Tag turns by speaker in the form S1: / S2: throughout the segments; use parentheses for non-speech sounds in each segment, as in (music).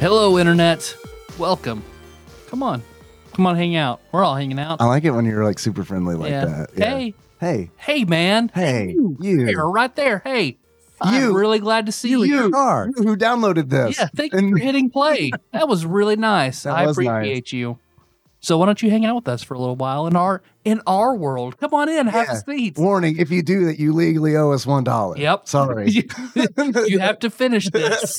S1: Hello, internet. Welcome. Come on, come on, hang out. We're all hanging out.
S2: I like it when you're like super friendly like
S1: Yeah.
S2: that.
S1: Hey,
S2: Hey.
S1: hey, man.
S2: Hey.
S1: you,
S2: You.
S1: There, right there. Hey, I'm
S2: You.
S1: really glad to see you. Mm-hmm.
S2: You are who downloaded this.
S1: Yeah, thank you
S2: And
S1: for hitting
S2: (laughs)
S1: play. That was really nice.
S2: That
S1: I
S2: was nice.
S1: appreciate you. So why don't you hang out with us for a little while in our in our world? Come on in, have
S2: Yeah.
S1: a seat.
S2: (laughs) warning, if you do that, you legally owe us one dollar.
S1: Yep. (laughs)
S2: Sorry.
S1: you
S2: (laughs)
S1: you have to finish this.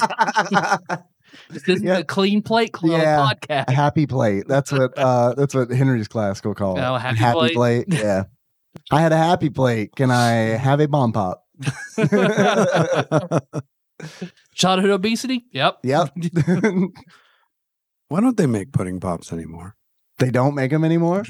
S1: This is
S2: Yeah.
S1: a clean plate club
S2: Yeah.
S1: podcast.
S2: happy plate. That's what uh that's what Henry's class will call it.
S1: Oh, happy plate. (laughs)
S2: Yeah. I had a happy plate. Can I have a bomb pop? (laughs)
S1: Childhood obesity. Yep. (laughs)
S2: yep. (laughs)
S3: Why don't they make pudding pops anymore?
S2: they don't make them anymore.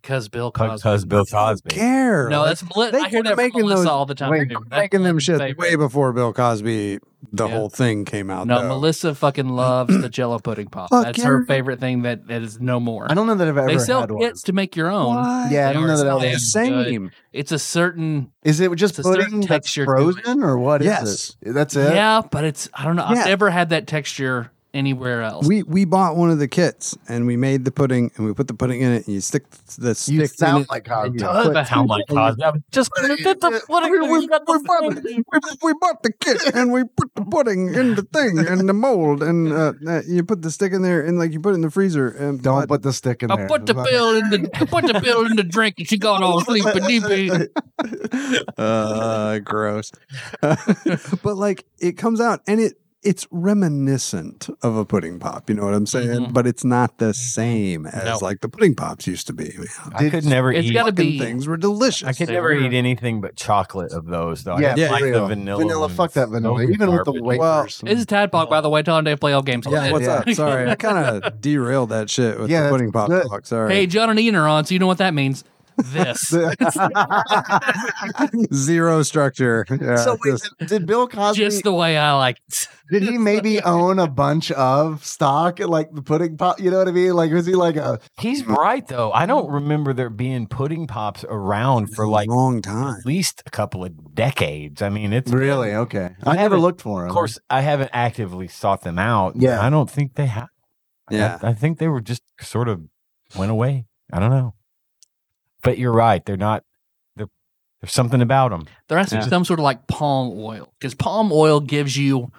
S1: Because Bill Cosby.
S4: because Bill Cosby.
S3: Care?
S1: No,
S3: Like,
S1: that's Meli-
S3: they
S1: I hear
S3: quit
S1: that from
S3: making
S1: Melissa
S3: those-
S1: all the time.
S3: wait,
S1: too.
S3: quit
S1: That's
S3: making them
S1: Melissa's
S3: shit
S1: favorite.
S3: way before Bill Cosby. The
S1: Yeah.
S3: whole thing came out.
S1: No,
S3: though.
S1: Melissa fucking loves the Jello pudding pop.
S3: Fuck
S1: That's
S3: yeah.
S1: her favorite thing. That that is no more.
S2: I don't know that I've ever
S1: They sell
S2: had one.
S1: kits to make your own.
S3: What?
S2: Yeah,
S1: They
S2: I don't
S1: are
S2: know that
S1: so
S2: I'll-
S3: It's
S1: damn
S3: the same.
S1: good. It's a certain.
S2: Is it just
S1: It's a certain
S2: pudding that's
S1: texture to it.
S2: frozen or what is
S3: Yes.
S2: it? That's it.
S1: Yeah, but it's. I don't know.
S3: Yeah.
S1: I've never had that texture anywhere else.
S3: We we bought one of the kits and we made the pudding and we put the pudding in it and you stick the stick.
S2: You
S3: in
S2: sound
S3: it.
S2: like Cosby.
S1: does
S3: Put
S1: sound
S3: two
S1: like
S3: pudding-
S4: Cosby. I'm
S1: just put it in the pudding.
S3: We, we-
S1: you got
S3: we
S1: the
S3: bought,
S1: same-
S3: we, we bought the kit and we put the pudding in the thing and the mold and uh, uh, you put the stick in there and like you put it in the freezer and
S2: Don't put the stick in
S1: I
S2: there.
S1: put the pill in the I put the pill in the drink and she got
S3: (laughs)
S1: all sleepy deepy.
S3: uh gross (laughs) but like it comes out and it it's reminiscent of a pudding pop you know what i'm saying
S4: Mm-hmm.
S1: Mhm.
S3: but it's not the same as
S1: No.
S3: like the pudding pops used to be man.
S4: I could never
S1: It's
S4: eat.
S1: gotta
S3: Fucking
S1: be.
S3: things were delicious
S4: I could
S1: They
S4: never
S1: were-
S4: eat anything but chocolate of those though.
S2: Yeah,
S4: I didn't
S3: for
S4: like
S3: real.
S4: the vanilla.
S2: vanilla.
S4: ones.
S2: Fuck that vanilla.
S4: Those were
S2: Even with the
S4: garbage.
S2: wafers.
S1: This is Tadpog, by the way. Telling Dave play all games.
S3: yeah, what's
S2: Yeah.
S3: up? Sorry, I kind of derailed that shit with
S2: Yeah,
S3: the
S2: that's
S3: pudding pop
S2: good.
S3: talk. Sorry,
S1: Hey, John and Ian are on, so you know what that means.
S2: (laughs)
S4: (laughs)
S1: This.
S3: (laughs) zero structure. Yeah,
S2: so wait,
S3: just-
S2: did, did Bill Cosby?
S1: just the way I like it.
S2: did he maybe own a bunch of stock, like the pudding pop? You know what I mean? Like, was he like a?
S4: He's right though. I don't remember there being pudding pops around for like
S3: a long
S4: at
S3: time.
S4: least a couple of decades. I mean, it's
S2: Really? Okay.
S4: I
S2: I never
S4: haven't-
S2: looked for him.
S4: Of course, I haven't actively sought them out. but
S2: Yeah.
S4: I don't think they have.
S3: Yeah,
S4: I, I think they were just sort of went away. I don't know. But you're right. They're not. They're, there's something about them.
S1: There has to be
S3: Yeah.
S1: some sort of like palm oil because palm oil gives you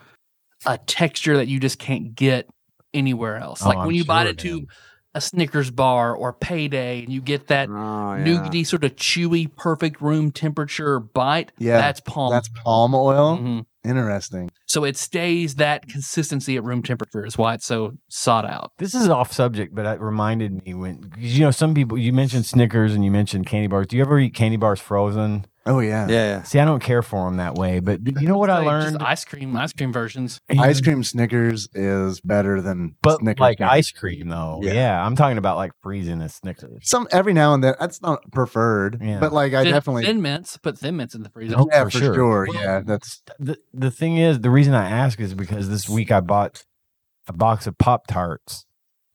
S1: a texture that you just can't get anywhere else. like when you bite
S4: it
S1: into a Snickers bar or payday and you get that
S3: oh, yeah.
S1: nougaty, sort of chewy, perfect room temperature bite,
S2: Yeah,
S1: that's palm.
S2: that's palm oil.
S1: Mhm.
S2: Interesting.
S1: So it stays that consistency at room temperature is why it's so sought out.
S4: This is off subject, but it reminded me when 'cause, you know some people. You mentioned Snickers and you mentioned candy bars. Do you ever eat candy bars frozen?
S2: Oh yeah.
S3: yeah, yeah.
S4: See, I don't care for them that way. But you know what I
S1: (laughs) Like, just
S4: learned?
S1: ice cream, ice cream versions.
S2: Ice cream Snickers is better than
S4: but
S2: Snickers
S4: like
S2: candy.
S4: ice cream though. Yeah.
S2: Yeah.
S4: I'm talking about like freezing a Snickers.
S2: Some every now and then. That's not preferred.
S4: Yeah.
S2: But like, I
S1: thin,
S2: definitely.
S1: thin mints, put thin mints in the freezer.
S4: Nope.
S2: yeah,
S4: for
S2: for,
S4: sure.
S2: sure.
S4: Well,
S2: Yeah, that's
S4: The the thing is, the reason I ask is because this week I bought a box of Pop Tarts,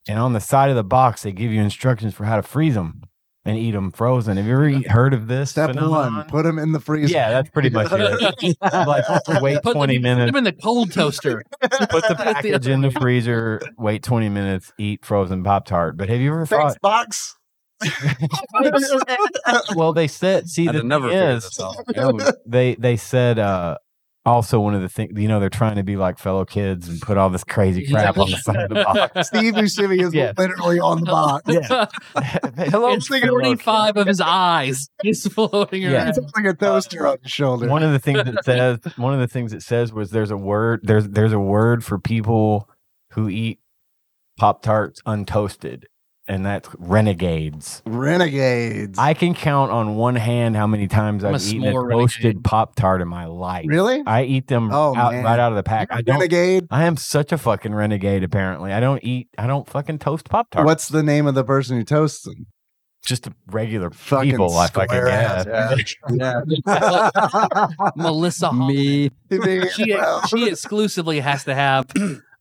S4: and on the side of the box they give you instructions for how to freeze them and eat them frozen. Have you ever eat- heard of this?
S2: step
S4: phenomenon?
S2: one. Put them in the freezer.
S4: Yeah, that's
S3: (laughs)
S4: pretty much (laughs) it. uh, like wait
S1: Put them-
S4: 20 minutes.
S1: Put them in the cold
S4: (laughs)
S1: toaster.
S4: put the package in the freezer, wait 20 minutes, eat frozen Pop Tart. But have you ever
S2: Thanks,
S4: thought?
S2: box.
S4: uh, (laughs) Well, they said, see,
S3: I'd
S4: the
S3: have never
S4: thing
S3: figured
S4: is,
S3: this out.
S4: they, they said, uh, also one of the things, you know, they're trying to be like fellow kids and put all this crazy crap on the side of the
S1: (laughs)
S4: box.
S2: (laughs)
S4: (laughs)
S2: Steve Buscemi is
S4: Yeah.
S2: literally on the
S4: (laughs)
S2: box.
S4: Yeah. Hello,
S1: It's
S4: fellow kids.
S1: 45 of his eyes (laughs) is floating
S4: Yeah.
S1: around.
S2: It's like a toaster on his shoulder.
S4: One of the things it says, one of the things it says was there's a word there's there's a word for people who eat pop tarts untoasted, and that's Renegades.
S2: Renegades.
S4: I can count on one hand how many times
S1: I'm
S4: I've
S1: a
S4: eaten a
S1: s'more
S4: toasted
S1: renegade.
S4: Pop Tart in my life.
S2: really?
S4: I eat them
S2: Oh,
S4: out,
S2: man.
S4: right out of the pack. I don't.
S2: Renegade.
S4: I am such a fucking renegade. Apparently, I don't eat. I don't fucking toast Pop Tart.
S2: What's the name of the person who toasts them?
S4: Just a regular
S2: Fucking
S4: people. I fucking
S2: square
S4: guess.
S2: ass, yeah.
S3: Yeah.
S2: (laughs)
S1: Melissa Hall.
S3: (laughs) Me.
S4: (laughs)
S1: She, she exclusively has to have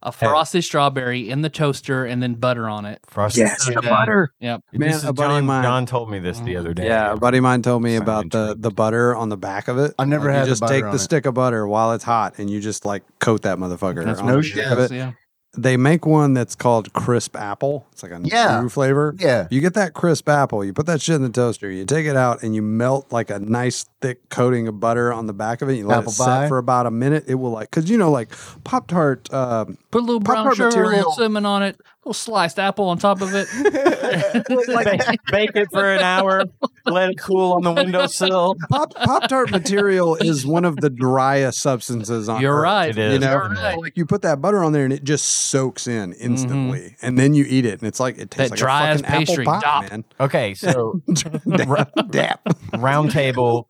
S1: a frosted strawberry in the toaster and then butter on it.
S4: Frosted
S1: the
S3: butter.
S1: Yep.
S4: This
S3: Man,
S4: is
S3: a buddy of
S4: John,
S3: mine-
S4: John told me this the other day.
S3: Yeah, a buddy of mine told me
S4: Sound
S3: about the,
S4: intrigued.
S3: the butter on the back of it.
S2: I've never
S3: Like,
S2: had
S3: You
S2: the
S3: just
S2: butter
S3: take
S2: on
S3: the
S2: it.
S3: stick of butter while it's hot, and you just like coat that motherfucker.
S1: That's
S3: on
S2: no
S3: the
S2: shit.
S3: back of it.
S1: Yeah.
S3: They make one that's called crisp apple. It's like a
S2: Yeah.
S3: new flavor.
S2: Yeah.
S3: You get that crisp apple, you put that shit in the toaster, you take it out and you melt like a nice thick coating of butter on the back of it. You let
S2: Apple
S3: it set
S2: pie?
S3: for about a minute. It will like, cause you know, like Pop Tart,
S2: (laughs)
S3: um,
S1: Put a little brown
S3: Pop-Tart
S1: sugar, a little
S3: material.
S1: cinnamon on it, a little sliced apple on top of it.
S4: (laughs) bake, bake it for
S1: (laughs)
S4: an hour, let it cool on the windowsill.
S3: Pop Pop Tart material is one of the driest substances on
S1: You're
S3: earth.
S1: right.
S4: It is.
S3: You know,
S1: You're right.
S3: like you put that butter on there and it just soaks in instantly, and then you eat it, and it's like it
S1: Mm-hmm. That
S3: tastes like
S1: dry
S3: a
S1: ass
S3: fucking apple
S1: pastry,
S3: pie,
S1: dop.
S3: man. (laughs)
S2: (laughs)
S4: Okay, so
S1: (laughs)
S3: Dap, dap.
S4: round table,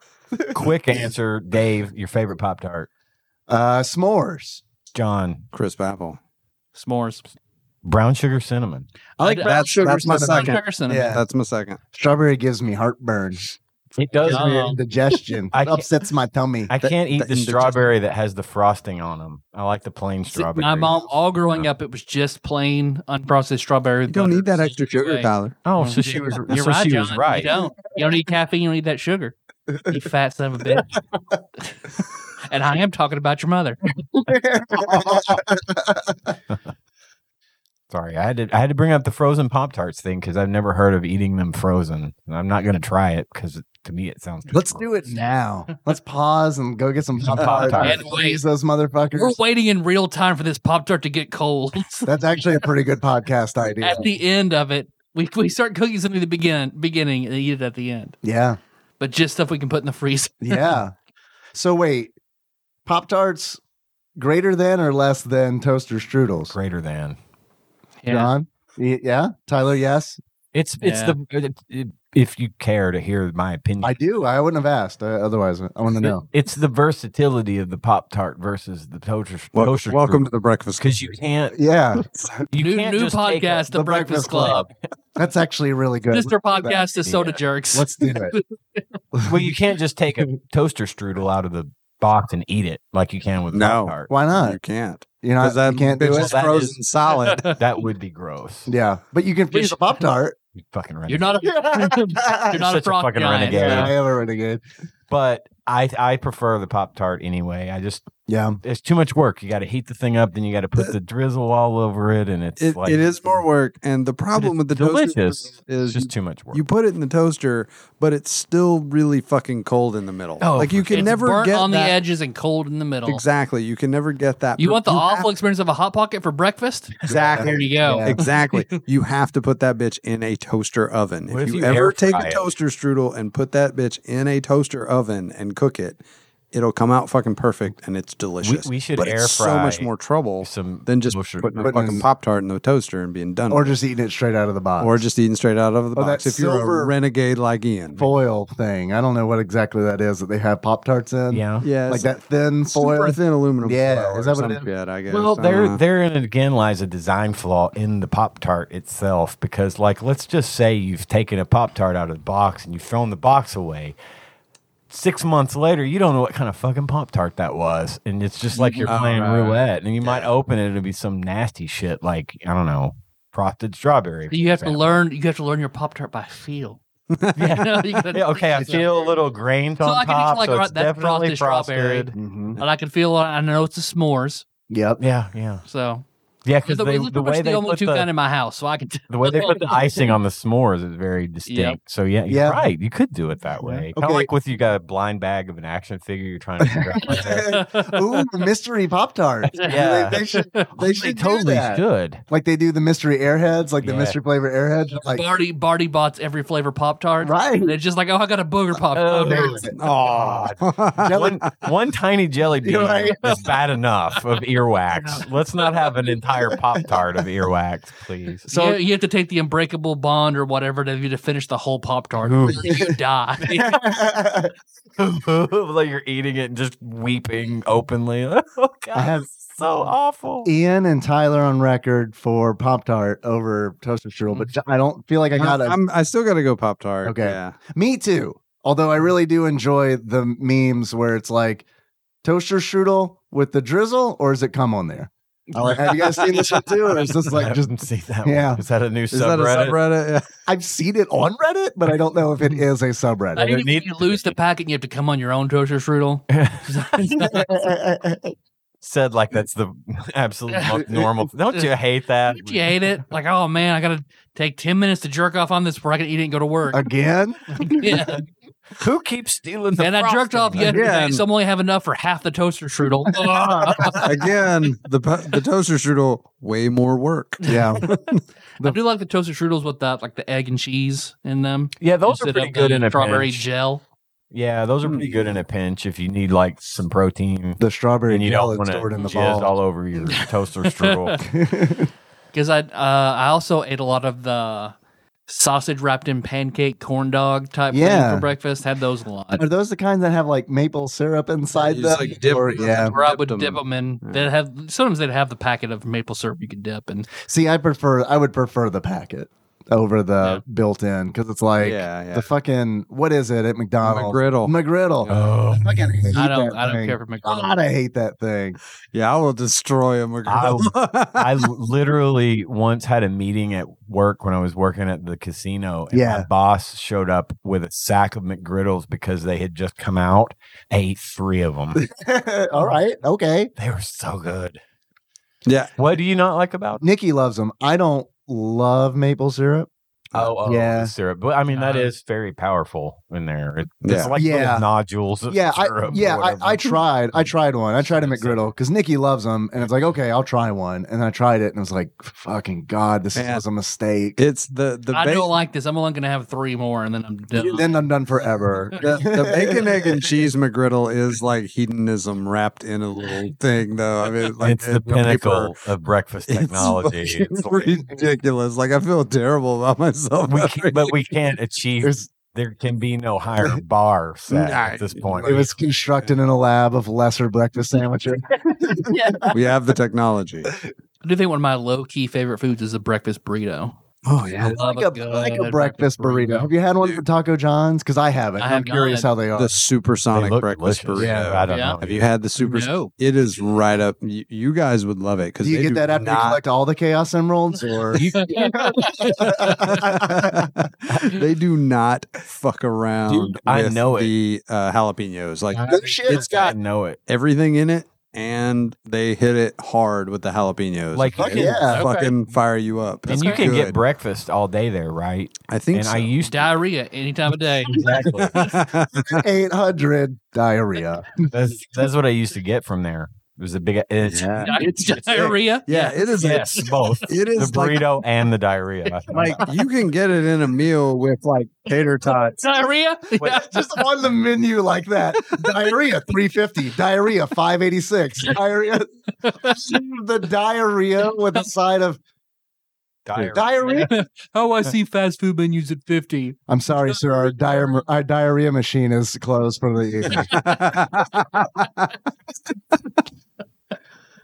S4: quick answer, Dave, your favorite Pop Tart.
S2: Uh, s'mores.
S4: John,
S3: Crisp apple.
S1: S'mores.
S4: brown sugar cinnamon.
S1: I like
S3: brown sugar that's my
S1: cinnamon.
S3: second.
S1: Sugar cinnamon.
S2: Yeah.
S3: That's my second.
S2: Strawberry gives me
S4: (laughs)
S2: heartburn,
S4: It does.
S1: Yeah. Oh.
S2: indigestion.
S4: I
S2: it
S4: can't-
S2: upsets my tummy.
S4: I can't eat
S3: that
S4: the
S3: indigestion.
S4: strawberry that has the frosting on them. I like the plain
S1: See,
S4: strawberry.
S1: My mom, all growing up, it was just plain unprocessed strawberry.
S3: You don't need that extra sugar, Tyler.
S4: Oh,
S1: Mm.
S4: so she was.
S1: You're
S4: so
S1: right,
S4: she
S1: John.
S4: was right.
S1: You don't. You don't need caffeine. You don't need that sugar. You fat son
S4: (laughs)
S1: of a bitch. and I am talking about your
S3: (laughs)
S1: mother.
S4: Sorry, I had to. I had to bring up the frozen Pop Tarts thing because I've never heard of eating them frozen, and I'm not going to try it because to me it sounds.
S2: Let's do it now. Let's pause and go get some
S4: Some
S2: pop tarts.
S4: Pop-Tarts.
S1: Uh, And wait.
S2: those
S1: We're
S2: motherfuckers.
S1: waiting in real time for this Pop Tart to get cold. (laughs)
S2: That's actually a pretty good podcast idea.
S1: At the end of it, we, we start cooking something at the begin, beginning and eat it at the end.
S2: Yeah.
S1: But just stuff we can put in the
S3: (laughs)
S1: freezer.
S2: Yeah. so wait, Pop Tarts greater than or less than toaster strudels?
S4: Greater than.
S1: Yeah.
S2: John? Y- Yeah. Tyler, yes.
S4: It's it's
S1: Yeah.
S4: the it- it- if you care to hear my opinion.
S2: I do. I wouldn't have asked. Uh, otherwise, I want to
S4: It-
S2: know.
S4: It's the versatility of the Pop Tart versus the toaster.
S3: Wel-
S4: toaster
S3: welcome to the breakfast.
S4: because you can't.
S2: Yeah.
S4: You
S1: new
S4: can't
S1: new
S4: just take a-
S1: podcast, The,
S2: The
S1: Breakfast,
S2: Breakfast
S1: Club.
S2: That's actually really good.
S1: Sister podcast, The Soda
S4: Yeah.
S1: Jerks.
S2: Let's do it.
S4: well, you can't just take a toaster strudel out of the box and eat it like you can with
S3: No.
S4: Pop Tart.
S2: Why not?
S3: You can't.
S2: You're
S3: Because
S2: not,
S3: that
S2: you can't
S3: bitch
S2: do
S3: is
S2: it.
S4: That
S3: frozen solid.
S4: (laughs) That would be gross.
S2: Yeah. But you can freeze a Pop Tart.
S4: You fucking renegade.
S1: You're
S4: (laughs)
S1: not a, you're not a
S4: Such a
S1: frog
S4: fucking
S1: giant.
S4: renegade.
S2: Yeah, I am a renegade.
S4: but I I prefer the Pop Tart anyway. I just
S2: Yeah.
S4: it's too much work. You got to heat the thing up, then you got to put the, drizzle all over it, and it's
S3: It,
S4: like
S3: it is more work. And the problem with the
S4: delicious.
S3: toaster is
S4: It's just too much work.
S3: You put it in the toaster, but it's still really fucking cold in the middle.
S4: Oh,
S3: like you
S4: for
S3: can
S1: it's
S3: never
S1: burnt
S3: get
S1: on
S3: that-
S1: the edges and cold in the middle.
S3: Exactly. You can never get that.
S1: You want the
S3: have-
S1: awful experience of a hot pocket for
S4: (laughs)
S1: breakfast?
S3: Exactly.
S1: There you go.
S2: Yeah.
S3: Exactly. you have to put that bitch in a toaster oven.
S4: What
S3: If,
S4: if
S3: you,
S4: you air
S3: ever take
S4: fry
S3: a
S4: it?
S3: toaster strudel and put that bitch in a toaster oven and cook it, it'll come out fucking perfect and it's delicious.
S4: we should
S3: but
S4: air
S3: it's so much
S4: fry
S3: more trouble
S4: some
S3: than just
S4: toaster-
S3: putting a
S2: putting
S3: fucking
S2: in-
S3: pop tart in the toaster and being done.
S2: Or
S3: with
S2: just eating it straight out of the
S3: it.
S2: box.
S3: or just eating straight out of the
S2: Oh,
S3: box.
S2: that
S3: If you're a
S2: silver-
S3: renegade like Ian,
S2: foil thing. I don't know what exactly that is that they have Pop Tarts in.
S4: yeah.
S3: yeah,
S2: Like
S3: it's
S2: that thin foil.
S3: super thin aluminum.
S2: Yeah,
S3: foil
S2: is
S3: or
S2: that what it
S3: some shit, I guess. uh-huh.
S4: Well,
S3: I don't
S4: there
S3: know.
S4: therein again lies a design flaw in the Pop Tart itself because, like, let's just say you've taken a Pop Tart out of the box and you've thrown the box away. Six months later, you don't know what kind of fucking Pop Tart that was, and it's just like you're
S3: Oh,
S4: playing
S3: right.
S4: roulette, and you might open it and it'll be some nasty shit like I don't know, frosted strawberry.
S1: (laughs)
S4: for
S1: You have to
S4: example.
S1: learn. You have to learn your pop tart by feel. (laughs)
S4: Yeah.
S1: You gotta-
S4: (laughs) Yeah, okay, I
S1: so-
S4: feel a little grain
S1: So I
S4: on
S1: can eat
S4: top,
S1: like
S4: so
S1: right-
S4: it's
S1: that
S4: definitely
S1: frosted strawberry.
S4: frosted.
S3: Mhm.
S1: and I can feel. I know it's the s'mores.
S2: Mm-hmm. Yep.
S4: Yeah, yeah,
S1: So
S4: yeah. Because
S1: the,
S4: they,
S1: we
S4: the
S1: pretty much
S4: way they
S1: the only
S4: put
S1: two
S4: the,
S1: gun in my house, so I
S4: (laughs)
S1: can. (laughs)
S4: the way they put the icing on the s'mores is very distinct. So yeah, you're
S2: Yeah.
S4: right. You could do it that way. Kind of
S2: Okay.
S4: like with you got a blind bag of an action figure you're trying to figure
S2: (laughs)
S4: out. what that-
S2: Ooh, mystery Pop
S3: (laughs)
S2: Tart.
S4: Yeah.
S2: They, they should. They should do
S4: totally
S2: that.
S4: should.
S2: Like they do the mystery airheads, like the
S4: Yeah.
S2: mystery flavor airheads. Like
S1: Barty Barty bots every flavor pop tart. (laughs)
S2: right. (laughs)
S1: And it's just like, oh, I got a booger pop.
S4: Oh, there
S1: tart.
S4: it is.
S2: (laughs)
S3: Aw.
S4: (laughs) One, one tiny jelly bean
S2: You're right. (laughs)
S4: is bad enough of earwax. Let's not have an entire Pop Tart of earwax, please.
S1: So you, you have to take the unbreakable bond or whatever to, to finish the whole Pop Tart.
S4: Ooh.
S1: you
S4: (laughs)
S1: die.
S4: (laughs)
S1: (laughs)
S4: like you're eating it and just weeping openly. (laughs) Oh god,
S2: I have-
S4: this is so awful.
S2: Ian and Tyler on record for Pop Tart over Toaster Strudel, but I don't feel like I got a.
S3: I'm, I still got to go Pop Tart.
S2: Okay.
S3: Yeah.
S2: Me too. Although I really do enjoy the memes where it's like Toaster Strudel with the drizzle, or is it come on there? I like- have you guys seen this one too? Or is this
S4: I (laughs)
S2: like just
S4: didn't see that.
S2: yeah.
S4: one. is that a new
S3: Is that a
S4: subreddit?
S3: subreddit? Yeah.
S2: I've seen it on Reddit, but I don't know if it is a
S1: I
S2: subreddit.
S1: think
S4: need-
S1: you lose the packet, you have to come on your own toaster strudel.
S4: Said like that's the (laughs) absolute mo- normal. Don't you hate that?
S1: Don't you hate it? Like, oh man, I gotta take ten minutes to jerk off on this before I can eat it and go to work.
S2: Again?
S1: yeah.
S4: Who keeps stealing the
S1: and I jerked
S4: frosting?
S1: off yesterday,
S3: Again.
S1: so I'm only have enough for half the toaster strudel.
S3: Again, the pu- the toaster strudel way more work.
S2: Yeah.
S1: I do like the toaster strudels with that, like the egg and cheese in them.
S4: (laughs) Yeah, those are
S1: instead
S4: pretty
S1: of
S4: good
S1: the
S4: in a
S1: strawberry mm.
S4: pinch.
S1: gel.
S4: Yeah, those are pretty good in a pinch if you need like some protein
S2: The strawberry
S4: and you
S2: gel
S4: don't
S2: is
S4: want
S2: stored
S4: to
S2: in the
S4: jizz
S2: ball.
S4: all over your toaster strudel.
S1: (laughs) Because I uh, I also ate a lot of the sausage wrapped in pancake corn dog type
S2: Yeah.
S1: thing for breakfast. Had those a lot.
S2: Are those the kinds that have like maple syrup inside
S3: You
S2: them?
S3: just, like, dip
S2: Or-
S3: them.
S2: yeah.
S1: Where I would
S3: dipped 'em.
S1: dip them in, they'd have sometimes they'd have the packet of maple syrup you could dip, and
S2: See, I prefer I would prefer the packet over the built-in because it's like
S3: Yeah, yeah.
S2: the fucking what is it at McDonald's?
S3: McGriddle.
S2: McGriddle.
S4: (laughs) oh,
S2: I fucking
S4: (laughs)
S2: hate
S1: I don't
S2: that
S1: I don't
S2: thing.
S1: care for McDonald's.
S2: God, I hate that thing.
S3: Yeah, I will destroy a McGriddle.
S4: I literally once had a meeting at work when I was working at the casino, and
S2: Yeah.
S4: my boss showed up with a sack of McGriddles because they had just come out. I ate three of (laughs) them.
S2: (laughs) All right, okay.
S4: they were so good.
S3: (laughs) yeah,
S4: What do you not like about?
S2: Nikki loves them. I don't love maple syrup.
S3: Uh,
S4: Oh, oh
S2: Yeah.
S4: the syrup. But I mean, that
S1: Uh,
S4: is very powerful in there. It- It's
S3: Yeah.
S4: like little
S2: Yeah.
S4: nodules. Of
S2: Yeah, I,
S4: syrup or
S2: yeah. I,
S4: whatever.
S2: I tried. I tried one. I tried a
S4: Yeah, same.
S2: McGriddle because Nikki loves them, and it's like, okay, I'll try one. And I tried it, and I was like, fucking god, this
S3: Man.
S2: was a mistake.
S3: it's the the,
S1: I
S3: ba-
S1: don't like this. I'm only gonna have three more, and then I'm done.
S2: (laughs) then I'm done forever.
S3: (laughs) the, the bacon
S1: (laughs)
S3: egg and cheese McGriddle is like hedonism wrapped in a little thing, though. I mean, like
S4: it's the
S3: paper.
S4: pinnacle of breakfast
S3: (laughs) It's
S4: technology.
S3: fucking
S4: It's like-
S3: ridiculous. Like I feel terrible about myself.
S4: we
S3: after
S4: can't, but we can't achieve.
S2: There's-
S4: there can be
S3: (laughs)
S4: no higher bar set at this point.
S2: It was constructed in a lab of lesser breakfast sandwiches.
S3: we have the
S4: (laughs)
S3: technology.
S1: I do think one of my low key favorite foods is a breakfast burrito.
S3: Oh
S1: I
S3: yeah,
S1: love
S2: like a,
S1: good
S2: like a breakfast burrito. Have you had one for Taco John's? Because I haven't.
S1: I
S2: I'm
S1: have
S2: curious
S1: not.
S2: how they are.
S3: the supersonic
S4: They look
S3: breakfast
S4: delicious.
S3: burrito.
S4: Yeah, I don't
S1: Yeah.
S4: know.
S3: Have you had the super?
S1: No.
S3: It is right up. You, you guys would love it because
S2: do you get that after you collect all the Chaos (laughs) Emeralds? Or
S3: (laughs) they do not fuck around.
S4: I
S3: with
S4: know it.
S3: the uh, jalapenos. Like
S2: No (laughs) shit.
S3: it's got
S4: I know it.
S3: everything in it, and they hit it hard with the jalapenos.
S4: Like
S2: Fuck
S4: you-
S3: It'll
S2: yeah.
S1: Okay.
S3: fucking fire you up.
S4: and you
S3: It's
S4: can get
S3: good.
S4: breakfast all day there, right?
S3: I think
S4: and
S3: so. (laughs)
S4: I used to
S1: Diarrhea any time of
S2: (laughs)
S1: day.
S4: (laughs) exactly.
S2: Eight hundred diarrhea.
S4: that's that's what I used to get from there. It was a big. It's,
S3: yeah.
S1: It's diarrhea.
S3: yeah, it is. a-
S4: Yes, both
S3: (laughs) it
S4: the
S3: is like,
S4: burrito and the diarrhea.
S3: (laughs) like you can get it in a meal with like
S4: (laughs)
S3: tater tots.
S1: Diarrhea.
S3: (laughs)
S4: Wait.
S1: Yeah.
S2: (laughs) Just on the menu like that. diarrhea three fifty. Diarrhea five eighty six. Diarrhea. the diarrhea with a side of
S4: Diarrhea. (laughs)
S2: diarrhea.
S1: oh, I see fast food menus at fifty.
S2: I'm sorry, sir. Our, diar- our diarrhea machine is closed for the (laughs) evening.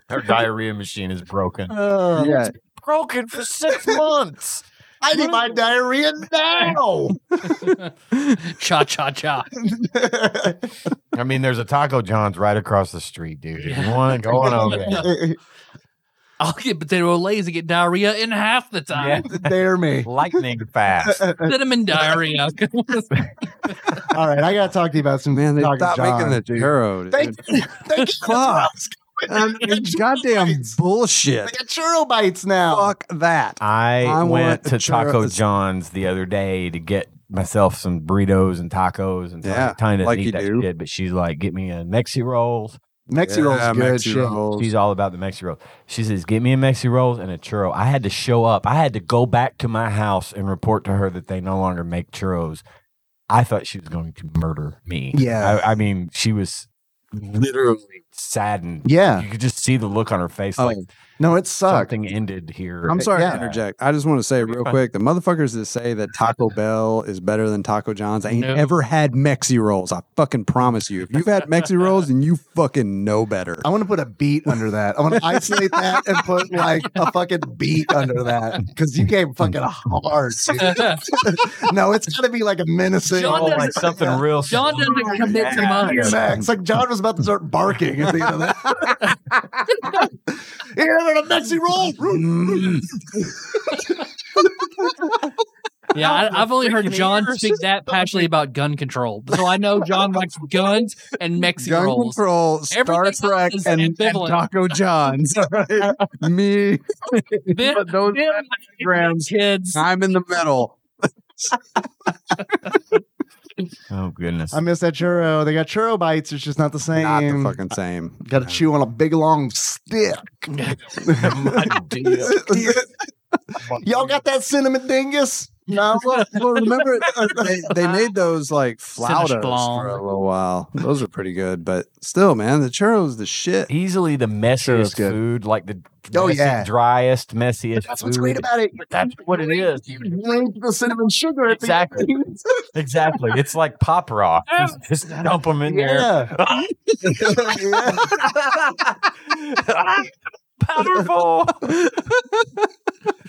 S4: Her diarrhea machine is broken.
S3: (laughs) yeah,
S4: Broken for six months.
S2: Oh. I need my diarrhea now.
S1: (laughs) Cha cha cha.
S4: I mean, there's a Taco John's right across the street, dude. If you (laughs) want to go on over there.
S2: (laughs)
S1: I'll get potato lays and get diarrhea in half the
S4: (laughs)
S1: time.
S2: Dare me.
S4: lightning
S3: (laughs)
S4: fast.
S1: Cinnamon
S2: (laughs)
S1: diarrhea.
S2: All right, I gotta talk to you about some
S3: man, they
S2: Taco
S3: stopped making
S2: John.
S3: the churro.
S2: They,
S3: dude.
S2: they get
S3: Fuck. I mean, goddamn
S2: They
S3: bullshit.
S2: got churro bites now.
S3: Fuck that.
S4: I,
S3: I want
S4: went
S3: a
S4: to Taco
S3: churros.
S4: John's the other day to get myself some burritos and tacos and
S3: Yeah,
S4: Tanya- Tanya doesn't
S3: like
S4: eat
S3: you
S4: that
S3: do.
S4: shit, but she's like, get me a Mexi rolls.
S2: Mexi rolls
S3: Yeah,
S2: good.
S3: Mexi
S2: shit.
S3: rolls.
S4: She's all about the Mexi rolls. She says, get me a Mexi rolls and a churro. I had to show up. I had to go back to my house and report to her that they no longer make churros. I thought she was going to murder me.
S2: Yeah.
S4: I, I mean, she was literally saddened.
S2: Yeah.
S4: You could just see the look on her face like
S3: Oh.
S2: No, it sucked.
S4: something ended here.
S3: I'm sorry
S2: Yeah.
S3: to interject. I just want to say real
S4: fine.
S3: quick the motherfuckers that say that Taco Bell is better than Taco John's ain't
S1: No.
S3: ever had Mexi rolls. I fucking promise you. If you've had Mexi rolls, then you fucking
S1: (laughs)
S3: know better.
S2: I want to put a beat under that. I want to isolate that and put like a fucking beat under that because you came fucking hard. dude.
S3: (laughs)
S2: (laughs) No, it's got to be like a menacing.
S1: John
S4: Oh,
S1: doesn't-
S4: like something real.
S1: John doesn't commit to much.
S2: Max, like John was about to start barking at the end of that. (laughs) Here, a Mexi roll.
S1: Yeah, I, I've only heard John speak that passionately about gun control. So I know John likes guns and Mexican
S3: Gun
S1: rolls.
S3: Control, Star
S1: Everything
S3: Trek,
S1: else is
S3: and, and
S1: ambivalent. (laughs)
S3: Taco John's. (laughs) Me,
S1: Them-
S3: but those
S1: (laughs) them
S3: grams.
S1: kids.
S3: I'm in the middle.
S4: Oh goodness.
S2: I miss that churro. They got churro bites. It's just not the same.
S3: Not the fucking same.
S2: Got to chew on a big long stick. Y'all got that cinnamon dingus? No.
S3: well, (laughs) well, remember uh, they, they made those like flautas
S1: Blonde.
S3: for a little while. Those are pretty good, but still, man, the churros the shit.
S4: Easily the
S3: Sure, it's
S4: messiest
S3: good.
S4: food, like the
S2: Oh,
S4: messy-
S2: yeah.
S4: driest, messiest.
S2: That's what's
S4: food.
S2: great about it.
S4: But that's what it is.
S2: You drink the cinnamon sugar at the
S4: Exactly.
S2: end.
S4: Exactly. It's like pop
S2: (laughs)
S4: rock. Just, just dump them in there.
S2: Yeah. Yeah.
S4: Powerful.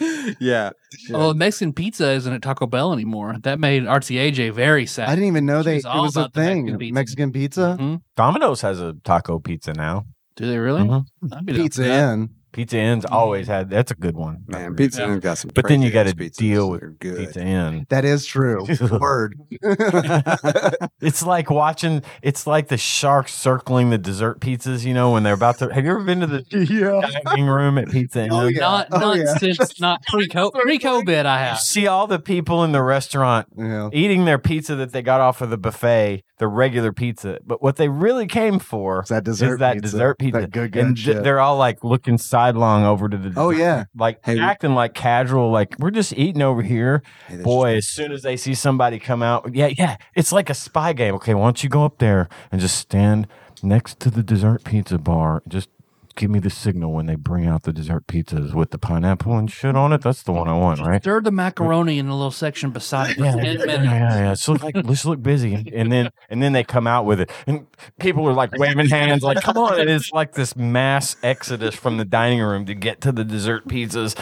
S3: (laughs)
S1: (laughs)
S3: yeah.
S1: Oh, Mexican pizza isn't at Taco Bell anymore. That made RTAJ very sad.
S2: I didn't even know
S1: She
S2: they
S1: was
S2: it
S1: all
S2: was a
S1: about the Mexican
S2: thing.
S1: pizza.
S2: Mexican pizza,
S1: Mhm.
S4: (laughs) Domino's has a taco pizza now.
S1: Do they really?
S4: Mhm.
S1: I'd be down
S2: pizza
S1: for that.
S2: in.
S4: Pizza Inn's
S2: Mm.
S4: always had. That's a good one.
S3: Man, Pizza
S1: Yeah.
S3: Inn's got some.
S4: But then you
S3: crazy-ass
S4: gotta
S3: pizzas.
S4: deal with
S3: They're good.
S4: Pizza Inn.
S2: That is true. Word. (laughs)
S4: It's like watching. It's like the sharks circling the dessert pizzas. You know when they're about to. Have you ever been to the
S2: (laughs) yeah.
S4: dining room at Pizza Inn?
S2: Oh, yeah.
S1: Not,
S2: Oh,
S1: not
S2: yeah.
S1: since not pre-COVID. Pre-COVID, I
S4: You (laughs)
S1: have.
S4: see all the people in the restaurant
S2: Yeah.
S4: eating their pizza that they got off of the buffet, the regular pizza. But what they really came for
S2: It's that dessert.
S4: is that
S2: pizza.
S4: dessert pizza.
S2: That good, good
S4: and th-
S2: shit.
S4: they're all like looking sidelong over to the
S2: oh
S4: dessert,
S2: yeah.
S4: like
S3: Hey, we-
S4: acting like casual, like we're just eating over here.
S3: Hey, that's
S4: Boy, as soon as they see somebody come out, yeah, yeah, it's like a spy game. Okay, why don't you go up there and just stand next to the dessert pizza bar? Just give me the signal when they bring out the dessert pizzas with the pineapple and shit on it. That's the one I want, right?
S1: Stir the macaroni in a little section beside it. for
S4: Yeah,
S1: 10
S4: yeah, yeah,
S1: minutes.
S4: yeah, yeah. So like, let's look busy, and, and then and then they come out with it, and people are like waving hands, like, "Come on!" It is like this mass exodus from the dining room to get to the dessert pizzas,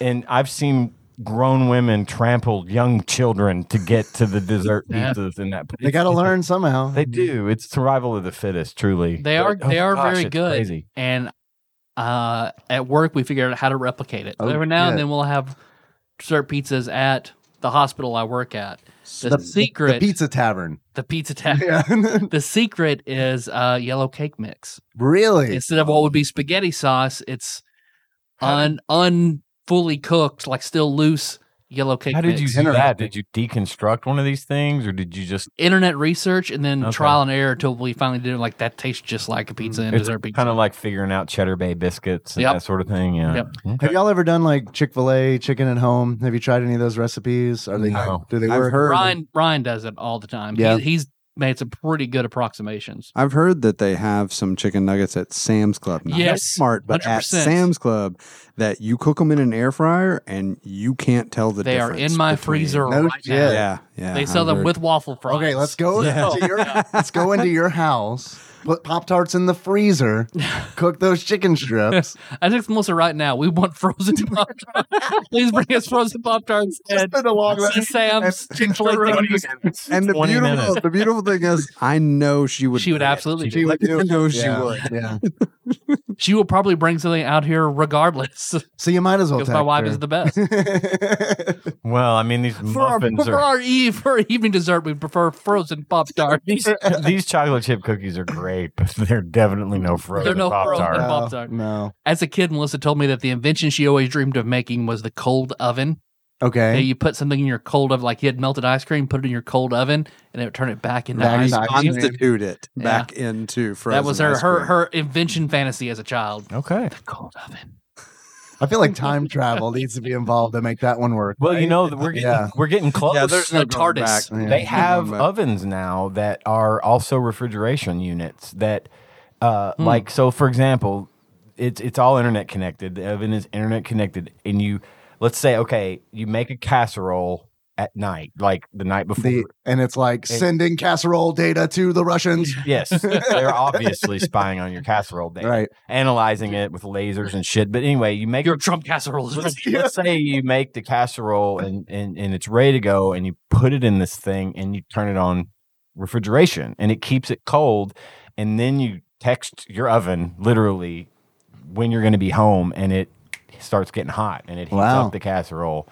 S4: and I've seen grown women trample young children to get to the dessert
S1: (laughs) Yeah.
S4: pizzas in that.
S2: They got to learn somehow.
S4: They do. It's survival of the fittest, truly.
S1: They are-
S4: But, oh,
S1: they are
S4: gosh,
S1: very
S4: it's
S1: good.
S4: Crazy.
S1: and uh, at work we figured out how to replicate it.
S2: Oh,
S1: Every now and
S2: good.
S1: then we'll have dessert pizzas at the hospital I work at. The,
S2: the
S1: secret, the pizza,
S2: pizza tavern.
S1: (laughs) tap.
S2: Yeah.
S1: (laughs) The secret is uh, yellow cake mix.
S2: (laughs) really?
S1: Instead of what would be spaghetti sauce, it's un un fully cooked, like still loose yellow cake.
S4: How did you
S1: mix.
S4: do that? Did you deconstruct one of these things, or did you just?
S1: internet research and then
S4: Okay.
S1: trial and error till we finally did it? Like that tastes just like a pizza and
S4: It's
S1: dessert pizza.
S4: kind of like figuring out Cheddar Bay biscuits and
S1: Yep.
S4: that sort of thing. Yeah.
S1: Yep.
S4: Okay.
S2: Have y'all ever done like Chick Fil A chicken at home? Have you tried any of those recipes? Are they
S4: No.
S2: do they
S3: I've
S2: work?
S3: heard-
S1: Ryan Ryan does it all the time.
S2: Yeah.
S1: He, he's made some pretty good approximations.
S3: I've heard that they have some chicken nuggets at Sam's Club. Not at
S1: Yes,
S3: smart, but at
S1: 100%.
S3: Sam's Club, that you cook them in an air fryer and you can't tell the
S1: they are
S3: difference.
S1: in my
S3: between-
S1: freezer right
S2: No
S1: now.
S2: shit.
S3: Yeah, yeah.
S1: They sell them
S3: I've
S1: with waffle fries.
S2: Okay, let's go
S3: Yeah.
S2: to your let's go into your house. Put Pop Tarts in
S1: (laughs)
S2: the freezer. Cook those chicken strips.
S1: I text Melissa right now. We want
S2: (laughs)
S1: frozen pop tarts. Please bring us frozen pop tarts. And
S2: been a long
S1: Sam's Chick Fil (laughs)
S3: heard. And the
S4: 20
S3: beautiful,
S4: minutes.
S3: the beautiful thing is, I know she would.
S1: She would
S3: do it.
S1: absolutely
S3: She
S1: do
S3: would. I
S1: (laughs)
S3: know she
S2: Yeah,
S3: would.
S2: Yeah.
S1: She will probably bring something out here regardless (laughs)
S2: So you might as well.
S1: because my wife is the best.
S2: (laughs)
S4: (laughs)
S2: the.
S4: Well, I mean, these
S1: For our,
S4: muffins
S1: for,
S4: are.
S1: our eve, for our evening dessert, we prefer frozen pop
S4: (laughs)
S1: tarts.
S4: These, these chocolate chip cookies are great, but (laughs) they're definitely no frozen
S1: no
S4: pop
S1: frozen.
S4: tart.
S2: no,
S1: Pop-Tart.
S2: no.
S1: As a kid, Melissa told me that the invention she always dreamed of making was the cold oven. That
S2: Okay.
S1: you put something in your cold oven, like you had melted ice cream, put it in your cold oven, and it would turn it back into
S2: Back
S1: ice
S2: into ice
S1: cream.
S2: cream.
S3: Substitute it
S1: Yeah.
S3: back into frozen.
S1: That was her
S3: ice
S1: her
S3: cream.
S1: her invention fantasy as a child.
S4: Okay.
S1: The cold oven.
S2: I
S1: (laughs)
S2: feel like time travel needs to be involved to make that one work.
S4: Well, you know, we're getting,
S2: Yeah.
S4: we're getting close.
S3: Yeah, there's no
S1: The
S3: going
S1: TARDIS.
S3: back.
S2: Yeah.
S4: they have
S3: Remember.
S4: ovens now that are also refrigeration units that Uh,
S1: Hmm.
S4: Like so, for example, it's it's all internet connected. The oven is internet connected, and you let's say okay, you make a casserole at night, like the night before.
S2: The, and it's like
S4: Hey.
S2: sending casserole data to the Russians.
S4: yes, they're obviously spying on your casserole day,
S2: Right.
S4: analyzing it with lasers and shit. But anyway, you make
S1: Your Trump casserole is (laughs)
S3: (laughs)
S4: let's, let's say you make the casserole and, and and it's ready to go and you put it in this thing and you turn it on refrigeration and it keeps it cold and then you text your oven literally when you're going to be home and it starts getting hot and it heats
S2: Wow.
S4: up the casserole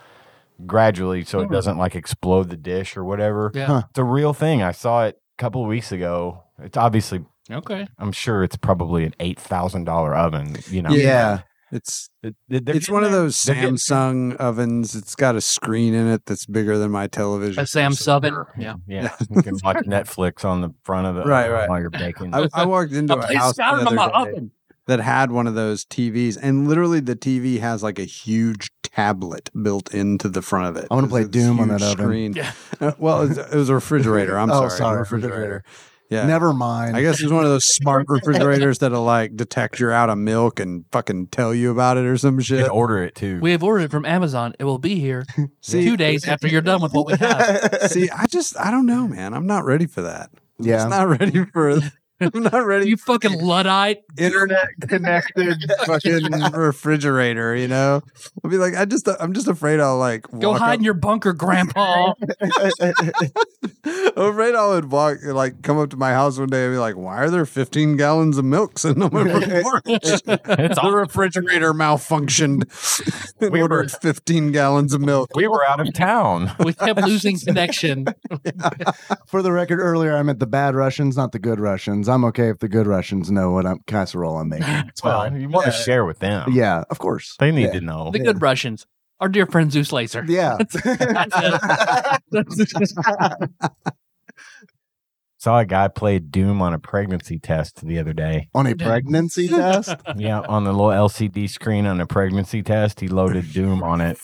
S4: gradually so it doesn't like explode the dish or whatever
S1: Yeah.
S2: Huh.
S4: it's a real thing i saw it a couple of weeks ago it's obviously
S1: Okay.
S4: i'm sure it's probably an $8000 oven you know
S3: Yeah. It's
S4: It- it- they're
S3: it's
S4: getting
S3: one of
S4: there.
S3: those
S4: They're getting-
S3: Samsung ovens. It's got a screen in it that's bigger than my television.
S1: A Sam Subin. Yeah.
S4: Mm, Yeah, you can watch Netflix on the front of the
S3: Right,
S4: oven
S3: right.
S4: while you're baking.
S3: I, I
S4: (laughs)
S3: walked
S1: (laughs)
S3: into
S1: I
S3: a
S1: placed
S3: house the
S1: down in my
S3: other day
S1: oven.
S3: that had one of those TVs, and literally the TV has like a huge tablet built into the front of it.
S2: I wanna
S3: It's
S2: play
S3: this
S2: Doom on
S3: huge
S2: that oven.
S3: screen.
S1: Yeah.
S3: Uh, well, it was, it was a refrigerator.
S2: (laughs)
S3: I'm
S2: Oh,
S3: sorry,
S2: sorry,
S3: refrigerator.
S2: refrigerator.
S3: Yeah,
S2: Never mind.
S3: I guess it's one
S2: (laughs)
S3: of those smart refrigerators that'll like detect you're out of milk and fucking tell you about it or some
S4: you
S3: shit.
S4: can order it too.
S1: We have ordered it from Amazon. It will be here
S3: See-
S1: two days after you're done with what we
S2: (laughs)
S1: have.
S3: See, I just I don't know, man. I'm not ready for that.
S2: yeah.
S3: I'm not ready for. I'm not ready
S1: You fucking luddite.
S2: (laughs)
S3: internet connected fucking refrigerator. You know, I'll be like, I just, I'm just afraid I'll like
S1: Go
S3: walk
S1: hide
S3: up-
S1: in your bunker, Grandpa.
S3: I'm (laughs) afraid I would walk, like, come up to my house one day and be like, "Why are there 15 gallons of milk sitting on my front porch?"
S4: It's
S3: the
S4: all-
S3: refrigerator malfunctioned.
S1: (laughs)
S3: and
S4: We were-
S3: ordered 15 gallons of milk.
S4: we were out of town. (laughs)
S1: we kept losing connection.
S2: For the record, earlier I meant the bad Russians, not the good Russians. I'm okay if the good Russians know what I'm, casserole I'm making.
S1: (laughs)
S2: It's
S4: Well,
S2: fine.
S4: you want to share with them.
S2: Yeah, of course.
S4: They need
S2: Yeah.
S4: to know.
S1: The good Russians. Our dear friend Zeus Laser.
S2: Yeah.
S1: (laughs) That's it. (laughs) That's-
S4: Saw a guy play Doom on a pregnancy test the other day.
S2: (laughs) On a pregnancy
S1: (laughs)
S2: test?
S4: Yeah, on the little LCD screen on a pregnancy test, he loaded Doom on it.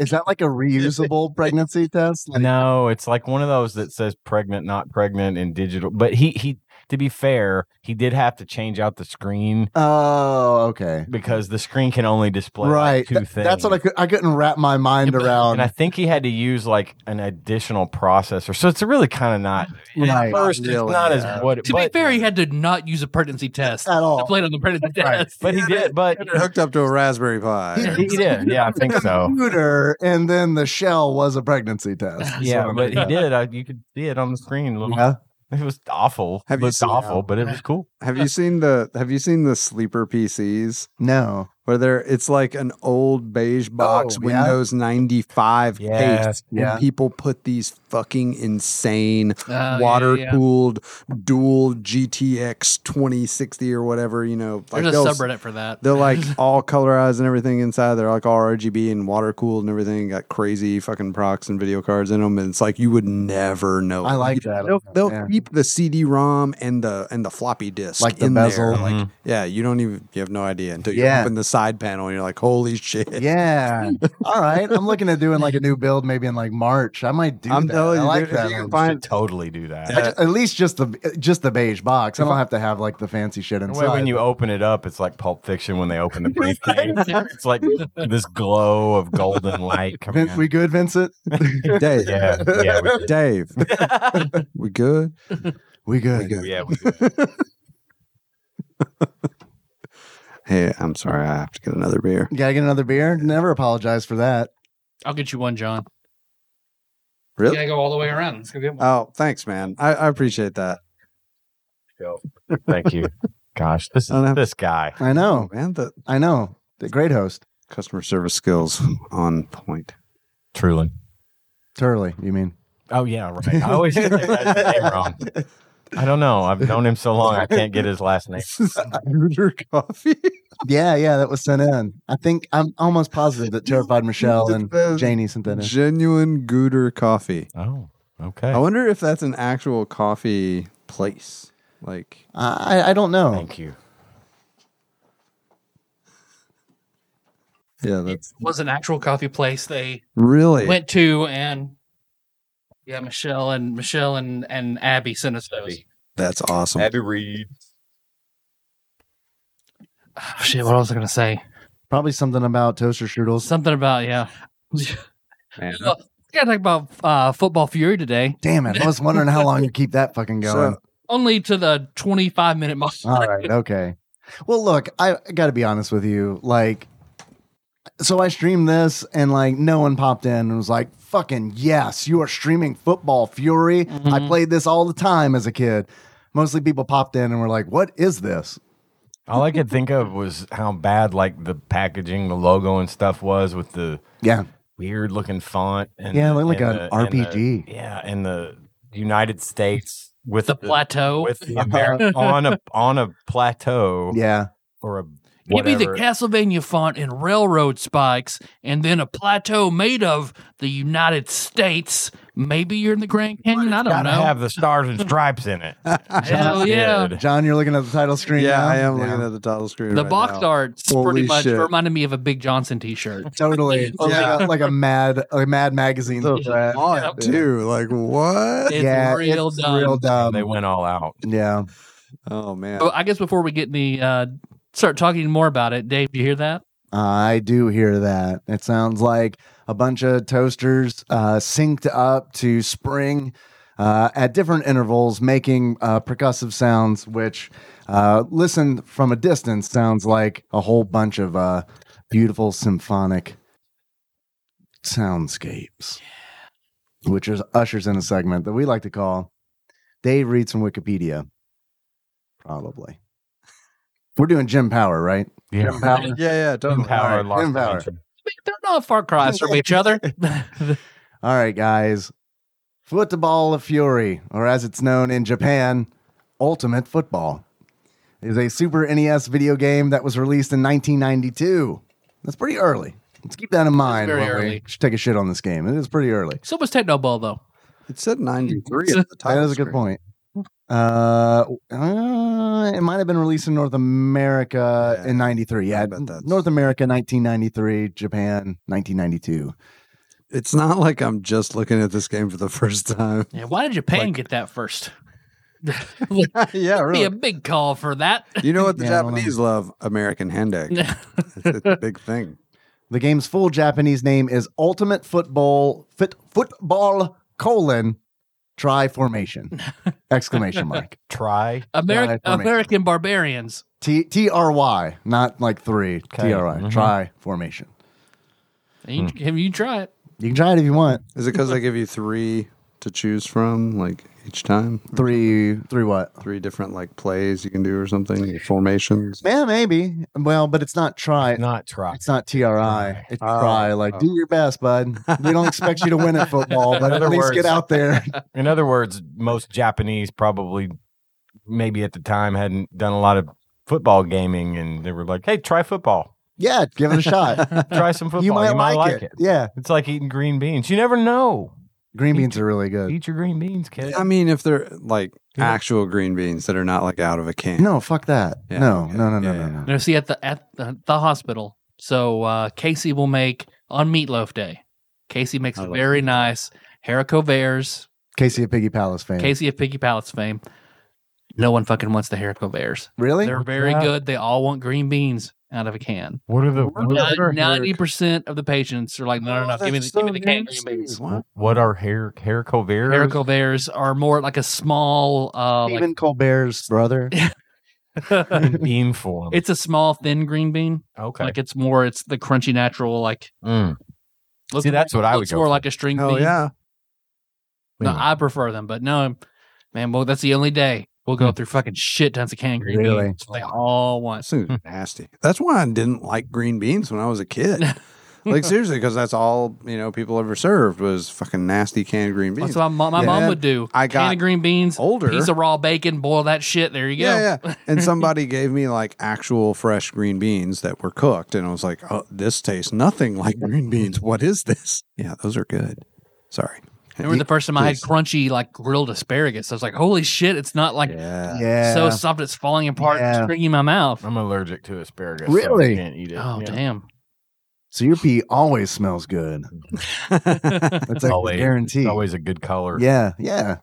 S2: Is that like a
S4: (laughs)
S2: reusable pregnancy test? Like,
S4: No, it's like one of those that says pregnant, not pregnant, and digital. But he he to be fair, he did have to change out the screen
S2: oh, okay.
S4: because the screen can only display like,
S2: Right.
S4: two
S2: Th-
S4: things.
S2: that's what I, could, I couldn't wrap my mind
S1: Yeah, but-
S2: around.
S4: and I think he had to use like an additional processor. So it's really kind of not
S2: Right.
S4: first. it's
S3: really,
S4: not
S3: yeah.
S4: as what.
S1: to
S4: but,
S1: be fair, he had to not use a pregnancy test.
S2: at
S1: I
S2: all.
S1: played on the pregnancy test.
S4: but he did. But
S3: Hooked up to a Raspberry Pi.
S1: (laughs)
S4: he did. Yeah, I
S2: (laughs)
S4: think so.
S2: Computer, and then the shell was a pregnancy
S3: (laughs)
S2: test. is
S4: Yeah,
S2: what I
S4: but he
S2: meant.
S4: did. I, you could see it on the screen. Little,
S2: Yeah.
S4: It was awful.
S3: Have
S4: It
S3: you
S4: was
S3: seen
S4: awful,
S3: how-
S4: but it was cool.
S3: Have you seen the Have you seen the sleeper PCs?
S2: No.
S3: where there it's like an old beige box
S2: Oh, yeah.
S3: Windows 95 case.
S4: Yes,
S2: yeah. Oh,
S3: And people put these fucking insane
S1: yeah,
S3: water
S1: yeah.
S3: cooled dual GTX 2060 or whatever, you know, like
S1: There's a
S3: they'll-
S1: subreddit for that.
S2: (laughs)
S3: they're like all colorized and everything inside. They're like all RGB and water cooled and everything. Got crazy fucking procs and video cards in them, and it's like you would never know.
S2: I like that.
S3: They'll, they'll
S2: Yeah.
S3: keep the CD-ROM and the and the floppy disk,
S2: Like the
S3: in
S2: bezel.
S3: There. Like,
S4: Mhm.
S3: yeah, you don't even you have no idea until you
S2: Yeah.
S3: open the side panel. and You're like, holy shit!
S2: Yeah. All right. I'm looking at doing like a new build maybe in like March. I might do
S3: I'm
S2: that.
S3: telling
S2: I
S3: you,
S2: like
S3: dude, if
S2: that.
S3: you can
S2: one.
S4: I
S3: find-
S4: should totally do that.
S2: I ju- at least just the just the beige box. I don't have to have like the fancy shit
S4: That
S2: inside.
S4: way when you open it up, it's like Pulp Fiction when they open the briefcase. it's like this glow of golden light coming.
S2: Vin-
S4: out.
S2: we good, Vincent?
S3: (laughs) Dave,
S4: yeah, yeah, we,
S3: Dave,
S2: (laughs)
S3: we good?
S2: We good.
S3: We good.
S4: yeah. We,
S3: Hey, I'm sorry, I have to get another beer.
S2: You gotta get another beer. Never apologize for that.
S1: I'll get you one, John.
S3: Really?
S1: You gotta go all the way around. Let's go get one.
S3: Oh, thanks, man. I, I appreciate that.
S4: thank you. Gosh, this
S3: I don't
S4: is
S3: have-
S4: this guy.
S2: I know.
S3: man, the
S2: I know. The great host,
S3: customer service skills on point.
S4: Truly.
S2: Turley. You mean?
S4: Oh yeah, right. I always get that guy's name wrong. I don't know. I've known him so long, I can't get his last (laughs) name.
S3: This is
S2: Uh,
S3: Neuter (laughs) coffee.
S2: Yeah, yeah. That was sent in. I think I'm almost positive that
S4: (laughs)
S2: terrified Michelle and Janie sent that in.
S3: Genuine Gooder coffee.
S4: Oh, okay.
S3: I wonder if that's an actual coffee place. Like,
S2: I I don't know.
S4: Thank you.
S3: yeah,
S1: It
S3: that's
S1: was an actual coffee place they
S3: really.
S1: went to, and yeah, Michelle and Michelle and and Abby sent us those.
S3: That's awesome.
S4: Abby Reed.
S1: Oh, shit, what was I gonna say?
S2: Probably something about toaster strudels.
S1: Something about yeah. Well, we gotta talk about uh, football fury today.
S2: Damn it. I was wondering how long you keep that fucking going.
S3: So-
S4: (laughs)
S1: Only to the twenty-five minute mark.
S2: All right. Okay. Well, look, I, I got to be honest with you. Like, so I streamed this, and like, no one popped in and was like, fucking yes, you are streaming Football Fury. I played this all the time as a kid. Mostly people popped in and were like, what is this?
S4: All I could think of was how bad like the packaging, the logo and stuff was with the
S2: Yeah.
S4: weird looking font and
S2: Yeah, it
S4: the-
S2: looked like
S4: and
S2: an
S4: the- and the-
S2: RPG.
S4: yeah, and the United States with
S1: The plateau.
S4: with the Ameri-
S1: (laughs)
S4: on a on a plateau
S2: Yeah.
S4: or a
S1: Give me
S4: whatever.
S1: the Castlevania font and railroad spikes, and then a plateau made of the United States. Maybe you're in the Grand Canyon. I don't
S4: Gotta
S1: know.
S4: have the stars and stripes in it.
S1: (laughs)
S4: (laughs)
S1: Hell yeah.
S4: Dude.
S2: John, you're looking at the title screen.
S3: yeah,
S2: now?
S3: I am
S2: Yeah.
S3: looking at the title screen.
S1: The
S3: right
S1: box
S3: now.
S1: art
S3: Holy
S1: pretty much
S3: shit.
S1: reminded me of a Big Johnson T-shirt.
S2: Totally. Or
S3: Yeah.
S2: like, a, like a mad, a mad magazine.
S3: So
S1: Yeah.
S3: odd, too. Like what?
S1: It's real
S2: it's
S1: dumb.
S2: real dumb.
S4: They went all out.
S2: Yeah.
S3: Oh man.
S1: So I guess before we get any uh, start talking more about it, Dave, you hear that?
S2: I do hear that. It sounds like a bunch of toasters uh, synced up to spring uh, at different intervals, making uh, percussive sounds, which, uh, listened from a distance, sounds like a whole bunch of uh, beautiful symphonic soundscapes, which is, ushers in a segment that we like to call Dave Reads from Wikipedia. Probably. We're doing Jim Power, right?
S4: Yeah.
S2: Jim Power.
S3: yeah, yeah, totally.
S4: Empower
S2: Empowered.
S4: lost the
S2: Empowered.
S4: country.
S1: They're not far cries from each other. (laughs)
S2: All right, guys. Football of Fury, or as it's known in Japan, Ultimate Football, is a Super NES video game that was released in 1992. That's pretty early. Let's keep that in mind
S1: very
S2: when
S1: early.
S2: we should take a shit on this game. It is pretty early.
S1: so was Technoball though.
S3: It said ninety three
S1: (laughs)
S3: at the title.
S2: that is a
S3: screen.
S2: good point. Uh, uh, it might have been released in North America
S3: Yeah.
S2: in '93.
S3: I
S2: Yeah,
S3: bet that's-
S2: North America 1993, Japan 1992.
S3: It's not like I'm just looking at this game for the first time.
S1: Yeah, why did Japan get that first?
S3: (laughs) yeah,
S1: Be a big call for that.
S3: You know what the
S2: Yeah, I don't know.
S3: Japanese love?
S1: (laughs)
S3: American handbag. it's, it's a big thing.
S2: The game's full Japanese name is Ultimate Football Fit Football colon Tri Formation exclamation mark
S4: Try.
S1: American
S2: Right, for me.
S1: American barbarians.
S2: T T R Y not like three
S4: Okay,
S2: T R Y
S4: mhm.
S2: Tri Formation.
S3: Hmm.
S1: You, Have you try it?
S2: You can try it if you want.
S3: Is it because I give you three to choose from, like each time?
S2: Three three what?
S3: Three different like plays you can do or something, or formations.
S2: Yeah, maybe. Well, but it's not try.
S4: Not try.
S2: It's not T R I. It's
S3: Oh,
S2: try. Like
S3: oh.
S2: do your best, bud. We don't expect you to win at football, but
S4: In
S2: at
S4: other
S2: least
S4: words-
S2: get out there.
S4: In other words, most Japanese probably, maybe at the time, hadn't done a lot of football gaming, and they were like, "Hey, try football.
S2: Yeah, give it a shot.
S1: (laughs)
S4: Try some football.
S2: you might, like, it. Yeah,
S4: It's like eating green beans. You never know.
S2: green
S4: Eat
S2: beans are really
S1: Uh,
S2: good.
S4: Eat your green beans, kid.
S3: I mean, if they're like
S4: Yeah.
S3: actual green beans that are not like out of a can.
S2: No, fuck that.
S3: Yeah,
S2: no,
S3: okay.
S2: no, no, no,
S3: Yeah,
S2: no,
S3: yeah.
S2: no.
S1: No, see at the at the, the hospital. So uh, Casey will make on Meatloaf Day. Casey makes
S3: I
S1: a
S3: like
S1: very nice haricot verts.
S2: Casey at Piggy Palace fame.
S1: Casey of Piggy Palace fame. No one fucking wants the haricot verts.
S2: really?
S1: They're
S4: What's
S1: very
S4: that?
S1: good. They all want green beans out of a can.
S4: What are the what are,
S1: Ninety percent of the patients are like, no,
S3: Oh,
S2: Oh,
S1: no, no, give me the, give me the can green beans.
S3: What?
S4: what are hair hair coveras?
S1: Haricot verts are more like a small, uh, like
S2: Stephen Colbert's
S1: (laughs)
S2: brother. (laughs)
S4: bean form.
S1: it's a small thin green bean.
S4: okay.
S1: Like it's more, it's the crunchy natural. Like
S4: Mm.
S1: looks,
S4: See, that's what I would
S1: looks
S4: go.
S1: more
S4: for.
S1: like a string
S3: Oh
S1: bean.
S3: yeah.
S1: No,
S4: Anyway.
S1: I prefer them, but no, man. Well, that's the only day we'll
S4: Hmm.
S1: go through fucking shit tons of canned green
S2: Really?
S1: beans. They all want.
S3: This thing's nasty. That's why I didn't like green beans when I was a kid.
S1: (laughs)
S3: like seriously, because that's all you know people ever served was fucking nasty canned green beans.
S1: That's what my, mom- my
S3: Yeah.
S1: mom
S3: And
S1: would do.
S3: I got
S1: can of green beans,
S3: older.
S1: piece of raw bacon, boil that shit. There you go.
S3: Yeah, yeah.
S1: (laughs)
S3: And somebody gave me like actual fresh green beans that were cooked, and I was like, "Oh, this tastes nothing (laughs) like green beans. What is this?" Yeah, those are good. Sorry.
S1: Remember the
S3: (laughs)
S1: first time I had
S3: Please.
S1: crunchy like grilled asparagus? I was like, holy shit, it's not like
S3: Yeah.
S2: Yeah.
S1: so soft it's falling apart,
S2: Yeah.
S1: and stringy my mouth.
S4: I'm allergic to asparagus.
S2: Really?
S4: So I can't eat it.
S1: Oh
S4: Yeah.
S1: damn!
S2: so your pee always smells good. That's like
S4: Always.
S2: a guarantee.
S4: It's always a good color.
S2: Yeah, yeah.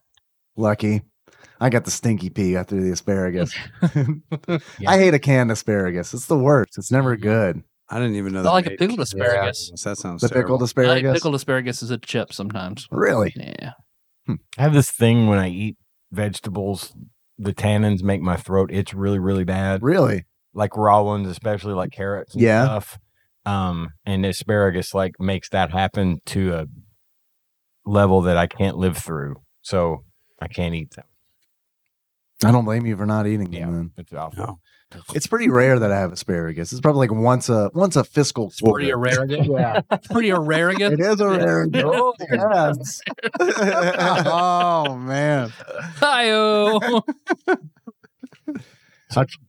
S2: Lucky. I got the stinky pee after
S1: (laughs)
S2: the asparagus.
S4: Yeah.
S2: I hate a canned asparagus. It's the worst. It's never good.
S3: (laughs) I didn't even know.
S1: I
S3: they
S1: like a
S3: made
S1: pickled
S3: canned
S1: asparagus.
S3: That sounds
S2: The
S3: terrible.
S2: pickled
S1: I like
S2: asparagus.
S1: pickled asparagus is a chip sometimes.
S2: Really?
S1: Yeah.
S4: I have this thing when I eat vegetables, the tannins make my throat itch really, really bad.
S2: Really?
S4: Like raw ones, especially like carrots and
S2: Yeah.
S4: stuff. Um, and asparagus like makes that happen to a level that I can't live through. So I can't eat them.
S2: I don't blame you for not eating them.
S4: Yeah.
S2: Then.
S4: It's awful.
S3: No.
S2: It's pretty rare that I have asparagus. It's probably like once a once a fiscal
S1: Pretty
S2: quarter.
S1: rare. Yeah.
S2: (laughs)
S1: Pretty rare.
S2: It is
S1: (laughs)
S2: a rare.
S1: Oh,
S2: (laughs) yes.
S3: oh man,
S4: (laughs)
S1: Hi-oh.
S4: (laughs)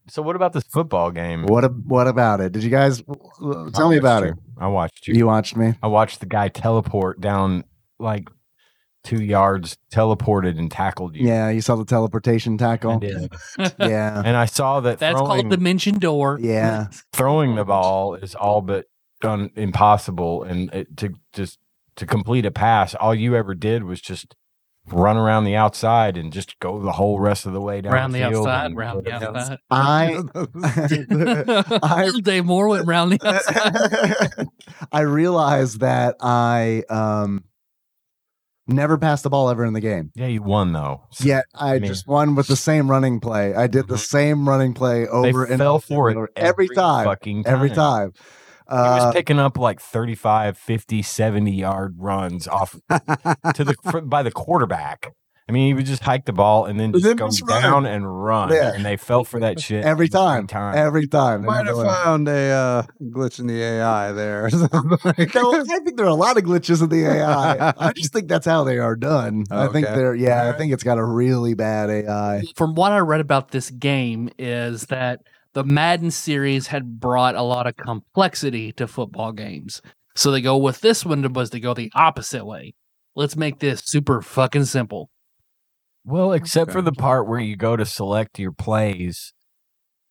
S4: So what about this football game?
S2: What a, what about it? Did you guys
S4: I
S2: tell me
S4: watched
S2: about
S4: you.
S2: it?
S4: I watched you.
S2: You watched me.
S4: I watched the guy teleport down like two yards, teleported and tackled you.
S2: Yeah, you saw the teleportation
S4: I
S2: tackle.
S4: did.
S2: Yeah,
S4: And I saw that
S1: That's
S4: throwing-
S1: called Dimension Door.
S2: yeah.
S4: throwing the ball is all but done impossible and it, to just to complete a pass all you ever did was just run around the outside and just go the whole rest of the way down
S1: Round the
S4: field
S1: outside,
S4: and-
S1: round the outside.
S3: (laughs)
S2: I
S1: (laughs)
S2: (laughs) I-
S1: Dave Moore went round the
S2: (laughs)
S1: outside.
S2: I realized that I um never passed the ball ever in the game.
S4: yeah you won though
S2: Yet I
S4: Man.
S2: just won with the same running play. I did the
S4: Mhm.
S2: same running play
S4: they
S2: over and
S4: fell
S2: over
S4: for
S2: and
S4: it
S2: over. every time.
S4: fucking time.
S2: Every time.
S4: he was
S2: Uh,
S4: picking up like 35 50 70 yard runs off to the fr- by the quarterback i mean he would just hike the ball and then
S2: And
S4: just
S2: then
S4: go
S2: just run.
S4: down and run
S2: Yeah.
S4: and they fell for that shit
S2: every time. Every time. And
S3: might have
S2: everyone-
S3: found a uh, glitch in the AI (laughs) there.
S2: (laughs) No, I think there are a lot of glitches in the AI. I just think that's how they are done. I
S4: Oh,
S2: think
S3: Okay.
S2: they're yeah, I
S4: Alright.
S2: think it's got a really bad AI.
S1: From what I read about this game is that the Madden series had brought a lot of complexity to football games. So they go with this one was to go the opposite way. Let's make this super fucking simple.
S4: Well, except for
S3: Okay.
S4: the part where you go to select your plays,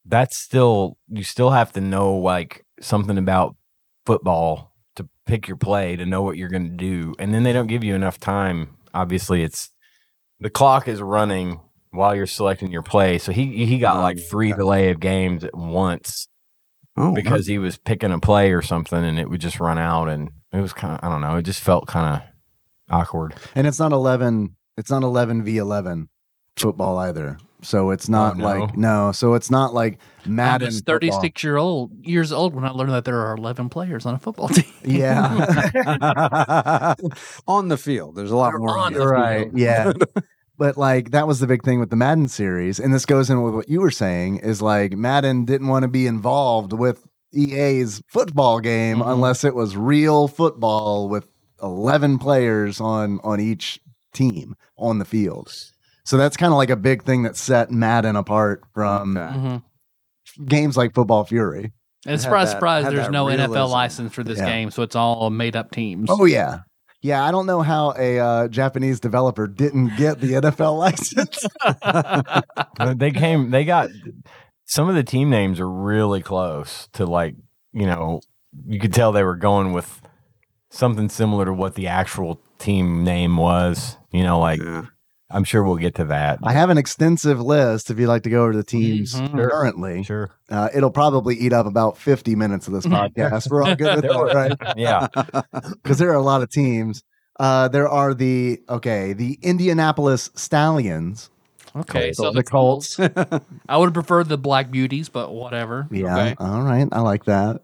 S4: that's still you still have to know like something about football to pick your play to know what you're going to do. And then they don't give you enough time. Obviously, it's the clock is running while you're selecting your play. So he he got like
S3: Oh,
S4: three delay of games at once
S3: oh,
S4: because he was picking a play or something and it would just run out and it was kind of I don't know, it just felt kind of awkward.
S2: And it's not eleven. It's not eleven v eleven football either. So it's not
S4: Oh, no.
S2: like no. So it's not like
S1: I
S2: Madden.
S1: was
S2: football.
S1: 36 year old years old when I learned that there are 11 players on a football (laughs) team.
S4: (laughs)
S2: Yeah.
S3: (laughs) on the field. There's a lot
S1: They're
S3: more.
S1: on
S3: On
S1: the
S3: the
S1: Right.
S2: yeah. But like that was the big thing with the Madden series, and this goes in with what you were saying is like Madden didn't want to be involved with EA's football game
S1: Mhm.
S2: unless it was real football with eleven players on on each team on the field. So that's kind of like a big thing that set Madden apart from
S3: Okay.
S1: Mhm.
S2: games like Football Fury.
S1: And
S3: Had
S1: surprise,
S3: that-
S1: surprise,
S3: had
S1: there's
S3: that
S1: no NFL
S3: realism.
S1: license for this
S2: Yeah.
S1: game, so it's all made up teams.
S2: Oh yeah, yeah. I don't know how a uh, Japanese developer didn't get the NFL (laughs) license.
S4: Uh, they came they got some of the team names are really close to like you know you could tell they were going with something similar to what the actual team name was you know like
S1: Mm-hmm.
S3: Yeah.
S4: i'm sure we'll get to that (laughs)
S2: I have an extensive list. If you'd like to go over the teams
S1: Mhm.
S4: Sure.
S2: currently,
S4: sure
S2: uh, it'll probably eat up about fifty minutes of this podcast. We're all good with that, right?
S3: (laughs)
S4: yeah
S2: Because there are a lot of teams. Uh, there are the okay, the Indianapolis Stallions.
S1: okay, so
S2: the
S1: the
S2: Colts.
S1: (laughs) I would prefer the Black Beauties, but whatever.
S2: Yeah,
S1: Okay.
S2: all right, I like that.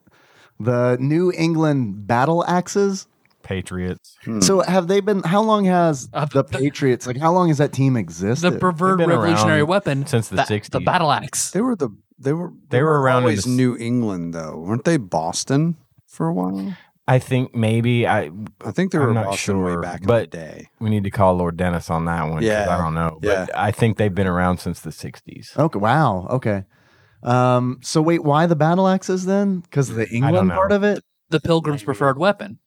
S2: The New England Battle Axes.
S4: patriots
S3: Hmm.
S2: So have they been? How long has
S1: Uh, the-
S2: the Patriots? Like how long has that team
S1: The
S2: existed?
S1: perverted
S4: They've been
S1: revolutionary
S4: around
S1: weapon,
S4: since the
S1: the,
S4: 60s
S1: the battle axe.
S3: they were the they were
S4: They were around in
S3: always
S4: the s-
S3: New England though, weren't they? Boston for a while.
S4: i think maybe i
S3: I think they
S4: I'm
S3: were
S4: not
S3: Boston
S4: sure,
S3: way back in
S4: but-
S3: the day.
S4: we need to call lord dennis on that one 'cause
S3: Yeah.
S4: i don't know
S3: Yeah. Oh.
S4: but i think they've been around since the 60s
S2: Okay. Wow. Okay. Um. So wait, why the battle axes then? Because the England
S4: know.
S2: part of it,
S1: The Pilgrim's preferred weapon.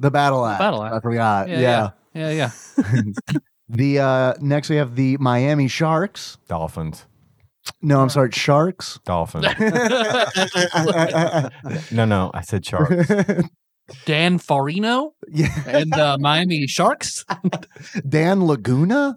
S2: the battle axe.
S1: battle
S2: I
S1: axe.
S2: forgot. Yeah.
S1: Yeah, yeah, yeah, yeah.
S2: (laughs) The uh, next we have the Miami Sharks.
S4: dolphins
S2: No, I'm sorry, Sharks.
S3: (laughs)
S4: dolphins no no i said shark
S3: (laughs)
S1: Dan Farino
S2: (laughs) yeah.
S1: and uh,
S4: (laughs)
S1: the Miami Sharks.
S2: (laughs) Dan Laguna.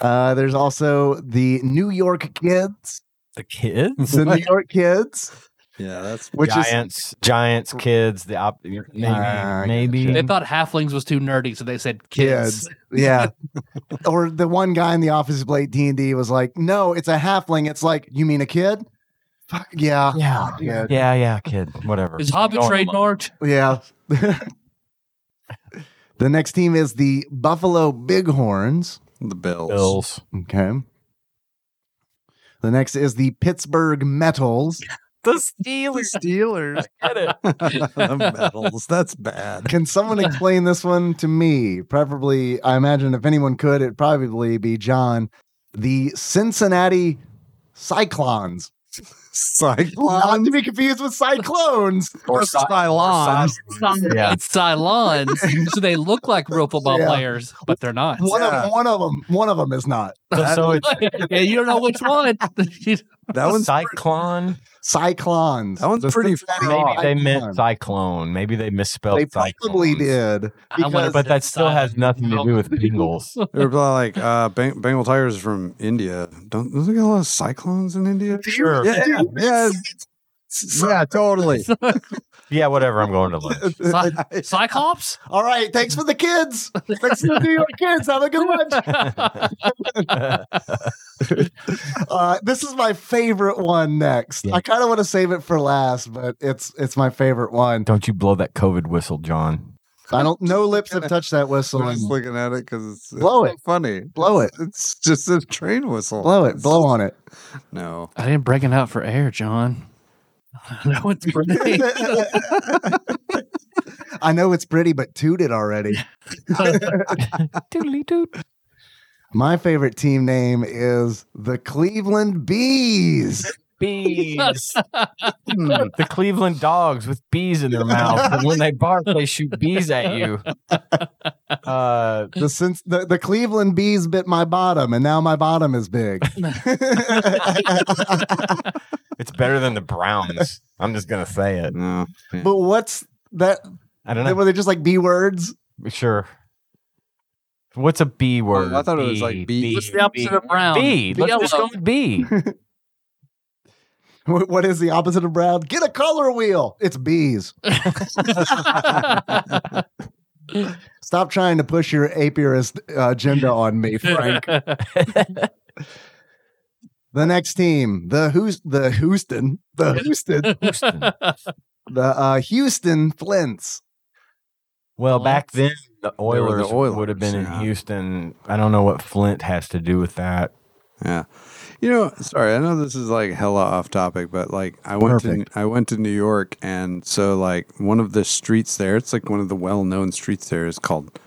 S2: Uh, there's also the New York Kids.
S4: (laughs) The kids,
S2: The New York Kids,
S3: (laughs) Yeah, that's
S2: which
S4: giants, giants, kids. The op- maybe,
S2: Ah,
S4: maybe.
S1: They thought halflings was too nerdy, so they said kids.
S2: Kids. is yeah. (laughs) or the one guy in the office who played D and D was like, "No, it's a halfling." It's like, you mean a kid? Fuck yeah,
S4: yeah,
S2: yeah,
S4: yeah, yeah, kid. Whatever.
S1: Is Hobbit
S4: Go on, Mom.
S1: trademarked?
S2: yeah. (laughs) the next team is the Buffalo Bighorns.
S3: the Bills.
S4: Bills.
S2: Okay. The next is the Pittsburgh Metals.
S4: The Steelers.
S3: Steelers.
S4: Get it.
S3: (laughs) the medals. That's bad. (laughs)
S2: Can someone explain this one to me? Preferably, I imagine if anyone could, it'd probably be John. The Cincinnati Cyclones. Not
S3: Cyclones
S2: to be confused with Cyclones.
S3: or Cylons.
S4: Yeah.
S1: It's Cylons, so they look like real football
S2: Yeah.
S1: players, but they're not.
S2: One
S3: Yeah.
S2: of one of them. One of them is not
S4: So, so it's
S1: (laughs) yeah, you don't know which one. (laughs)
S3: That one's
S4: cyclone.
S2: Cyclones.
S3: That one's
S2: The
S3: pretty
S2: Cincinnati
S4: Maybe
S3: far
S4: they
S2: Cyclones.
S4: meant cyclone. Maybe they misspelled.
S2: They probably
S4: cyclones.
S2: did.
S1: I wonder-
S2: because-
S4: But that still has nothing
S1: (laughs)
S4: to do with Bengals.
S3: They're probably like uh, Bang- Bengal Tigers from India. Don't don't they got a lot of cyclones in India?
S4: Sure.
S3: Yeah, yeah, yeah, yeah, totally.
S2: (laughs)
S4: Yeah, whatever. I'm going to lunch.
S1: Cy- Cyclops?
S2: All right, thanks for the kids. thanks for the New York kids. Have a good lunch. Uh, this is my favorite one next.
S4: Yeah.
S2: I kind of want to save it for last, but it's it's my favorite one.
S4: (laughs) Don't you blow that COVID whistle, John?
S2: I don't. No lips have touched that
S3: So
S2: whistle.
S3: I'm just
S2: And
S3: looking at it because it's, it's
S2: Blow
S3: so
S2: it.
S3: funny.
S2: blow it.
S3: It's just a train whistle.
S2: Blow it. Blow on it.
S3: No.
S1: I didn't break it out for air, (laughs) John. No, it's
S4: (laughs)
S1: pretty.
S2: I know it's pretty, but toot it already.
S4: Doodly doot.
S2: My favorite team name is the Cleveland Bees.
S4: Bees. the Cleveland dogs with bees in their mouths. And when they bark, they shoot bees at
S1: (laughs)
S4: you. Uh, (laughs)
S2: The since the, the Cleveland Bees bit my bottom, and now my bottom is big. (laughs)
S4: it's better than the Browns. I'm just going to say it.
S3: No.
S2: but what's that?
S4: I don't know.
S2: Were they just like B words?
S4: Sure. What's a B word?
S3: Oh, I thought it was like bee.
S1: What's the opposite of brown?
S4: B. Let's
S1: Yellow.
S4: just go
S3: (laughs)
S4: with B.
S2: Wh- What is the opposite of brown? Get a color wheel. It's bees.
S1: (laughs)
S2: Stop trying to push your apiarist uh, agenda on me, Frank. the next team, the Hoos- the Houston, the Houston,
S4: Houston.
S2: the uh, Houston Flints.
S4: Well, back then
S1: Flint.
S4: the
S3: were the
S4: Oilers,
S3: Oilers,
S4: would have been in
S3: yeah.
S4: Houston. I don't know what Flint has to do with that.
S3: Yeah. You know, sorry, I know this is like hella off topic, but like I went to I went to New York and so like one of the streets there, it's like one of the well known streets there is called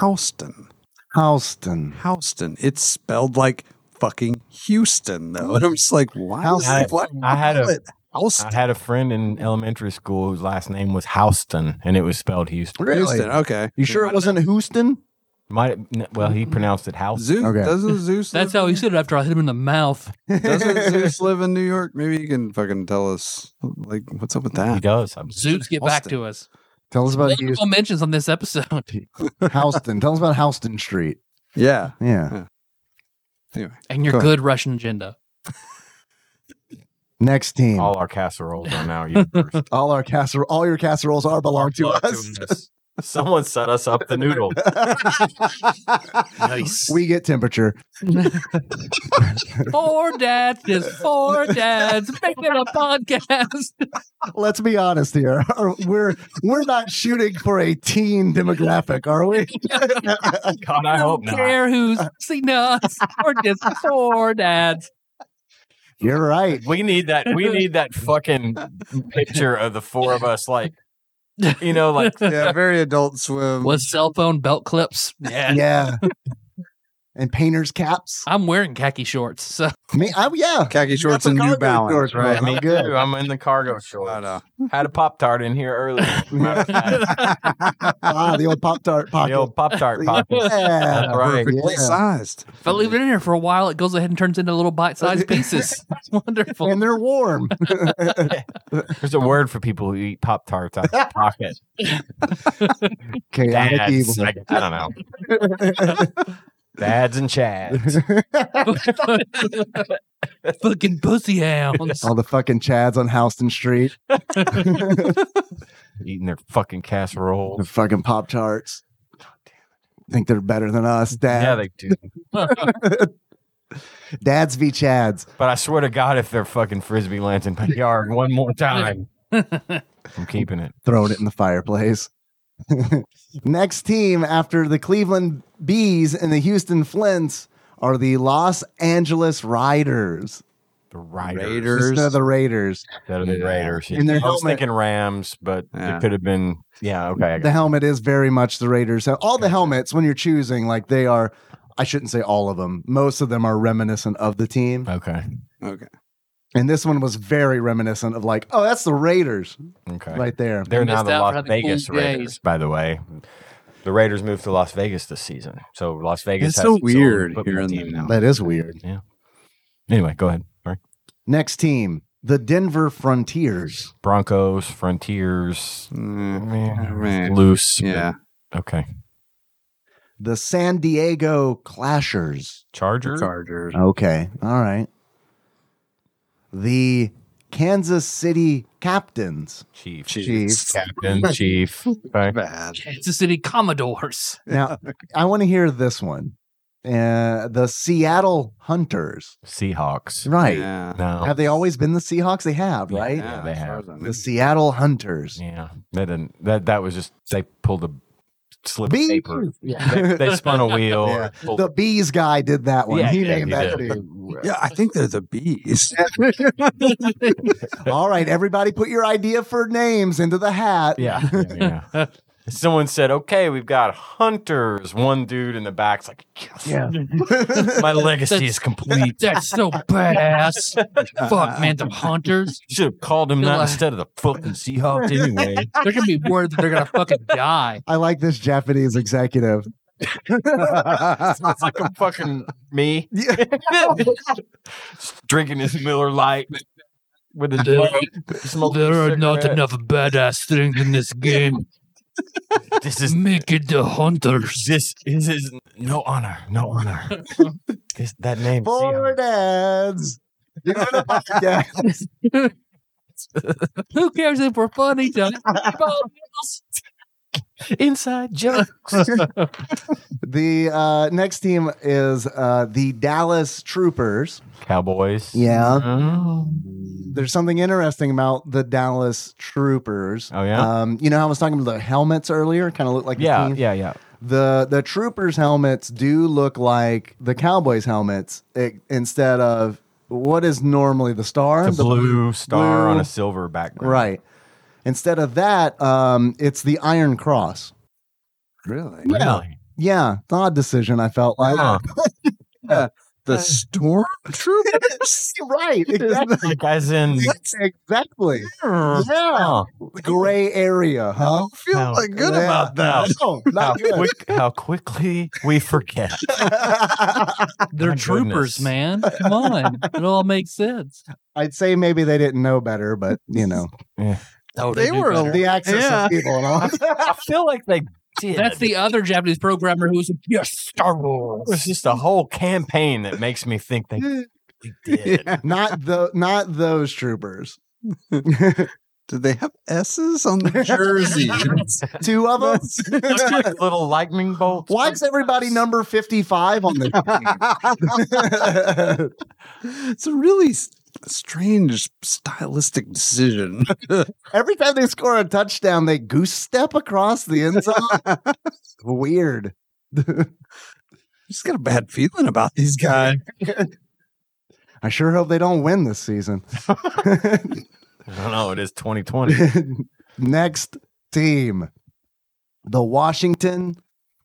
S3: Houston.
S2: Houston.
S3: Houston. It's spelled like fucking Houston though. And I'm just like, why
S4: I-
S3: is why-
S4: I had a-
S3: Houston.
S4: I had a friend in elementary school whose last name was Houston, and it was spelled Houston.
S3: Houston, okay.
S2: You sure it wasn't Houston?
S4: Might well, he pronounced it Houston.
S3: Zeus
S2: Okay.
S3: doesn't
S1: (laughs)
S3: Zeus
S1: That's
S3: live,
S1: how he said it after I hit him in the mouth.
S2: (laughs)
S3: doesn't Zeus live in New York? Maybe you can fucking tell us like what's up with
S4: He
S3: that?
S4: does. I'm
S1: Zoots, get back to us.
S2: Tell us about
S1: Multiple mentions on this episode.
S2: Houston. Houston. Tell us about Houston Street.
S3: Yeah.
S2: Yeah.
S1: And your
S3: Go ahead.
S1: good Russian agenda.
S2: Next team.
S4: all our casseroles are now yours.
S2: All our casserole, all your casseroles are belong to
S4: Fuck
S2: us.
S4: doing this. Someone set us up the noodle.
S1: Nice.
S2: (laughs) We get temperature.
S1: (laughs) four dads, just four dads making a podcast.
S2: Let's be honest here. We're we're not shooting for a teen demographic, are we?
S4: God, I hope
S1: don't
S4: not.
S1: care who's seen us. We're just four dads.
S2: You're right.
S4: We need that. We need that fucking picture of the four of us, like you know, like
S3: (laughs) Yeah, very adult swim.
S1: With cell phone belt clips. Yeah.
S2: Yeah. And painters caps.
S1: I'm wearing khaki shorts. So (laughs)
S2: Me, I, yeah.
S3: Khaki shorts and New Balance, uh, right?
S2: I'm
S4: Me
S2: good. (laughs)
S4: (laughs) too. I'm in the cargo
S3: I
S4: shorts.
S3: know.
S4: Had a pop tart in here earlier. Matter
S1: (laughs)
S4: of fact,
S2: Ah, the old Pop Tart
S4: the
S2: pocket.
S4: old pop tart pocket.
S2: Yeah.
S4: Right.
S3: Perfectly
S2: Yeah.
S3: sized.
S1: if I leave it in here for a while, it goes ahead and turns into little bite sized
S3: (laughs)
S1: pieces. It's wonderful.
S2: And they're warm.
S4: There's a word for people who eat pop tarts out of their pocket.
S2: Chaotic
S4: Dads.
S2: evil.
S4: I, I don't know. Bads and Chads.
S1: (laughs) Fucking pussy hounds.
S2: (laughs) All the fucking Chads on Houston Street, the
S4: Eating their fucking casseroles.
S2: fucking Pop Tarts. Think they're better than us, Dad.
S4: Yeah, they do.
S2: Dads v Chads.
S4: But I swear to God, if they're fucking frisbee lands in my yard one
S1: (laughs)
S4: more time, I'm keeping it.
S2: throwing it in the fireplace. (laughs) Next team after the Cleveland Bees and the Houston Flints are the Los Angeles Riders.
S4: The Riders.
S3: Raiders.
S2: Just know the Raiders.
S4: Instead of the
S3: Yeah.
S4: Raiders.
S2: In their
S4: I was
S2: helmet.
S4: thinking Rams, but
S3: Yeah.
S4: it could have been. Yeah, okay. I got
S2: The helmet is very much the Raiders. So All the helmets when you're choosing, like they are. I shouldn't say all of them. Most of them are reminiscent of the team,
S4: Okay.
S3: Okay.
S2: and this one was very reminiscent of like, oh, that's the Raiders
S4: Okay.
S2: right there.
S4: They're now
S1: missed
S4: the
S1: out for
S4: Las
S1: having
S4: Vegas
S1: cool
S4: Raiders,
S1: days.
S4: by the way. The Raiders moved to Las Vegas this season, so Las Vegas.
S3: It's
S4: has
S3: so
S4: its own
S3: weird
S4: football
S3: hearing
S4: team
S3: that.
S4: now.
S2: That is weird.
S4: Anyway, go ahead. Sorry.
S2: Next team, the Denver Frontiers.
S4: Broncos, Frontiers,
S3: Mm,
S4: man,
S3: Meh.
S4: loose. but-
S3: yeah.
S4: Okay.
S2: the San Diego Clashers.
S4: Chargers.
S2: Oh,
S3: Chargers.
S2: Okay. All right. The Kansas City Captains.
S4: Chief.
S2: Chiefs.
S4: Captain. Chief. Okay.
S3: Bad.
S1: Kansas City Commodores.
S4: (laughs)
S2: Now, I want to hear this one. Uh, the Seattle Hunters.
S4: Seahawks.
S2: Right.
S3: Yeah.
S4: No.
S2: Have they always been the Seahawks? They have,
S4: Yeah.
S2: right?
S4: Yeah, they
S3: as far
S4: have.
S3: as I know.
S2: The Seattle Hunters.
S4: Yeah. That didn't. That that was just they pulled a slip of
S2: Bees.
S4: (laughs) paper.
S1: Yeah.
S4: They, they spun a wheel.
S2: (laughs) Yeah.
S4: or pulled-
S2: The bees guy did that one.
S4: Yeah,
S2: he
S4: yeah,
S2: named
S4: he
S2: that
S4: did.
S2: too.
S3: (laughs) Yeah, I think they're the bees.
S2: All right, everybody, put your idea for names into the hat.
S4: Yeah. yeah, yeah. Someone said, "Okay, we've got hunters." One dude in the back's like, "Yes, (laughs) my legacy
S2: (laughs)
S4: is complete."
S1: That's (laughs) so badass. Fuck, man. The Hunters.
S4: Should have called him that
S1: Like-
S4: instead of the fucking Seahawks anyway.
S2: (laughs)
S1: They're going (laughs) to be worried that they're going to fucking (laughs) die.
S2: I like this Japanese executive. (laughs)
S4: Sounds like a fucking me (laughs)
S2: Yeah.
S4: drinking his
S2: (laughs)
S4: Miller Light with his mug, smoking a
S1: There are not
S4: cigarette.
S1: enough badass things in (laughs) this game.
S4: This is
S1: Make it the Hunters.
S4: this, this is no honor, no honor.
S2: (laughs)
S4: this, that name,
S2: Four
S4: Seahawks.
S2: dads. You know the podcast.
S1: (laughs) Who cares if we're funny, Doug?
S4: inside joke.
S2: (laughs) The uh, next team is uh, the Dallas Troopers.
S4: Cowboys.
S2: Yeah.
S4: Oh,
S2: There's something interesting about the Dallas Troopers.
S4: Oh, yeah?
S2: Um, you know, how I was talking about the helmets earlier. Kind of look like
S4: yeah,
S2: the team.
S4: yeah, yeah.
S2: The the Troopers helmets do look like the Cowboys helmets i- instead of what is normally the star,
S4: It's a blue star on
S2: blue-
S4: a silver background.
S2: Right. Instead of that, um, it's the Iron Cross.
S3: really?
S4: Really?
S2: Yeah, it's an odd decision. I felt like
S4: Huh.
S2: (laughs)
S3: The stormtroopers?
S2: right, exactly,
S4: Like, as in,
S2: (laughs)
S4: oh,
S2: exactly. Yeah,
S4: Wow.
S2: gray area, huh?
S3: Feel
S4: Wow.
S3: like good
S2: Yeah.
S3: about that.
S2: No,
S4: how,
S2: not good.
S4: quick, how quickly we forget.
S1: They're
S4: My
S1: troopers, man.
S4: goodness.
S1: Come on. It all makes sense.
S2: (laughs) I'd say maybe they didn't know better, but you know
S1: Oh,
S3: They were a
S2: the access
S3: Yeah.
S2: of people and (laughs) all.
S4: I feel like they did.
S1: That's the other Japanese programmer who was like, yes, Star
S4: It was
S1: Wars.
S4: just a whole campaign that makes me
S2: (laughs)
S4: think they did.
S2: not the not those troopers.
S3: Did they have S's on the jerseys?
S2: Two of them.
S4: It's like little lightning bolts.
S2: Why is everybody number fifty-five on (laughs) the?
S3: it's a really s- strange stylistic decision. (laughs)
S2: Every time they score a touchdown, they goose step across the end zone.
S3: (laughs)
S2: Weird.
S3: just got a bad feeling about these guys.
S2: I sure hope they don't win this season. (laughs)
S4: I don't know. It is 2020.
S2: Next team, the Washington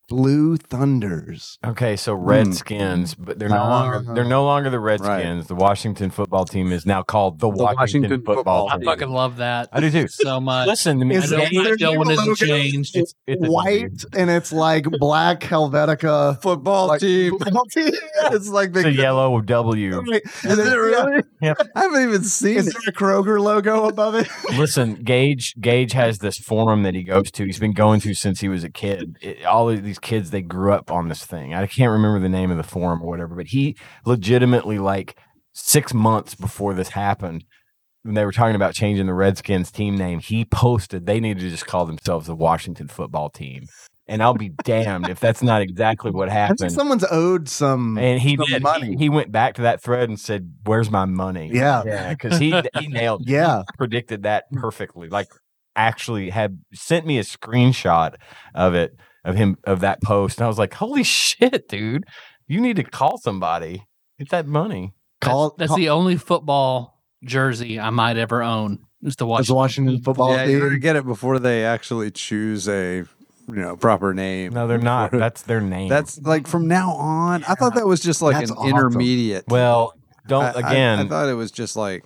S2: Blue Thunders.
S4: Okay, so Redskins, but they're no
S2: Uh-huh.
S4: longer they're no longer the Redskins. The Washington football team is now called the, Washington,
S3: Washington
S4: football,
S3: football
S4: team.
S1: I fucking love that
S4: I do too.
S1: so much.
S4: Listen to me.
S1: I
S2: Is
S4: I don't-
S1: don't like that
S2: their
S1: one
S2: new
S1: hasn't
S2: logo?
S1: changed.
S4: it's, it's a-
S2: White and it's like black Helvetica. (laughs)
S3: (laughs) Football
S2: Like-
S3: team.
S2: Is
S3: It's like they.
S4: It's a yellow W.
S3: Is it really?
S4: Yeah.
S3: (laughs) I haven't even seen
S2: Is
S3: it.
S2: there a Kroger logo above it?
S4: Listen, Gage. Gage has this forum that he goes to. He's been going to since he was a kid. It- all of these these kids they grew up on this thing. I can't remember the name of the forum or whatever, but he legitimately like six months before this happened, when they were talking about changing the Redskins team name, he posted they need to just call themselves the Washington football team. And I'll be damned if that's not exactly what
S2: I think
S4: happened.
S2: someone's owed some.
S4: And he
S2: some
S4: did. He-
S2: money.
S4: He, went back to that thread and said, "Where's my money?"
S2: Yeah.
S4: yeah, because he he nailed, he
S2: Yeah.
S4: predicted that perfectly. Like, actually, had sent me a screenshot of it of him of that post, and I was like, "Holy shit, dude! You need to call somebody. Get that money."
S2: Call,
S1: that's
S2: call-
S1: the uh, only football jersey I might ever own. Is the
S2: it's the
S1: Washington.
S2: Washington football
S3: yeah, you
S2: team.
S3: gotta get it before they actually choose a you know proper name.
S4: No,
S3: (laughs)
S4: they're not. That's their name.
S3: That's like from now on. I thought that was just like
S2: That's
S3: an
S2: awesome.
S3: intermediate.
S4: well. Don't
S3: I- I-
S4: again.
S3: I, thought it was just like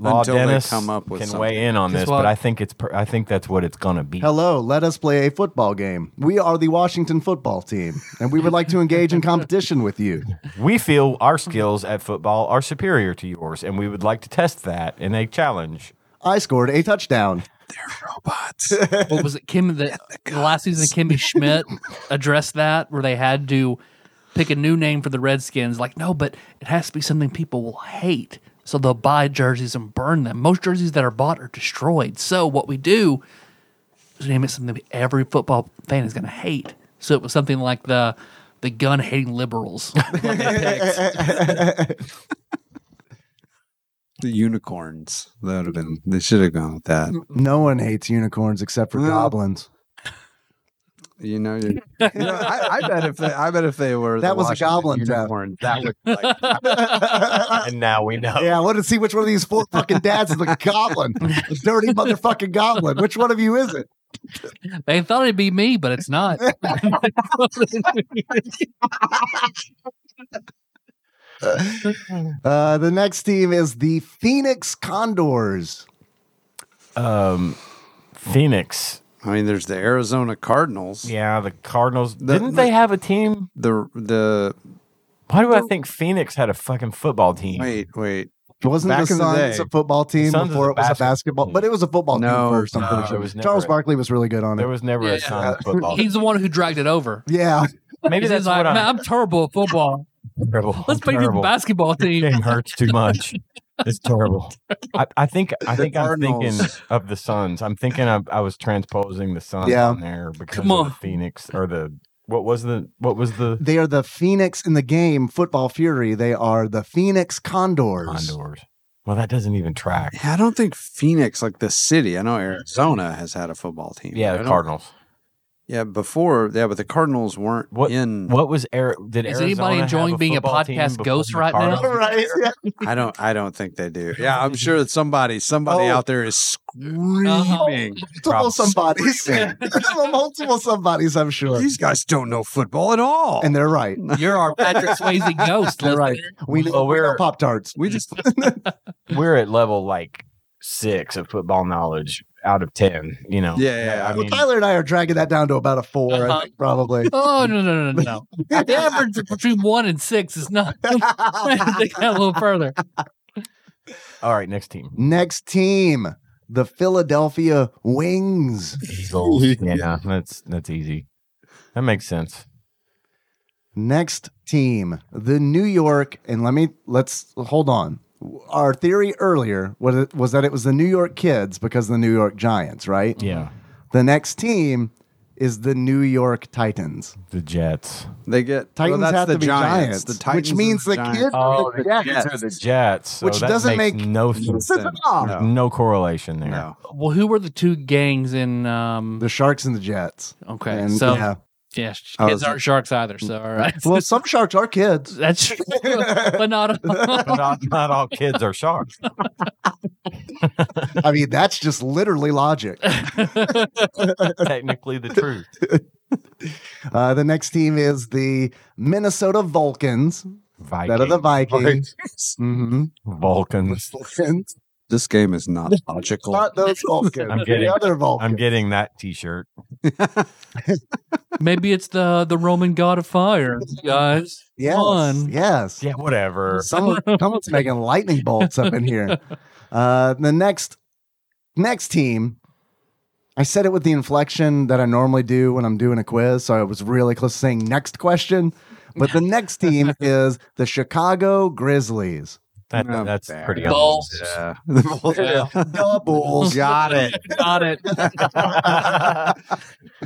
S4: law
S3: until they
S4: dentists
S3: come up with
S4: can
S3: something.
S4: weigh in on
S1: Guess
S4: this,
S1: what?
S4: but I think it's per- I think that's what it's gonna be.
S2: Hello, let us play a football game. We are the Washington football team, and we would like to engage
S4: (laughs)
S2: in competition with you.
S4: We feel our
S1: Mm-hmm.
S4: skills at football are superior to yours, and we would like to test that in a challenge.
S2: I scored a touchdown.
S3: robots.
S1: what was it? Kim, (laughs) the, the last season, Kimmy Schmidt addressed that where they had to pick a new name for the Redskins. Like, no, but it has to be something people will hate. So they'll buy jerseys and burn them. Most jerseys that are bought are destroyed. So what we do is name it something that every football fan is going to hate. So it was something like the the gun hating liberals. (laughs) What they picked.
S3: the unicorns. That would have been. They should have gone with that.
S2: No one hates unicorns except for
S3: Well,
S2: goblins.
S3: You know, you're, you know I, I bet if they, I bet if they were
S2: That
S3: the
S2: was a
S3: Washington
S2: goblin tap.
S3: unicorn, that would like (laughs)
S4: (laughs) And now we know.
S2: Yeah, I wanted to see which one of these four fucking dads is
S4: (laughs)
S2: the goblin, the dirty motherfucking goblin. Which one of you is it?
S1: they thought it'd be me, but it's not.
S2: Uh, the next team is the Phoenix Condors.
S4: Um, Phoenix.
S3: I mean, there's the Arizona Cardinals.
S4: Yeah, the Cardinals.
S3: The-
S4: Didn't they have a team?
S3: The the
S4: Why do I think Phoenix had a fucking football team?
S3: wait wait
S2: Wasn't
S3: Back
S2: the
S3: in the
S2: Suns
S3: day.
S2: a football team
S4: Suns is
S2: before
S4: a
S2: it was a
S4: basketball
S2: basketball?
S4: team.
S2: But it was a football
S3: No,
S2: team first. I'm
S4: no,
S2: pretty
S4: it
S2: sure.
S4: was never
S2: Charles
S4: a-
S2: Barkley was really good on
S4: There
S2: it.
S4: was never
S1: Yeah.
S4: a Suns
S1: (laughs)
S4: football. team.
S1: He's the one who dragged it over.
S2: Yeah,
S4: Maybe that's
S1: He's like,
S4: what
S1: "Man,
S4: I'm.
S1: I'm terrible at football.
S4: terrible.
S1: Let's
S4: I'm
S1: play the
S4: terrible.
S1: basketball team.
S4: (laughs) Game hurts too much. It's terrible. I, I think I
S3: The
S4: think I'm thinking
S3: Cardinals.
S4: of the Suns. I'm thinking I, I was transposing the Suns
S2: Yeah.
S4: on there because
S1: Come
S4: of
S1: on.
S4: the Phoenix or the what was the what was the
S2: they are the Phoenix in the game Football Fury. They are the Phoenix Condors.
S4: Condors. Well, that doesn't even track.
S3: I don't think Phoenix like the city I know Arizona has had a football team
S4: Yeah,
S3: I
S4: the
S3: don't-
S4: Cardinals.
S3: yeah before yeah but the Cardinals weren't
S4: What-
S3: in
S4: What was Eric? Did
S1: Is
S4: Arizona
S1: anybody
S4: have
S1: enjoying being a
S4: football team
S1: podcast
S4: before
S1: ghost
S4: the
S1: right now?
S4: Cardinals?
S2: Right? Yeah.
S3: I don't I don't think they
S2: (laughs)
S3: do yeah I'm sure that somebody somebody
S2: Oh.
S3: out there is
S2: (laughs)
S3: screaming
S2: Multiple
S4: Probably.
S2: somebodies. (laughs) Multiple somebodies, I'm sure.
S3: these guys don't know football at all
S2: Uh-huh. And they're right.
S1: You're our Patrick Swayze ghost.
S2: They're right.
S1: listener.
S2: We
S4: Well,
S2: know,
S4: we're-
S2: Pop Tarts.
S3: we just
S2: (laughs)
S4: We're at level like six of football knowledge out of ten. You know.
S3: Yeah, yeah,
S4: I
S3: yeah.
S4: mean,
S2: Tyler and I are dragging that down to about a 4 I
S1: Uh-huh.
S2: think, (laughs) probably.
S1: Oh no no no no no! The average between one and six is not. (laughs) they got a little further.
S4: all right, next
S2: (laughs)
S4: team.
S2: Next team, the Philadelphia Wings.
S4: Eagles. yeah, that's that's easy. That makes sense.
S2: Next team, the New York. And let me let's hold on. Our theory earlier was was that it was the New York Kids because of the New York Giants, right?
S4: Yeah,
S2: The next team is the New York Titans.
S4: the Jets.
S3: they get
S2: Titans
S3: well, that's
S2: have
S3: the
S2: to be Giants,
S3: Giants, the
S2: which
S3: Titans and
S2: means the
S3: Giants.
S2: kid-
S4: Oh,
S2: the
S4: the
S2: Jets.
S4: Jets are the Jets, so
S2: Which
S4: that
S2: doesn't
S4: makes
S2: make (laughs)
S4: no sense.
S2: Sense at all.
S3: No.
S4: No correlation there.
S3: no
S1: Well, who were the two gangs in? Um,
S2: The Sharks and the Jets.
S1: okay,
S2: And,
S1: so yeah,
S2: yeah.
S1: sh-
S3: I
S1: kids
S3: was-
S1: aren't sharks either. So all right,
S2: well, some sharks are
S1: (laughs)
S2: kids.
S1: that's true. but not.
S4: (laughs) But not, not all kids are
S2: (laughs)
S4: sharks.
S2: I mean, that's just literally logic.
S4: (laughs) Technically, the truth.
S2: Uh, the next team is the Minnesota Vulcans. That are the
S4: Vikings.
S2: Vikings. Mhm.
S4: Vulcans.
S2: Vulcans.
S3: this game
S2: (laughs)
S3: is not logical
S2: Not those Vulcans.
S4: (laughs) I'm kidding.
S2: The other Vulcans.
S4: I'm getting that T-shirt.
S1: Maybe it's the the Roman god of fire, guys.
S2: yes.
S1: one.
S2: Yes.
S4: Yeah, whatever. (laughs)
S2: Someone, someone's making lightning bolts up in here. Uh, the next next team I said it with the inflection that I normally do when I'm doing a quiz, so I was really close to saying next question. But the next
S4: (laughs)
S2: team is the Chicago Grizzlies.
S4: That,
S3: No,
S4: that's
S3: fair.
S4: pretty
S1: Balls.
S4: obvious.
S3: Yeah.
S1: Yeah.
S2: Double
S3: Got it.
S1: Got it.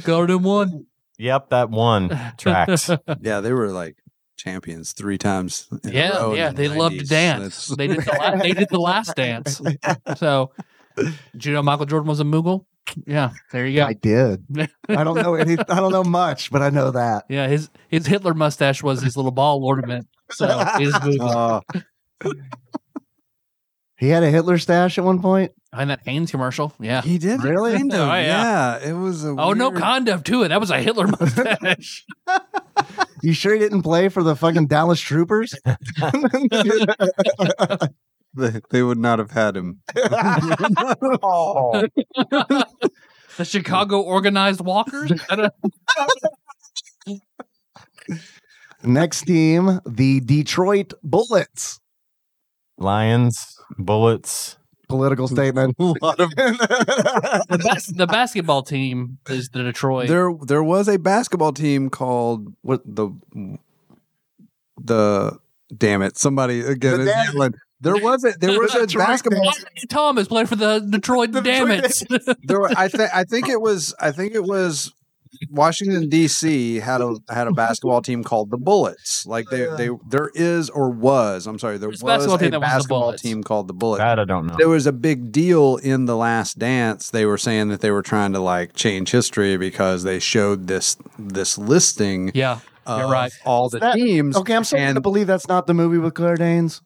S1: Go to one.
S4: (laughs) Yep, that one tracks.
S3: Yeah, they were like champions three times. in a row
S1: Yeah,
S3: in
S1: yeah.
S3: the
S1: They love to
S3: 90s.
S1: dance.
S3: (laughs) That's-
S1: They did the la- they did the last dance. So, did you know Michael Jordan was a Moogle? Yeah, there you go.
S2: I did. I don't know any. I don't know much, but I know that.
S1: Yeah, his his Hitler mustache was his little ball ornament. So
S3: (laughs)
S1: his Moogle.
S3: Oh,
S2: He had a Hitler stash at one point.
S1: and that Hanes commercial. Yeah.
S3: he did
S2: Really?
S3: Kind of,
S1: Oh, yeah.
S3: yeah. it was a.
S1: Oh no,
S3: weird-
S1: kind of too. That was a Hitler mustache.
S2: You sure he didn't play for the fucking Dallas
S4: (laughs)
S2: Troopers?
S3: (laughs)
S2: (laughs)
S3: they, they would not have had him.
S4: oh,
S1: the Chicago organized walkers. I don't-
S2: Next team, the Detroit Bullets.
S4: lions, bullets.
S2: Political statement.
S3: (laughs) A lot of
S1: the, bas- the basketball team is the Detroit.
S3: there there was a basketball team called what the the damn it somebody again
S2: The
S3: it's
S2: Dam-
S3: England. there was a
S1: (laughs)
S3: there was a
S1: Detroit
S3: basketball
S1: Thomas played for the Detroit
S3: The
S1: Dammits.
S3: there were, I think I think it was I think it was Washington D.C. had a had a basketball team called the Bullets like they they there is or was I'm sorry there
S1: There's
S3: was
S1: a basketball
S3: a
S1: team that was the
S3: basketball
S1: Bullets.
S3: team called the Bullets
S4: That I don't know.
S3: there was a big deal in the last dance they were saying that they were trying to like change history because they showed this this listing
S1: (laughs) yeah,
S3: of
S1: you're right.
S3: all the
S2: That-
S3: teams
S2: (laughs) Okay, I'm starting to
S3: And-
S2: believe that's not the movie with Claire Danes.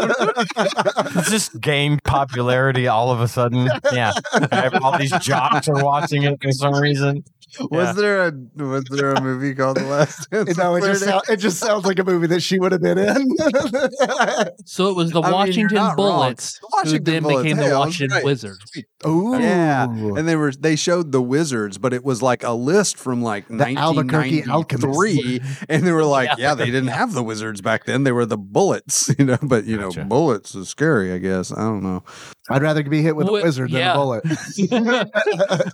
S4: It's just gained popularity all of a sudden. Yeah, all these jocks are watching it for some reason. Yeah.
S3: was there a was there a movie called the (laughs) last dance
S2: no, it just, sound, it just sounds like a movie that she would have been in. (laughs)
S1: So it was the
S3: I mean, you're
S1: Washington
S3: not wrong.
S1: Bullets
S3: Washington
S1: who then
S3: Bullets.
S1: became
S3: Hey,
S1: the
S3: I was
S1: Washington
S3: right.
S1: Wizards.
S2: Ooh.
S3: Yeah. and they were they showed the wizards but it was like a list from like
S2: The Albuquerque
S3: 1993 and they were like yeah they didn't have the wizards back then they were the bullets (laughs) you know but you
S4: Gotcha.
S3: know bullets is scary i guess i don't know
S2: I'd rather be hit with
S1: Wh-
S2: a wizard
S1: yeah.
S2: than a bullet.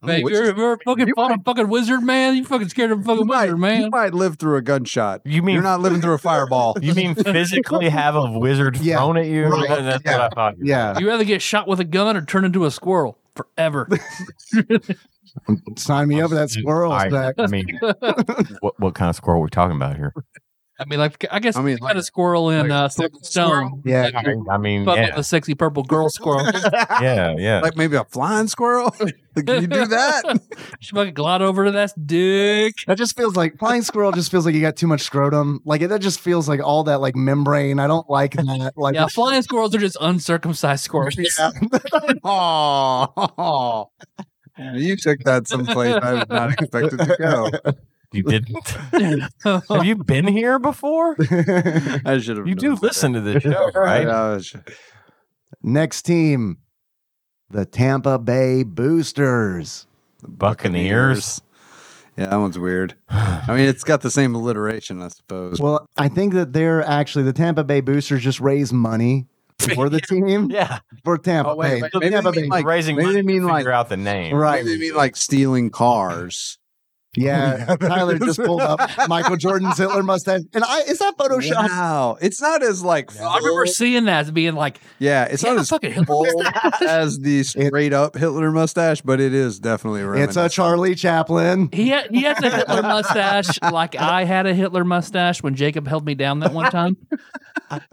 S1: Man,
S3: Ooh,
S1: you're, you're a fucking,
S3: you
S1: fought a fucking wizard, man. You fucking scared of a fucking
S3: you might,
S1: wizard, man.
S3: you might live through a gunshot
S4: You mean
S3: you're not living through a
S4: (laughs)
S3: fireball
S4: you mean physically have a wizard
S2: Yeah.
S4: thrown at you?
S2: Right.
S4: That's
S2: Yeah.
S4: what I thought.
S2: Yeah,
S1: You rather get shot with a gun or turn into a squirrel forever?
S2: sign me up for that squirrel.
S4: I,
S2: Zach.
S4: I mean, what what kind of squirrel are we talking about here?
S1: I mean, like I guess
S3: I mean,
S1: you got
S3: like-
S1: a squirrel in
S3: like
S1: uh, Silver Stone.
S3: (laughs)
S2: Yeah.
S1: Like, you're
S4: I mean,
S1: fucking
S4: yeah,
S1: a sexy purple girl squirrel.
S4: yeah, yeah.
S3: like maybe a flying squirrel (laughs) can (laughs) you do
S4: (laughs)
S3: that
S1: (laughs) she fucking glide over to that dick.
S2: That just feels like flying squirrel. Just feels like you got too much scrotum. Like that just feels like all that like membrane. I don't like that. Like
S1: Yeah, flying squirrels are just
S3: (laughs)
S1: uncircumcised squirrels.
S3: oh you took that someplace i was not expected to
S4: (laughs)
S3: go
S4: You didn't. Have you been here before?
S3: i should have
S4: You do
S3: known (laughs)
S4: listen to this show,
S3: better. I
S4: right?
S3: know, I should-
S2: Next team, the Tampa Bay Boosters.
S4: Buccaneers.
S3: Yeah, that one's weird. I mean, it's got the same alliteration, I suppose.
S2: Well, I think that they're actually the Tampa Bay Boosters just raise money for the team
S4: (laughs) Yeah,
S2: for Tampa
S3: Oh, wait,
S2: Bay.
S3: wait, maybe
S2: Tampa
S3: they
S2: Bay.
S3: mean, like,
S4: raising
S3: maybe
S4: money
S3: they mean
S4: to
S3: like
S4: figure out the name.
S2: right.
S3: They mean like stealing cars.
S2: Yeah. (laughs) Tyler just pulled up Michael Jordan's Hitler mustache. And I is that Photoshop?
S3: Wow, it's not as like.
S1: I remember
S3: full-
S1: seeing that as being like,
S3: Yeah, it's
S1: yeah,
S3: not as
S1: fucking Hitler.
S3: full as (laughs) the straight up Hitler mustache, but it is definitely
S2: It's a
S3: reminiscent.
S2: Charlie Chaplin.
S1: He had, he has a Hitler mustache, like I had a Hitler mustache when Jacob held me down that one time.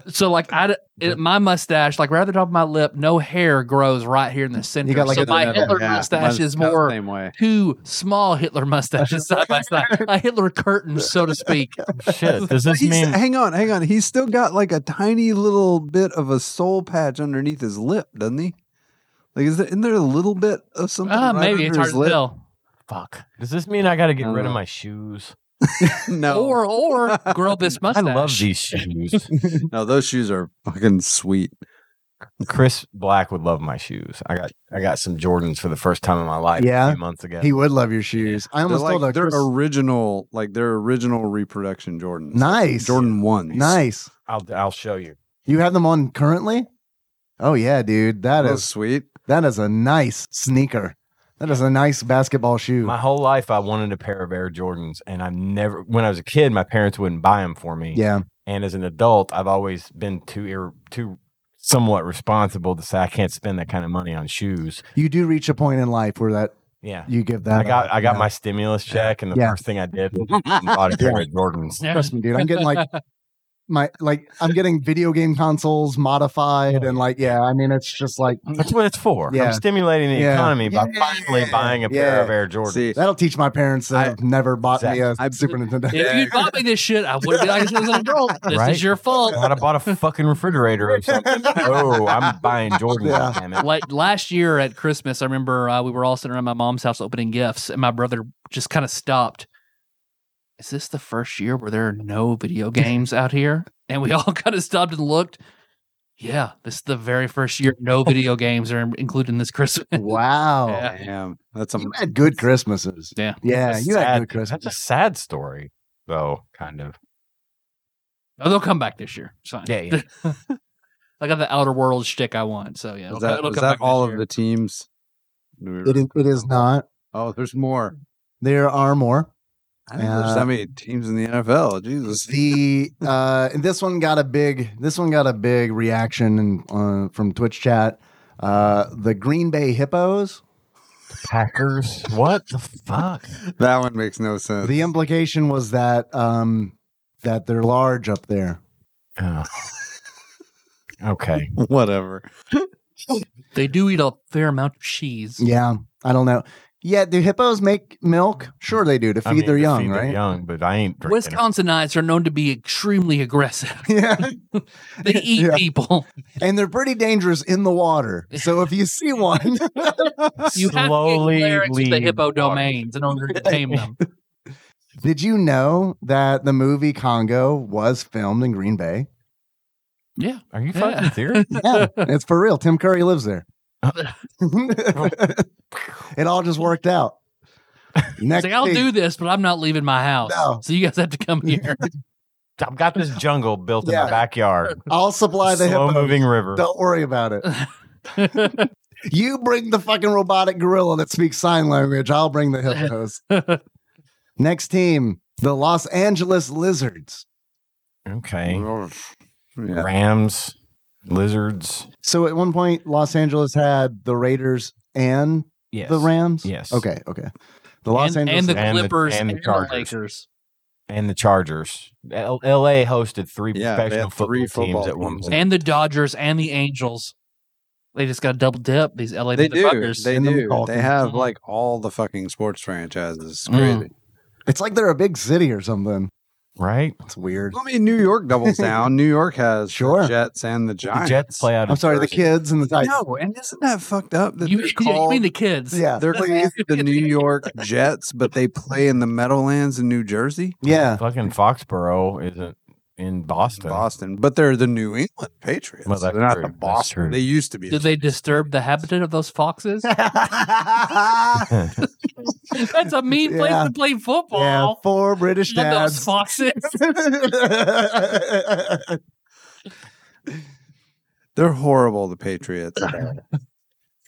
S1: So like I, d- it, my mustache, like right at the top of my lip, no hair grows right here in the center.
S2: got, like,
S1: so
S2: a-
S1: my Hitler
S3: Yeah,
S1: mustache
S3: mine's
S1: is
S3: not the
S1: more
S3: same way.
S1: two small Hitler
S3: (laughs)
S1: mustaches side by side, a Hitler curtain, so to speak.
S3: (laughs)
S4: Shit. Does this
S3: He's-
S4: mean
S3: hang on, hang on. He's still got like a tiny little bit of a soul patch underneath his lip, doesn't he? Like, is there, isn't there a little bit of something?
S1: Ah,
S3: right
S1: maybe it's
S3: under
S1: hard
S3: his
S1: to
S3: lip?
S1: tell.
S4: fuck? Does this mean I got to get
S3: I don't
S4: rid of
S3: know.
S4: my shoes?
S3: (laughs) No,
S1: Or or grow
S3: (laughs)
S1: this
S4: I
S1: mustache.
S4: love these shoes.
S3: no, those shoes are fucking sweet.
S4: Chris Black would love my shoes. I got I got some Jordans for the first time in my life.
S2: Yeah?
S4: a few months ago.
S2: He would love your shoes. I
S3: They're
S2: almost
S3: like
S2: told a
S3: their
S2: Chris-
S3: original, like their original reproduction Jordans.
S2: Nice.
S3: Jordan ones.
S2: Nice.
S4: I'll I'll show you.
S2: You have them on currently? Oh yeah, dude. That
S3: That
S2: is
S3: is sweet.
S2: That is a nice sneaker. That is a nice basketball shoe.
S4: My whole life, I wanted a pair of Air Jordans, and I've never. When I was a kid, my parents wouldn't buy them for me.
S2: yeah.
S4: And as an adult, I've always been too ir- too somewhat responsible to say I can't spend that kind of money on shoes.
S2: You do reach a point in life where that
S4: Yeah.
S2: you give that.
S4: I got
S2: up.
S4: I got
S2: Yeah.
S4: my stimulus check, and the
S2: Yeah.
S4: first thing I did (laughs) was bought a pair of Jordans.
S1: Yeah. (laughs)
S2: Trust me, dude. I'm getting like my like I'm getting video game consoles modified and like yeah. I mean, it's just like
S4: That's what it's for.
S2: Yeah.
S4: I'm stimulating the
S2: Yeah.
S4: economy by
S2: Yeah.
S4: finally buying a pair
S2: Yeah.
S4: of Air Jordans.
S3: See,
S2: that'll teach my parents that
S4: I-
S2: have never bought me a
S3: Exactly. I-
S2: Super Nintendo.
S1: If you'd bought me this shit, I would be like, this is an adult. This
S4: Right.
S1: is your fault.
S4: I'd have bought a fucking refrigerator or (laughs) something. oh, I'm buying Jordans.
S2: Yeah.
S4: Damn it.
S1: like last year at Christmas, I remember uh, we were all sitting around my mom's house opening gifts, and my brother just kind of stopped. Is this the first year where there are no video games out here? And we (laughs) all kind of stopped and looked. Yeah, this is the very first year
S3: Oh.
S1: no video games are included in this Christmas.
S2: (laughs) Wow.
S1: Yeah.
S3: damn, that's a
S2: You had good Christmases.
S1: Yeah.
S2: Yeah.
S4: That's
S2: You had
S4: sad.
S2: good
S4: That's a
S2: Christmases.
S4: sad story, though, kind of.
S1: Oh, they'll come back this year. It's fine.
S4: Yeah, yeah.
S1: (laughs) I got the Outer Worlds shtick I want, so yeah.
S3: Is
S1: it'll-
S3: that,
S1: it'll
S3: is
S1: come
S3: that
S1: back this
S3: all of
S1: year.
S3: the teams? Do we-
S2: It is, it is not.
S3: Oh, there's more.
S2: There are more.
S3: I don't know there's
S2: Uh,
S3: that many teams in the NFL. Jesus.
S2: The uh, and this one got a big this one got a big reaction in, uh, from Twitch chat. Uh, the Green Bay Hippos.
S4: Packers. What the (laughs) fuck?
S3: That one makes no sense.
S2: The implication was that um, that they're large up there.
S4: Oh. Okay.
S3: (laughs) Whatever.
S1: They do eat a fair amount of cheese.
S2: Yeah, I don't know. Yeah, do hippos make milk? Sure, they do to feed
S4: I mean,
S2: their
S4: to
S2: young,
S4: feed their
S2: right?
S4: Young, but I ain't drinking. it.
S1: Wisconsinites are known to be extremely aggressive.
S2: (laughs)
S1: (laughs)
S2: Yeah,
S3: (laughs)
S1: They eat
S2: Yeah.
S1: people.
S2: and they're pretty dangerous in the water. So if you see
S4: (laughs)
S2: one,
S1: You have
S4: Slowly
S1: to get clearance with the
S4: leave
S1: hippo
S4: water.
S1: domains in order to tame them.
S2: did you know that the movie Congo was filmed in Green Bay?
S1: Yeah.
S4: Are you
S1: Yeah.
S4: fucking
S2: (laughs)
S4: serious?
S2: Yeah, it's for real. Tim Curry lives
S4: (laughs)
S2: there. (laughs) it all just worked out.
S1: It's
S2: Next,
S1: like, I'll
S2: thing-
S1: do this, but I'm not leaving my house.
S2: No.
S1: So you guys have to come here.
S4: I've got this jungle built in
S2: Yeah. (laughs)
S4: my backyard.
S2: I'll supply the
S4: Slow
S2: hippos.
S4: moving river.
S2: Don't worry about
S1: (laughs)
S2: it. You bring the fucking robotic gorilla that speaks sign language. I'll bring the
S1: (laughs)
S2: hippos. Next team, the Los Angeles Lizards.
S4: Okay.
S3: Yeah.
S4: Rams, lizards.
S2: So at one point, Los Angeles had the Raiders and
S4: Yes.
S2: the Rams.
S4: Yes.
S2: Okay. Okay. The Los
S1: and, and
S2: Angeles.
S1: the
S4: And the-
S1: Clippers
S4: and
S1: and
S4: the
S1: the,
S4: Chargers.
S1: Lakers.
S4: And the Chargers. L- LA hosted three
S3: Yeah, they
S4: professional
S3: had three
S4: football teams
S3: football
S4: at one
S3: teams.
S4: point.
S1: And the Dodgers and the Angels. They just got to double dip these LA
S3: They do.
S1: motherfuckers.
S3: They
S2: And the
S3: do. They
S2: Falcons.
S3: have
S1: Mhm.
S3: like all the fucking sports franchises. It's
S1: Mm.
S3: crazy.
S2: it's like they're a big city or something.
S4: Right?
S2: It's weird.
S3: I mean, New York doubles
S2: (laughs)
S3: down. New York has
S2: Sure.
S3: the Jets and the
S4: The
S3: Giants.
S4: Jets play out.
S2: I'm
S4: of
S2: sorry. The
S4: Jersey.
S2: kids and the Titans.
S3: No, and isn't that fucked up? That
S1: you,
S3: they're
S1: you- you
S3: called-
S1: mean the kids?
S2: Yeah.
S3: They're called the New York Jets, but they play in the Meadowlands in New Jersey,
S1: (laughs)
S2: Yeah.
S4: Fucking Foxborough isn't in Boston.
S3: Boston. But they're the New England Patriots.
S4: Well, that's
S3: they're not
S4: true.
S3: the
S4: That's
S3: Boston.
S4: true.
S3: They used to be.
S1: Did they disturb the habitat of those foxes?
S2: (laughs)
S1: That's a mean
S2: Yeah.
S1: place to play football.
S2: yeah. Four British
S1: Not those
S2: dads.
S1: foxes. (laughs)
S3: They're horrible. The Patriots.
S2: (laughs)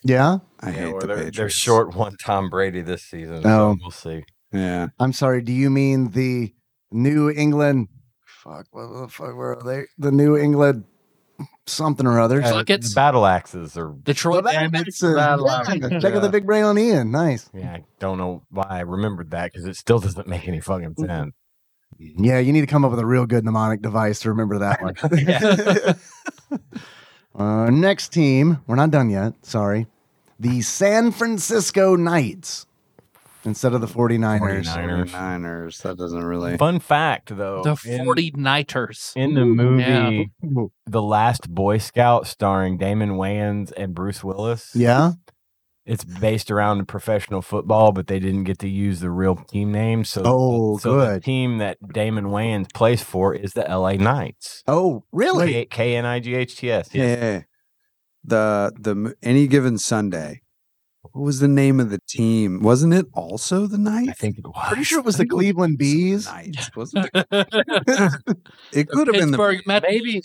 S2: yeah.
S3: I
S4: Yeah,
S3: hate
S4: well,
S3: the
S4: they're,
S3: Patriots.
S4: they're short one Tom Brady this season.
S2: Oh.
S4: So we'll see.
S3: Yeah.
S2: I'm sorry. Do you mean the New England? Fuck. What the fuck were they? The New England something or other.
S4: Uh,
S1: Buckets?
S4: the battle axes are.
S2: The
S1: Detroit
S2: Bad (laughs)
S1: Diamondbacks.
S2: Batson. Yeah, Check out the big brain on Ian. Nice.
S4: Yeah, I don't know why I remembered that because it still (laughs) doesn't make any fucking sense.
S2: Yeah, you need to come up with a real good mnemonic device to remember that one.
S1: (laughs)
S2: (laughs) uh, next team. We're not done yet. Sorry. The San Francisco Knights instead of the 49ers.
S4: 49ers. Niners.
S3: Niners. Niners. That doesn't really.
S4: Fun fact, though,
S1: The
S4: in-
S1: 40 Nighters.
S4: in, the movie
S1: Yeah.
S4: The Last Boy Scout, starring Damon Wayans and Bruce Willis.
S2: Yeah.
S4: it's based around professional football, but they didn't get to use the real team name. So,
S2: Oh,
S4: so the
S2: good.
S4: team that Damon Wayans plays for is the L.A. Knights.
S2: Oh, really?
S4: K K N I G H T S.
S3: Yeah. The the m- any given Sunday. What was the name of the team? Wasn't it also the night?
S4: I think it was.
S2: Pretty sure it was the Cleveland Bees.
S3: Knights, wasn't (laughs) it? it could have been the
S1: Uh, Pittsburgh Met-
S4: Maybe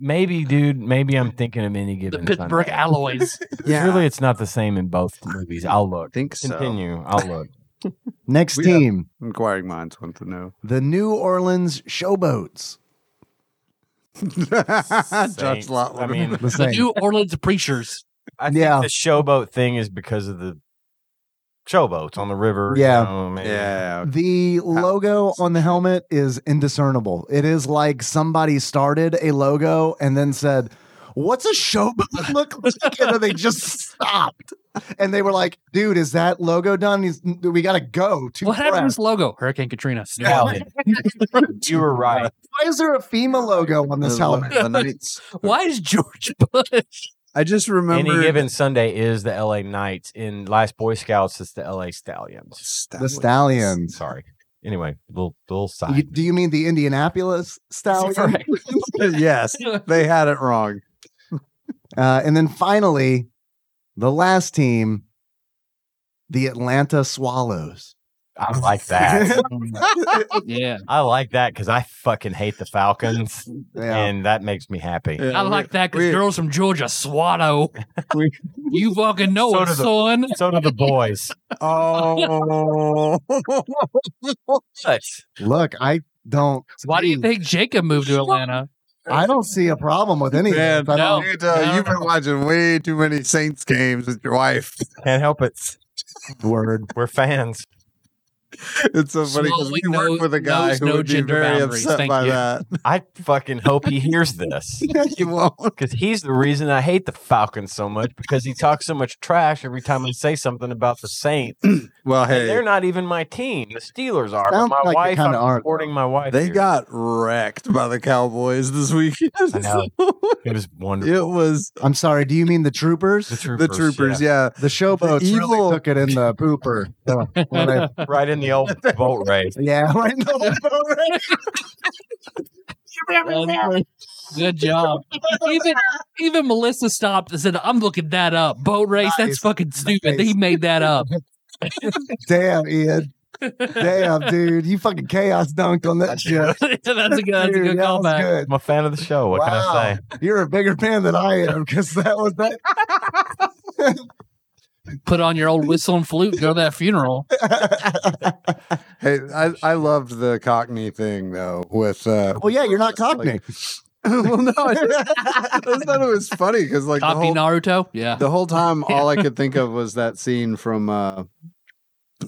S4: Maybe, dude. Maybe I'm thinking of any
S1: The
S4: given.
S1: Pittsburgh
S4: Sunday.
S1: Alloys.
S3: Yeah,
S4: Surely it's not the same in both movies. I'll look.
S3: think so.
S4: Continue.
S3: (laughs)
S4: I'll look.
S2: Next
S3: We have-
S2: team,
S3: Inquiring minds want to know. (laughs)
S2: the New Orleans Showboats.
S3: Judge
S4: Saints.
S3: Lotler.
S4: I mean,
S2: The
S1: the
S2: Saints.
S1: New Orleans Preachers.
S4: I think
S2: Yeah.
S4: the showboat thing is because of the showboats on the river.
S2: Yeah.
S4: You know, maybe.
S3: (laughs) yeah.
S2: The logo on the helmet is indiscernible. It is like somebody started a logo and then said, What's
S1: (laughs)
S2: a showboat look like? And then they just stopped. And they were like, Dude, is that logo done? He's, we got to go. Too
S1: What happened to
S2: fast."
S1: this logo? Hurricane Katrina. New (laughs) Orleans.
S4: Valid. you were right.
S2: Why is there a FEMA logo on this helmet? (laughs)
S3: The Knights.
S1: Why is George Bush?
S3: I just remember
S4: Any given Sunday is the LA Knights. In Last Boy Scouts, it's the LA Stallions.
S2: The Stallions.
S4: Sorry. Anyway, little little
S2: You-
S4: side.
S2: do you mean the Indianapolis Stallions?
S4: Correct.
S3: (laughs) yes, they had it wrong.
S2: Uh, and then finally, the last team, the Atlanta Swallows.
S4: I like
S3: (laughs)
S4: that.
S1: yeah.
S4: I like that because I fucking hate the Falcons,
S2: Yeah.
S4: and that makes me happy.
S1: (laughs)
S3: Yeah,
S1: I like that because
S3: we-
S1: girls from Georgia swallow.
S3: we-
S1: you fucking know it,
S4: So do the-
S1: son.
S4: So do the boys.
S3: (laughs) Oh,
S4: But
S2: Look, I don't.
S1: Why do you think Jacob moved to Atlanta?
S2: I don't see a problem with any of
S3: man,
S2: this. I
S1: no.
S2: don't-
S3: dude, uh,
S1: No,
S3: you've been
S1: no.
S3: watching way too many Saints games with your wife.
S4: can't help it.
S2: (laughs) Word.
S4: We're fans.
S3: It's so funny because
S1: Slowly
S3: we work
S1: knows-
S3: with a guy
S1: knows
S3: who
S1: no
S3: would be
S1: gender
S3: very
S1: boundaries.
S3: upset
S1: Thank
S3: by
S1: you.
S3: that. (laughs)
S4: I fucking hope he hears this
S3: you won't.
S4: because he's the reason I hate the Falcons so much because he talks so much trash every time I say something about the Saints.
S3: Well,
S4: And They're
S3: hey,
S4: not even my team. The Steelers are. but
S2: Sounds
S4: my
S2: like they
S4: wife,
S2: kinda
S4: I'm
S2: are,
S4: supporting my
S3: (laughs)
S4: wife.
S3: they
S4: here.
S3: got wrecked by the Cowboys this weekend.
S4: I know. it was wonderful.
S3: (laughs) it was
S2: I'm sorry. Do you mean the troopers? (laughs)
S3: (laughs)
S4: The
S3: the
S4: troopers,
S3: Troopers.
S4: yeah.
S3: Yeah,
S2: The showboats
S3: evil-
S2: really took it in the pooper. So, when I-
S4: right in the old
S3: (laughs)
S4: boat race.
S2: yeah, (laughs) right in the-
S1: Um, Good job. Even even Melissa stopped and said, "I'm looking that up. Boat race. That's
S2: Nice.
S1: fucking stupid.
S2: Nice.
S1: He made that up." (laughs)
S2: Damn, Ian. Damn, dude. You fucking chaos dunked on that shit.
S1: that's a good, that's a
S2: Dude,
S1: good
S2: that was
S1: callback.
S2: good.
S4: I'm a fan of the show. What can I say?
S2: You're a bigger fan than I am because that was that.
S1: Put on your old whistle and flute. Go to that funeral.
S3: Hey, I, I loved the Cockney thing though. With uh,
S2: well, yeah, you're
S3: (laughs)
S2: not Cockney.
S3: well, no, I just, I just thought it was funny because like the
S1: Copy
S3: whole,
S1: Naruto. Yeah.
S3: the
S2: (laughs)
S3: whole time, all I could think of was that scene from uh,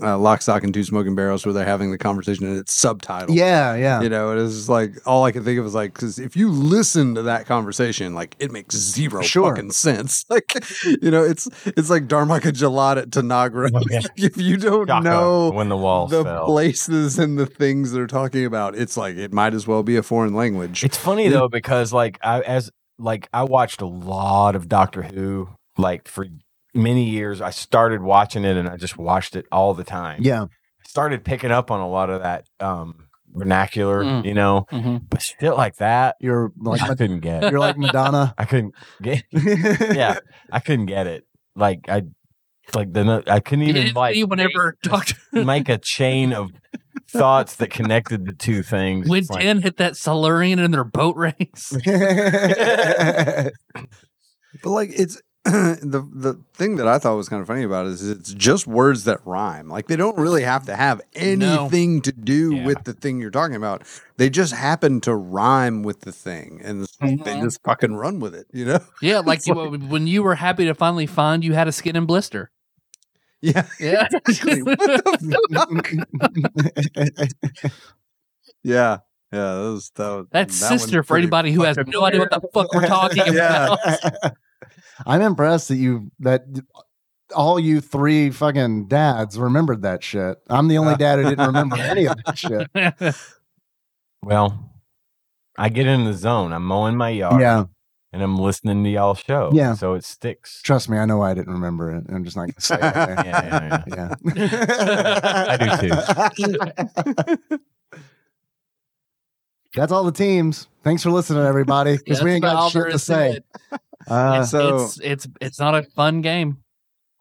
S3: uh, Lock, Stock, and Two Smoking Barrels where they're having the conversation and it's subtitled.
S2: Yeah, yeah.
S3: You know, it is like all I could think of was like, because if you listen to that conversation, like it makes zero
S2: Sure.
S3: fucking sense. (laughs) Like, you know, it's it's like Dharmaka Jalad to Nagra.
S4: Oh, Yeah.
S3: (laughs) if you don't
S4: Shaka,
S3: know
S4: when the walls
S3: the
S4: fell.
S3: places and the things they're talking about. It's like it might as well be a foreign language.
S4: It's funny though because like I as like I watched a lot of Doctor Who like for many years. I started watching it and I just watched it all the time.
S2: Yeah.
S4: started picking up on a lot of that um vernacular,
S1: Mm.
S4: you know,
S1: Mhm.
S4: but shit like that
S2: You're like (laughs)
S4: I couldn't get.
S2: you're like Madonna.
S4: (laughs)
S2: (laughs)
S4: I couldn't get. Yeah, (laughs) I couldn't get it. Like I like the no- I couldn't
S1: You
S4: even
S1: didn't
S4: like
S1: see whenever Doctor
S4: (laughs) make a chain of thoughts that connected the two things.
S1: when
S4: It's like,
S1: Dan hit that Silurian in their boat
S3: (laughs)
S1: race.
S3: but like it's (clears throat) the the thing that I thought was kind of funny about it is it's just words that rhyme. Like they don't really have to have anything to do
S4: Yeah.
S3: with the thing you're talking about. They just happen to rhyme with the thing, and they
S1: Mhm.
S3: just fucking run with it. You know? (laughs)
S1: Yeah, like you- when you were happy to finally find you had a skin and blister.
S3: Yeah. (laughs)
S1: Yeah. (laughs)
S3: Yeah. Yeah. That was that. Was,
S1: That's
S3: that one's
S1: sister for
S3: pretty
S1: anybody who has
S3: fucking
S1: no idea what the fuck we're talking about.
S3: (laughs) Yeah.
S2: (laughs) I'm impressed that you that all you three fucking dads remembered that shit. I'm the only dad who didn't remember any of that shit.
S4: well, I get in the zone. I'm mowing my yard.
S2: Yeah,
S4: and I'm listening to y'all show.
S2: Yeah.
S4: So
S2: (laughs)
S4: it sticks.
S2: trust me, I know why I didn't remember it. I'm just not gonna say it.
S4: Yeah, (laughs)
S2: there.
S4: yeah, yeah.
S2: Yeah,
S4: I
S2: do too. That's all the teams. Thanks for listening, everybody. Because
S1: That's
S2: we ain't
S1: about all
S2: got shit
S1: there
S2: to
S1: is
S2: say.
S1: it.
S2: Uh,
S1: It's,
S3: so-
S1: it's it's it's not a fun game.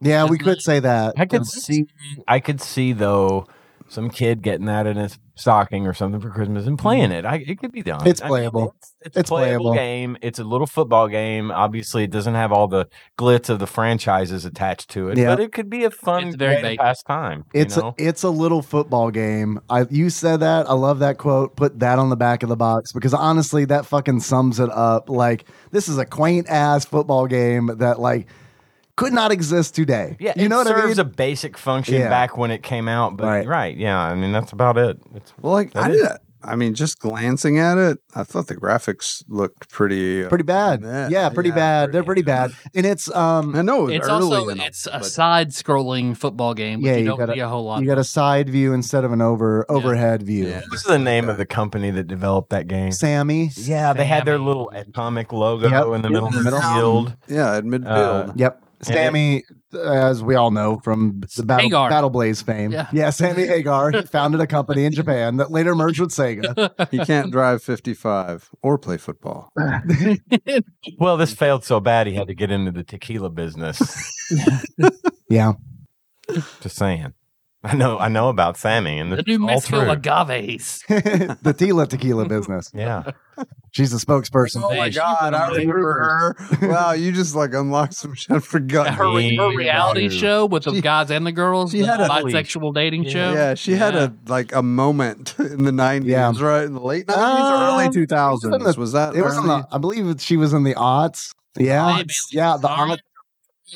S2: yeah, we could say that.
S4: I could see I could see though some kid getting that in his stocking or something for Christmas and playing it. I, it could be done.
S2: Mm-hmm. It's
S4: I mean,
S2: playable.
S4: it's, it's a
S2: It's
S4: playable,
S2: playable.
S4: game. It's a little football game. Obviously, it doesn't have all the glitz of the franchises attached to it,
S2: Yeah.
S4: but it could be a fun
S1: It's very
S4: way to
S1: big.
S4: pass time. you
S2: It's
S4: know?
S2: a, it's a little football game. I you said that. I love that quote. Put that on the back of the box because honestly, that fucking sums it up. Like this is a quaint ass football game that like could not exist today.
S4: yeah,
S2: you know what
S4: it
S2: I mean.
S4: serves a basic function
S2: Yeah.
S4: back when it came out, but
S2: Right.
S4: right. yeah, I mean that's about it. It's
S3: Well, like
S4: That
S3: I
S4: is-
S3: did. I mean, just glancing at it, I thought the graphics looked pretty uh,
S2: pretty bad.
S3: Yeah,
S2: yeah, pretty
S3: yeah,
S2: bad. They're pretty bad.
S3: pretty-
S2: And it's um
S3: I know it was
S1: It's
S3: early
S1: also
S3: in the-
S1: it's a
S3: but-
S1: side-scrolling football game. Which
S2: Yeah,
S1: you,
S2: you
S1: don't
S2: gotta-
S1: see a whole lot.
S2: you got a side view instead of an over
S1: Yeah.
S2: overhead view.
S3: Yeah.
S4: What's the name of the company that developed that game?
S2: Sammy.
S4: Yeah, they had their
S1: Sammy.
S4: little atomic logo
S2: Yep.
S4: in the
S2: Yep, in
S4: middle of
S2: the
S4: the
S2: middle.
S4: field.
S3: yeah, at midfield.
S4: Uh,
S2: Yep.
S4: And
S2: Sammy, as we all know from the Battle,
S1: Hagar.
S2: Battle Blaze fame.
S1: Yeah.
S2: Sammy Hagar. He founded a company in Japan that later merged with Sega.
S3: he can't drive 55 or play football.
S4: Well, this failed so bad he had to get into the tequila business. (laughs)
S2: Yeah.
S4: Just saying. I know I know about Sammy and
S1: the
S4: it's
S1: New
S4: all
S1: Mexico
S4: true.
S1: agaves.
S3: (laughs)
S2: the Tila tequila business.
S4: (laughs)
S1: (laughs)
S4: Yeah.
S2: She's the spokesperson.
S1: Oh my God, I remember
S3: her. (laughs) wow, you just like unlocked some shit for
S1: Her,
S3: gun.
S1: her reality
S4: She-
S1: show with the
S3: she-
S1: guys and the girls,
S3: she
S1: the
S3: had a-
S1: bisexual dating
S4: Yeah.
S1: show.
S3: Yeah, she had a like a moment (laughs) in the 90s,
S2: Yeah.
S3: right? In the late 90s
S2: Uh,
S3: or early
S2: it was in
S3: 2000s. Was,
S2: the-
S3: that
S2: It was in
S3: early?
S2: the, I believe she was in the aughts. Yeah.
S1: Maybe.
S2: Yeah. The aughts.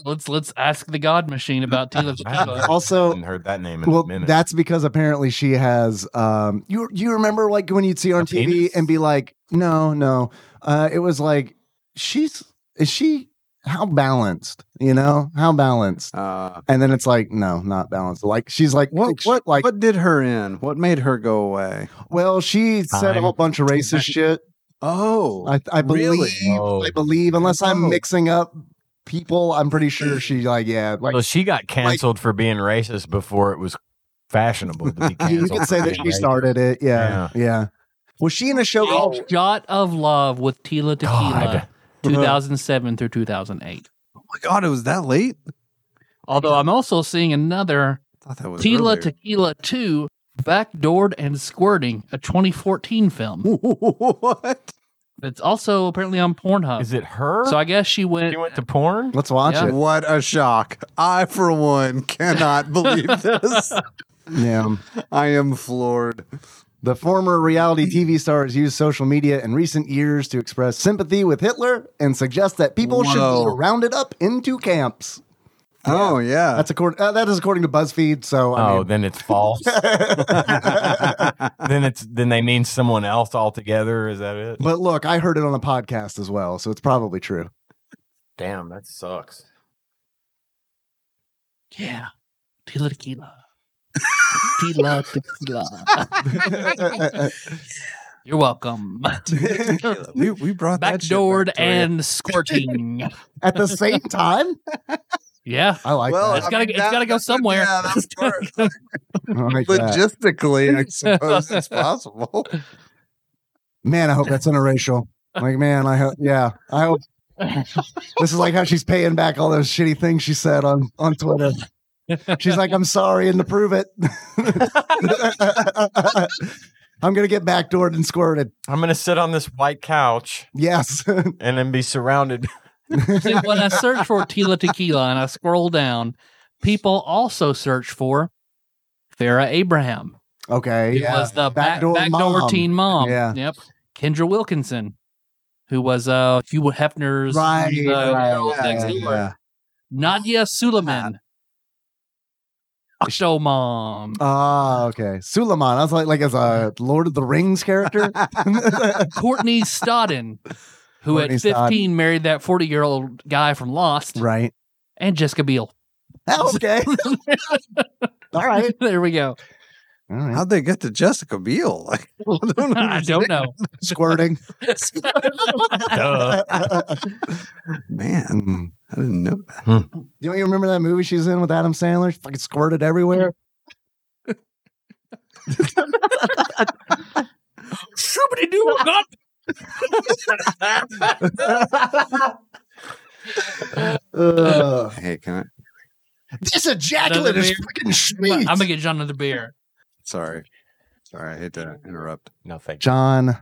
S1: Let's let's ask the God Machine
S4: (laughs)
S1: about Tila Tequila.
S4: I
S2: Also,
S4: hadn't heard that name in
S2: well,
S4: a minute.
S2: that's because apparently she has. Um, you you remember like when you'd see her on
S4: A
S2: TV
S4: penis?
S2: and be like, no, no. Uh, it was like she's is she how balanced? You know how balanced?
S3: uh,
S2: And then it's like no, not balanced. Like she's like
S3: what,
S2: sh-
S3: what,
S2: like
S3: what did her in? What made her go away?
S2: well she said a
S4: Time.
S2: whole bunch of racist shit.
S3: Oh,
S2: I I believe
S3: Really?
S4: Oh.
S2: I believe unless I'm
S3: Oh.
S2: mixing up people, I'm pretty sure she like yeah like
S4: so she got canceled for being racist before it was fashionable to be
S2: (laughs)
S4: canceled.
S2: you could say
S4: for
S2: that
S4: being
S2: she
S4: racist.
S2: started it. Yeah, yeah. Was she in a show
S1: Oh.
S2: called?
S1: Shot of Love with Tila
S4: God. Uh-huh.
S1: Tequila, 2007 through 2008.
S3: oh my God, it was that late?
S1: Although I'm also seeing another
S3: I thought that was
S1: Tila
S3: earlier.
S1: Tequila 2, Backdoored and Squirting, a 2014 film.
S3: (laughs) what?
S1: It's also apparently on Pornhub.
S4: Is it her?
S1: Uh, so I guess she went.
S4: she went to porn?
S2: Let's watch
S1: Yeah.
S2: it.
S3: What a shock. I, for one, cannot
S1: (laughs)
S3: believe this.
S2: Yeah.
S3: I am floored.
S2: The former reality TV star has used social media in recent years to express sympathy with Hitler and suggest that people should be
S3: Whoa.
S2: rounded up into camps.
S3: Oh, yeah.
S2: That's according. Uh, that is according to BuzzFeed. So I
S4: Oh,
S2: mean,
S4: then
S2: (laughs)
S4: it's false.
S3: (laughs)
S4: then it's then they mean someone else altogether. Is that it?
S2: but look, I heard it on a podcast as well, so it's probably
S3: (laughs)
S2: true. (laughs)
S4: Damn, that sucks.
S1: Yeah. Tila
S4: (laughs)
S1: Tequila. Tila Tequila. You're welcome.
S3: we, we brought that
S1: (laughs)
S3: shit
S1: Backdoored
S3: back to you.
S1: and Squirting.
S4: (laughs)
S2: At the same time,
S1: Yeah.
S2: I like
S3: Well,
S1: It's
S3: I
S2: that.
S1: gotta-
S3: mean,
S1: it's gotta go
S3: that's-
S1: somewhere.
S3: Yeah,
S1: (laughs)
S3: that's part-
S2: I like that.
S3: logistically, I suppose it's possible.
S2: Man, I hope that's interracial. Like, man, I hope. Yeah, I hope. This is like how she's paying back all those shitty things she said on on Twitter. She's like, "I'm sorry," and to prove it, (laughs) I'm gonna get backdoored and squirted.
S4: I'm gonna sit on this white couch
S2: Yes, (laughs)
S4: and then be surrounded. (laughs)
S1: See, when I search for Tila Tequila and I scroll down, people also search for Farah Abraham.
S2: okay,
S1: It
S2: yeah,
S1: was the back,
S2: Backdoor
S1: backdoor,
S2: mom.
S1: teen mom.
S2: Yeah.
S1: Yep. Kendra Wilkinson, who was uh Hugh Hefner's
S2: right,
S1: the-
S2: right,
S1: the
S2: yeah,
S1: next door.
S2: yeah.
S1: Nadia Suleiman. Show mom.
S2: Ah, okay. Suleiman. I was like, like as a Lord of the
S1: (laughs)
S2: Rings character.
S1: Courtney Stodden,
S2: (laughs)
S1: who
S2: Courtney
S1: at 15
S2: Stodden.
S1: married that 40 year old guy from Lost,
S2: right.
S1: and Jessica Biel. (laughs)
S2: Okay. all right.
S1: there we
S2: (laughs)
S1: go.
S2: All right.
S3: How'd they get to Jessica Biel? Like, I don't,
S1: I don't (laughs)
S3: understand.
S1: know.
S2: Squirting. (laughs)
S1: (laughs) Uh,
S4: Duh.
S3: Man,
S2: Mm.
S3: I didn't know that.
S2: You don't you remember that movie she's in with Adam Sandler? She fucking squirted everywhere.
S1: Somebody do a god.
S2: Ugh.
S3: Hey, can I?
S2: this ejaculate is fucking
S1: I'm
S2: sweet.
S1: gonna get John another beer.
S3: Sorry. Sorry, I hate to interrupt.
S4: No, thank you.
S2: John,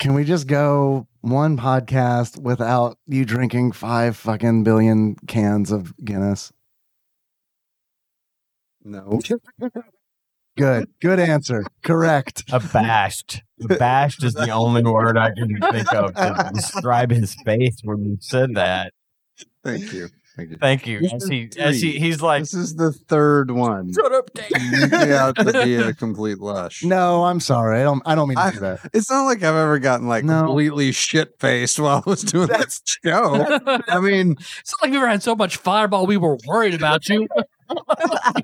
S2: can we just go one podcast without you drinking five fucking billion cans of Guinness?
S3: No.
S2: Good. Good answer. Correct.
S4: Abashed. Abashed is the only word I can think of to describe his face when you said that.
S3: Thank you. Thank you.
S4: Thank you.
S3: This
S4: As
S3: is
S4: he, as he,
S3: three.
S4: he's like,
S3: This is the third one. (laughs)
S4: shut up, Dave.
S3: You have to be a complete lush.
S2: No, I'm sorry. I don't I don't mean to do that.
S3: It's not like I've ever gotten like
S2: No.
S3: completely shit faced while I was doing that show.
S1: it's
S3: (laughs) I mean,
S1: not like we ever had so much fireball. We were worried about you.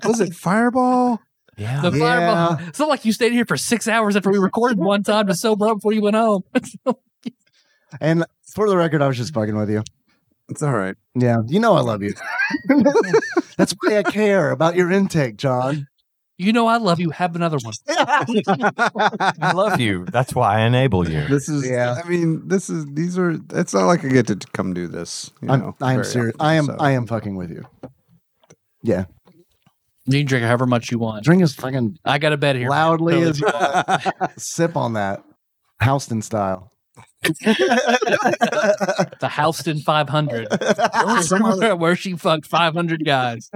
S3: was it Fireball?
S4: Yeah.
S1: The fireball. It's not like you stayed here for six hours after we recorded one time to sober up before you went home.
S2: And for the record, I was just fucking with you.
S3: It's all right.
S2: Yeah. You know I love
S3: (laughs)
S2: you. (laughs) That's why I care about your intake, John.
S1: you know I love you. Have another one.
S4: (laughs) I love you. That's why I enable you.
S3: This is.
S2: Yeah.
S3: Yeah. I mean, this is. These are. It's not like I get to t- come do this. You
S2: I'm,
S3: know,
S2: I am
S3: very
S2: serious.
S3: often,
S2: I am
S3: so. (laughs)
S2: I am fucking with you. Yeah.
S1: You can drink however much you want.
S2: Drink as fucking
S1: I got a bed here.
S2: loudly
S1: Totally
S2: as you want. Sip on that. Houston
S3: (laughs)
S2: style.
S1: The Houston 500.
S2: (laughs)
S1: Somewhere where she fucked 500 guys.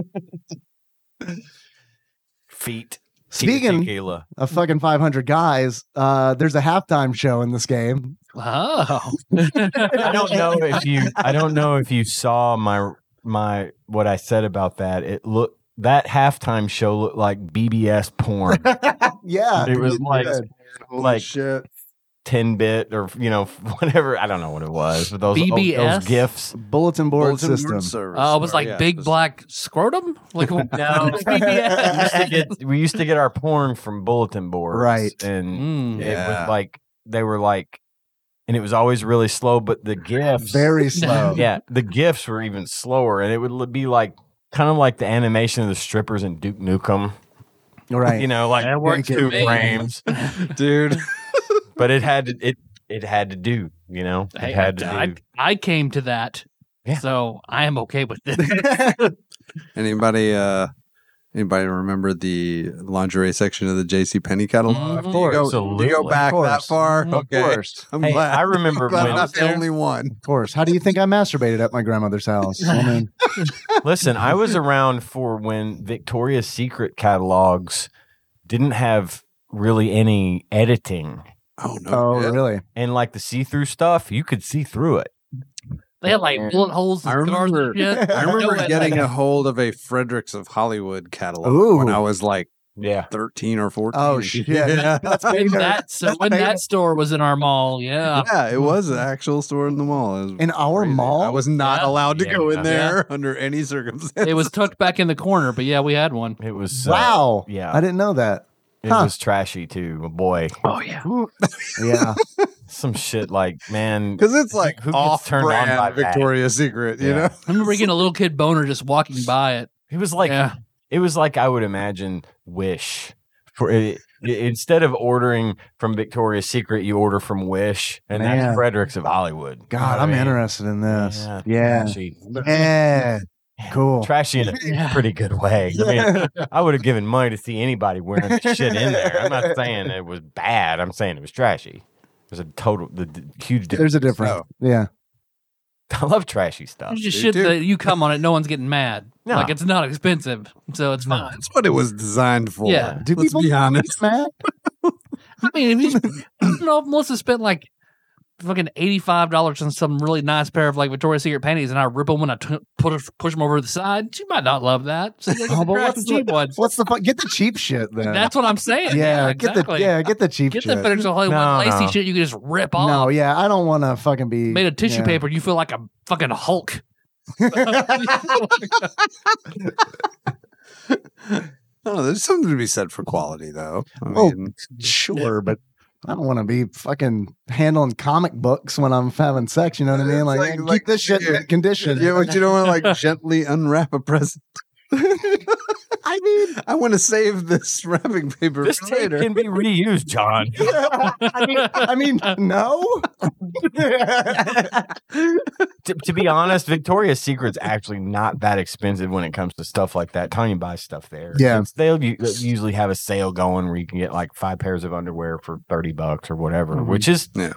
S4: Feet.
S2: Speaking
S4: Tequila.
S2: of fucking 500 guys, uh, there's a halftime show in this game.
S1: Oh.
S4: (laughs) I don't know if you. I don't know if you saw my my what I said about that. It looked that halftime show looked like BBS (laughs) porn.
S2: Yeah.
S4: It was
S2: Good.
S4: like
S3: Holy
S4: like-
S3: shit.
S4: ten bit or you know (laughs) whatever. I don't know what it was, but those
S1: BBS?
S4: those gifts.
S2: bulletin board
S3: Bulletin board
S2: system.
S3: service.
S1: Oh, it was like
S3: Yeah,
S1: big
S3: this-
S1: black scrotum?
S4: (laughs)
S1: (laughs) Like no.
S4: we, (laughs) used
S3: (laughs)
S4: to
S1: BBS.
S4: get, we used to get our porn from bulletin boards,
S2: Right.
S1: Mm.
S4: And it
S3: Yeah.
S4: was like they were like, and it was always really slow. But the
S3: (laughs)
S4: gifts,
S2: Very slow.
S4: yeah, the gifts were even slower, and it would l- be like kind of like the animation of the strippers in Duke Nukem.
S2: Right.
S4: You know, like
S1: That worked
S4: two
S1: for me.
S4: frames,
S3: (laughs)
S1: (laughs)
S3: dude.
S4: but it had to, it it had to do. You know, it
S1: Hey,
S4: had to
S1: I,
S4: do.
S1: I, I came to that.
S4: Yeah.
S1: So I am okay with this.
S3: (laughs) Anybody? uh Anybody remember the lingerie section of the J.C. Penny catalog?
S1: Mhm. Of
S3: You
S4: course.
S3: go- you go
S4: Absolutely.
S3: back
S4: Of
S3: that
S4: course.
S3: far.
S1: Mhm. Of
S3: Okay,
S2: course.
S3: I'm
S4: Hey,
S3: glad.
S4: I remember
S3: I'm glad
S4: when
S3: I'm (laughs)
S1: I was
S3: not the
S1: there.
S3: only one.
S2: Of course. How do you think I masturbated at my grandmother's
S3: (laughs)
S2: house? I mean,
S4: Listen, I was around for when Victoria's Secret catalogs didn't have really any editing.
S3: Oh no!
S2: oh,
S3: Yeah.
S2: really?
S4: And like the see through stuff, you could see through it.
S1: (laughs) They had like bullet holes and
S3: I
S1: scars and
S3: remember-
S1: shit.
S3: I remember
S1: No, it-
S3: getting a hold of a Fredericks of Hollywood catalog when
S2: Ooh.
S3: I was like
S4: Yeah.
S3: 13 or 14. (laughs)
S2: Oh, shit. (laughs)
S3: Yeah. (laughs)
S1: when that so when that store was in our mall, yeah.
S3: Yeah, it was an actual store in the mall. It was
S2: Mm-hmm. In our
S3: crazy.
S2: mall?
S3: I was not
S1: Yeah.
S3: allowed to
S4: Yeah.
S3: go in
S4: Yeah.
S3: there under any circumstance.
S1: It
S3: (laughs)
S1: was tucked back in the corner, but yeah, we had one.
S4: It was uh,
S2: wow.
S4: yeah.
S2: I didn't know that.
S4: It
S2: Huh.
S4: was trashy too. Boy.
S1: Oh yeah.
S2: Yeah.
S4: Some shit like, man.
S3: Because it's like
S4: Who gets
S3: off
S4: turned on
S3: brand
S4: by that?
S3: Victoria's Secret, you
S4: Yeah.
S3: know?
S2: (laughs)
S1: I remember getting a little kid boner just walking by it.
S4: It was like
S1: yeah.
S4: it was like I would imagine Wish. For it, it- instead of ordering from Victoria's Secret, you order from Wish, and
S2: Man.
S4: that's Fredericks of Hollywood.
S2: God,
S4: I
S2: I'm
S4: mean,
S2: interested in this.
S4: Yeah.
S2: Yeah.
S4: trashy.
S3: (laughs)
S2: Yeah. Cool. (laughs)
S4: trashy in a
S1: Yeah.
S4: pretty good way. I mean, I would have given money to see anybody
S2: (laughs)
S4: wearing the shit in there. I'm not saying it was bad. I'm saying it was trashy. There's a total, the, the huge difference.
S2: There's a difference. Yeah.
S4: (laughs) I love trashy stuff.
S1: It's just
S3: they
S1: shit
S3: do.
S1: that you come on it, no one's getting mad.
S4: No.
S1: Mm-hmm. Like it's not expensive, so it's fine.
S3: That's what it was designed for.
S1: Yeah.
S2: Do
S3: Let's
S2: people
S3: be honest.
S2: Matt?
S1: I mean, if you, I don't know if
S2: (laughs)
S1: Melissa spent like fucking eighty five dollars on some really nice pair of like Victoria's Secret panties, and I rip them when I t- put push them over to the side. She might not love that. So
S2: Oh, but
S1: what's
S2: what's
S1: the cheap ones.
S2: What's the fuck? Get the cheap shit then.
S1: That's what I'm saying.
S2: yeah, get the
S1: exactly.
S2: yeah, get the cheap
S1: Get
S2: shit.
S1: the Federal Hollywood
S4: No,
S1: lacy
S4: no.
S1: shit you can just rip off.
S2: no, yeah, I don't want to fucking be
S1: Made of tissue
S2: yeah.
S1: paper, you feel like a fucking
S2: (laughs)
S1: Hulk. (laughs)
S3: No, there's something to be said for quality, though. I
S2: Well,
S3: mean,
S2: Sure, but I don't want to be fucking handling comic books when I'm having sex. You know what I mean?
S3: It's
S2: Like,
S3: like-
S2: man, keep
S3: like-
S2: this shit in good condition.
S3: yeah, but you don't want
S4: (laughs)
S3: to like gently unwrap a present.
S2: I mean,
S3: I want to save this wrapping paper
S4: This
S3: for
S4: tape
S3: later.
S4: can be
S1: (laughs)
S4: reused, John.
S2: (laughs) I mean, I mean, no.
S4: to, to be honest, Victoria's Secret's actually not that expensive when it comes to stuff like that. Tanya buys stuff there.
S2: Yeah.
S4: It's- they'll u- they'll usually have a sale going where you can get like five pairs of underwear for thirty bucks or whatever,
S1: Mhm.
S4: which is
S3: Yeah.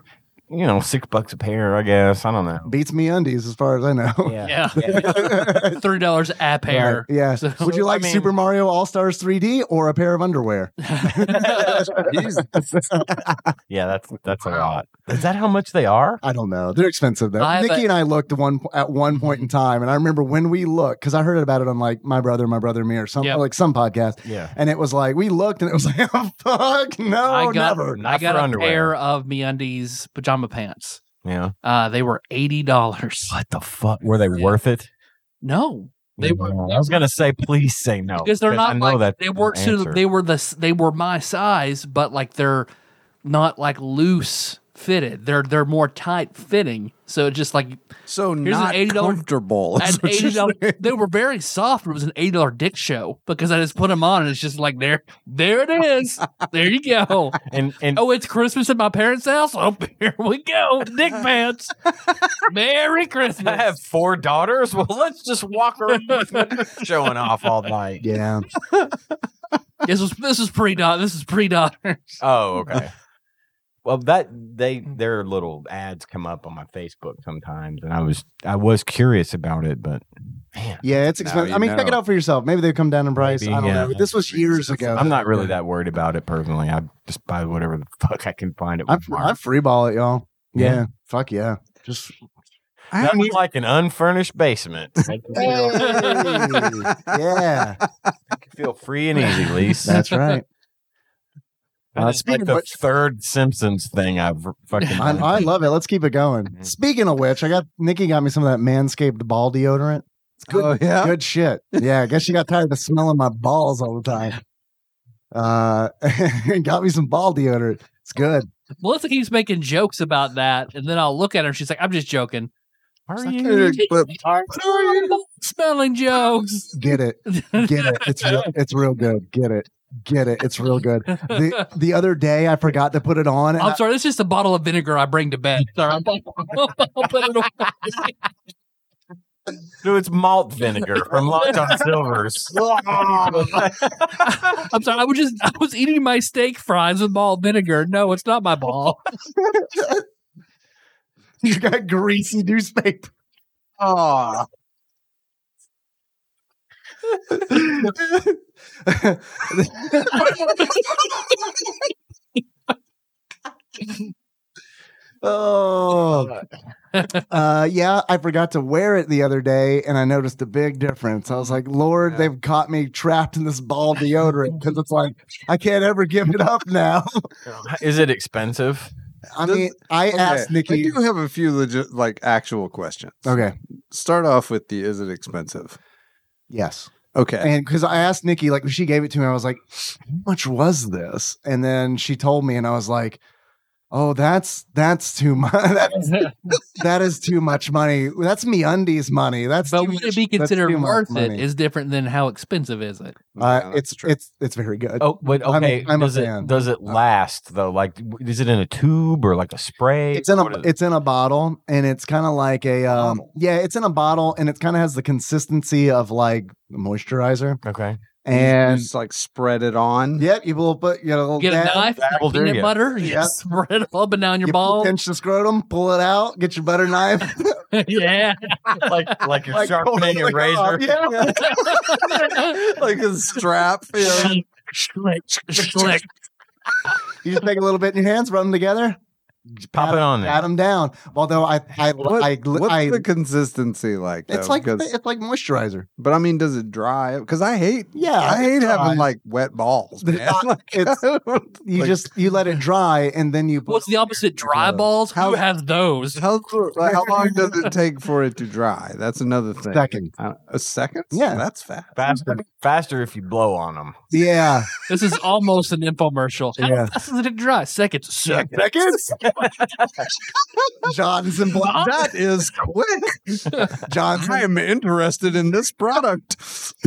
S4: you know six bucks a pair, I guess. I don't
S1: (laughs)
S4: know.
S2: Beats me undies, as far as I know.
S1: Yeah.
S2: (laughs)
S1: Three dollars a pair.
S2: Right, yeah.
S1: So-
S2: Would you like
S4: I mean-
S2: Super Mario All Stars 3D or a pair of underwear?
S4: (laughs) Yeah, that's that's a
S1: Wow.
S4: lot. Is that how much they are?
S2: I don't know. They're expensive though.
S1: I have
S2: Nikki
S1: a-
S2: and I looked one at one point in time, and I remember when we looked because I heard about it on like my brother, my brother, me, or some
S1: Yep.
S2: like some podcast,
S4: Yeah.
S2: and it was like we looked and it was like, (laughs) oh, fuck, no,
S1: I got,
S2: never.
S4: Not
S1: I got
S4: for
S1: a
S4: underwear.
S1: pair of MeUndies pajama pants.
S4: Yeah.
S1: Uh, they were eighty dollars.
S4: What the fuck? Were they worth it?
S1: No, They were-
S4: No. I was gonna say, please say no
S1: because they're
S4: Oh, I
S1: not
S4: know
S1: like
S4: that's
S1: they
S4: your
S1: weren't. so-
S4: answer.
S1: they were the s- they were my size, but like they're not like loose fitted. They're they're more tight fitting. So it just
S4: (laughs)
S1: like
S3: So
S1: Here's an
S3: not
S1: $80 (laughs)
S3: comfortable.
S1: an
S3: That's what
S1: eighty
S3: you're (laughs)
S1: dollar.
S3: saying.
S1: They were very soft. But it was an eighty dollar dick show because I just put them on and it's just like there, there it is. There you
S4: (laughs)
S1: go.
S4: and and
S1: Oh, it's Christmas at my parents' house. Oh, (laughs) here we go,
S4: (laughs)
S1: dick pants. Merry
S4: I
S1: Christmas.
S4: have four daughters. (laughs) Well, let's just
S1: (laughs)
S4: walk around showing off all night.
S2: Yeah,
S1: This was this is pre daughter. This is pre daughter.
S4: Oh, okay. Well, that they their little ads come up on my Facebook sometimes, and I was I was curious about it, but man,
S2: yeah, it's
S3: Now
S2: expensive.
S3: you
S2: I mean, check
S3: know.
S2: it out for yourself. Maybe they come down in price.
S4: Maybe,
S2: I don't
S4: yeah.
S2: know. This was years ago.
S4: I'm not really that worried about it personally. I just buy whatever the (laughs) fuck I can find at
S2: I, I
S4: Walmart.
S2: free ball it, y'all. Yeah.
S4: Yeah.
S2: fuck yeah.
S3: (laughs)
S2: Just
S3: I
S4: That
S3: haven't
S4: was like an
S1: (laughs)
S4: unfurnished basement. I can feel,
S2: Hey, yeah,
S4: I can feel free
S1: (laughs)
S4: and easy, Lise.
S2: that's right.
S4: That
S2: Uh,
S4: is
S2: speaking
S4: like
S2: of
S4: the
S2: which-
S4: third Simpsons thing I've
S1: (laughs)
S4: fucking.
S2: I,
S4: (laughs)
S2: I love it. Let's keep it going. Speaking of which, I got Nikki got me some of that manscaped ball deodorant. It's good,
S3: Oh, yeah?
S2: good shit. Yeah, I guess she got tired of smelling my balls all the time. Uh, (laughs) and got me some ball deodorant. It's good.
S1: (laughs) Melissa keeps making jokes about that, and then I'll look at her. and She's like, "I'm just joking."
S4: Are
S3: Suck
S4: you?
S3: it, but-
S1: (laughs) Smelling jokes.
S2: Get it, get it. It's real. It's real good. Get it, get it. It's real good. The the other day I forgot to put it on. and I-
S1: I'm sorry. That's just a bottle of vinegar I bring to bed. Sorry, (laughs) I'll put it away.
S4: Dude, it's malt vinegar from (laughs) Long John Silver's.
S1: I'm sorry. I was just I was eating my steak fries with malt vinegar. No, it's not my ball.
S2: you got greasy newspaper. Ah. (laughs) oh. (laughs) Uh, yeah, I forgot to wear it the other day and I noticed a big difference. I was like, Lord,
S3: Yeah.
S2: they've caught me trapped in this ball deodorant because it's like, I can't ever give it up now. (laughs)
S4: Is it expensive?
S2: I
S3: Does-
S2: mean, I
S3: Okay,
S2: asked
S3: I
S2: Nikki.
S3: do have a few legit, like actual questions. Uh,
S2: Okay.
S3: Start off with the is it expensive?
S2: Yes.
S3: Okay.
S2: And because I asked Nikki, like she gave it to me, I was like, "How much was this?" And then she told me, and I was like, "Oh, that's that's too much. (laughs) that, is,
S1: (laughs)
S2: that is too much money. That's me undies money. (laughs) That's
S1: But
S2: too
S1: would
S2: much-
S1: it be
S2: that's
S1: considered
S2: too much
S1: worth it?
S2: money."
S1: Is different than how expensive is it?
S2: Uh,
S3: Yeah, that's
S2: it's
S3: true.
S2: it's it's very good.
S4: Oh, but
S2: I'm a-
S4: okay.
S2: I'm a
S4: does
S2: fan. Uh,
S4: it does it last though? Like, w- is it in a tube or like a spray?
S2: It's in a
S4: What is it?
S2: it's in a bottle, and it's kind of like a um,
S3: Bottle.
S2: yeah, it's in a bottle, and it kind of has the consistency of like moisturizer,
S4: okay.
S2: (laughs)
S3: You
S2: and
S3: just like spread it
S1: (laughs)
S3: on.
S2: yep, you will put you know
S1: Get a
S2: that-
S1: knife,
S4: That'll do
S1: peanut
S4: ya.
S1: butter, you
S2: Yeah.
S1: spread it up and down your
S2: you
S1: ball.
S2: pinch the scrotum, pull it out, get your
S1: (laughs)
S2: butter knife, (laughs)
S1: yeah. (laughs)
S4: Like like you're
S2: Like,
S4: sharpening your
S2: like, oh,
S4: razor.
S2: yeah.
S3: (laughs) like a
S2: (laughs)
S3: strap. you know?
S1: Slick, slick, slick.
S2: You just take a little bit in your hands, rub them together,
S4: Pop it on
S2: pat
S4: there.
S2: them down. Although I, I,
S3: (laughs) What-
S2: I,
S3: what's
S2: I-
S3: the consistency like?
S2: it's
S3: though?
S2: like
S3: Because-
S2: it's like moisturizer.
S3: but I mean, does it dry? Because I hate,
S2: Yeah, it
S3: I hate
S2: dries.
S3: having like wet
S2: (laughs)
S3: balls,
S2: They're
S3: man.
S2: not-
S3: (laughs) Like,
S2: it's- You
S3: like,
S2: just you let it dry and then you. put-
S1: What's the opposite? Dry
S2: Those.
S1: balls?
S3: How-
S1: Who has those?
S3: (laughs) how, like, how long does it take for it to dry? That's another thing.
S2: Second.
S3: I don't- a second?
S2: Yeah.
S3: that's fast.
S4: Faster, faster if you blow on them.
S2: Yeah,
S1: (laughs) This is almost an infomercial. How
S2: Yeah.
S1: fast is it dry? Seconds. Seconds.
S3: (laughs)
S4: Seconds.
S2: Johnson Black. That is quick.
S3: I (laughs)
S2: Johnson.
S3: am interested in this product.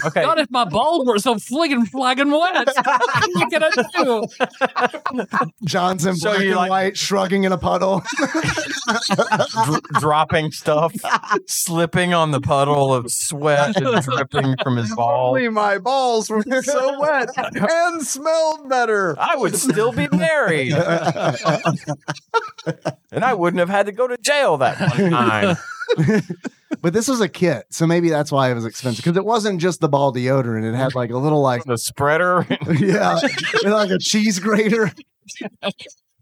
S4: Okay.
S1: Not if my bulb were so fliggin' flagging
S4: (laughs)
S1: wet. what can I do?
S2: Johnson
S4: So
S2: Black
S4: you
S2: and
S4: like-
S2: White shrugging in a
S3: (laughs)
S2: puddle.
S4: Dr-
S2: (laughs)
S4: dropping stuff, slipping on the puddle of
S2: (laughs)
S4: sweat and dripping from his ball.
S3: Only my balls were so wet and smelled
S2: (laughs)
S3: better.
S4: I would still be married. and I wouldn't have had to go to jail that
S2: (laughs)
S4: one time.
S2: But this was a kit, so maybe that's why it was expensive. Because it wasn't just the ball deodorant; it had like a little like (laughs)
S4: The spreader.
S2: yeah, (laughs) it had, like a cheese grater. (laughs)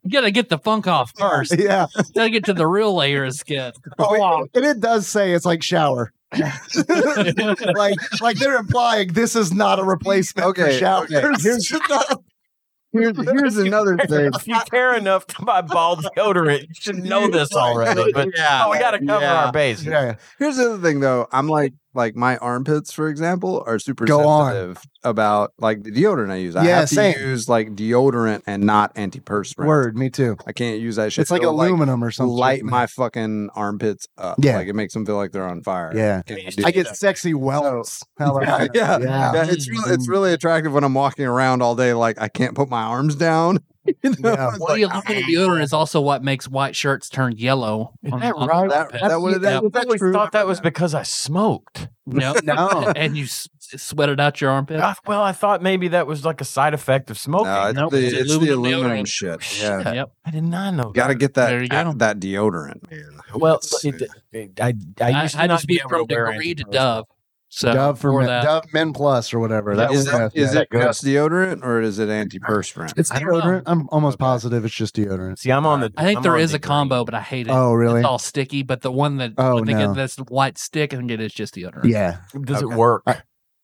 S1: You gotta get the funk off first.
S2: Yeah,
S1: gotta get to the real layer of skin.
S2: Oh, and it does say it's like shower. (laughs) like like they're implying this is not a replacement for
S3: Okay,
S2: showers.
S3: okay. Here's, (laughs) here's, (laughs) here's another thing.
S4: if you care enough to buy ball deodorant, you should know this already. But
S3: yeah,
S4: oh, we got to
S3: (laughs)
S4: cover
S3: yeah.
S4: our bases.
S2: yeah,
S3: Here's the other thing, though. I'm like, like my armpits, for example, are super
S2: Go on.
S3: sensitive about like the deodorant I use. I
S2: Yeah,
S3: have to
S2: same.
S3: use like deodorant and not antiperspirant.
S2: word. Me too.
S3: I can't use that shit.
S2: It's like
S3: It'll,
S2: aluminum or something.
S3: light my fucking armpits up.
S2: Yeah.
S3: like it makes them feel like they're on fire.
S2: Yeah,
S3: Can't
S4: I
S3: do
S2: I
S3: that.
S2: get sexy welts. How
S3: (laughs) yeah,
S2: about
S3: yeah,
S2: that? yeah.
S3: yeah, It's really, it's really attractive when I'm walking around all day. Like I can't put my arms down. You know?
S2: Yeah.
S3: (laughs)
S1: Well,
S3: It's like,
S1: the aluminum deodorant is also what makes white shirts turn yellow. on- on the
S3: That,
S1: armpit.
S3: that, would- that,
S4: I
S3: would- that's
S4: always
S3: true.
S4: thought that was because I smoked. (laughs)
S1: No,
S2: No.
S1: and you s- sweated out your armpit.
S4: I- well, I thought maybe that was like a side effect of smoking.
S3: No, it's,
S1: Nope,
S3: the,
S1: it's
S3: it's, the
S1: aluminum
S3: aluminum
S1: deodorant.
S3: shit. Yeah.
S1: Yep.
S4: I did not know.
S3: Got to get that
S1: There you go.
S3: that deodorant, man. I hope
S4: Well,
S3: it's-
S4: it, it, I I
S1: I,
S4: used to
S1: I
S4: not
S1: just
S4: be
S1: speak
S4: able
S1: from
S4: to wear
S1: degree to
S4: antiperspirant.
S1: Dove. So
S2: Dove for
S1: before
S2: men,
S1: that-
S2: Dove Men Plus or whatever. That
S3: is
S2: was
S3: it, is
S2: yeah.
S3: it just deodorant or is it antiperspirant?
S2: It's
S1: I don't know.
S2: deodorant. I'm almost positive it's just deodorant.
S4: See, I'm on the.
S1: I think
S4: I'm
S1: there
S4: on
S1: is
S4: the
S1: a combo, but I hate it.
S2: Oh, really?
S1: It's all sticky, but the one that
S2: Oh,
S1: I think
S2: no.
S1: it, that's the white stick, I think it is just deodorant.
S2: Yeah.
S4: green. Does
S3: Okay.
S4: it work?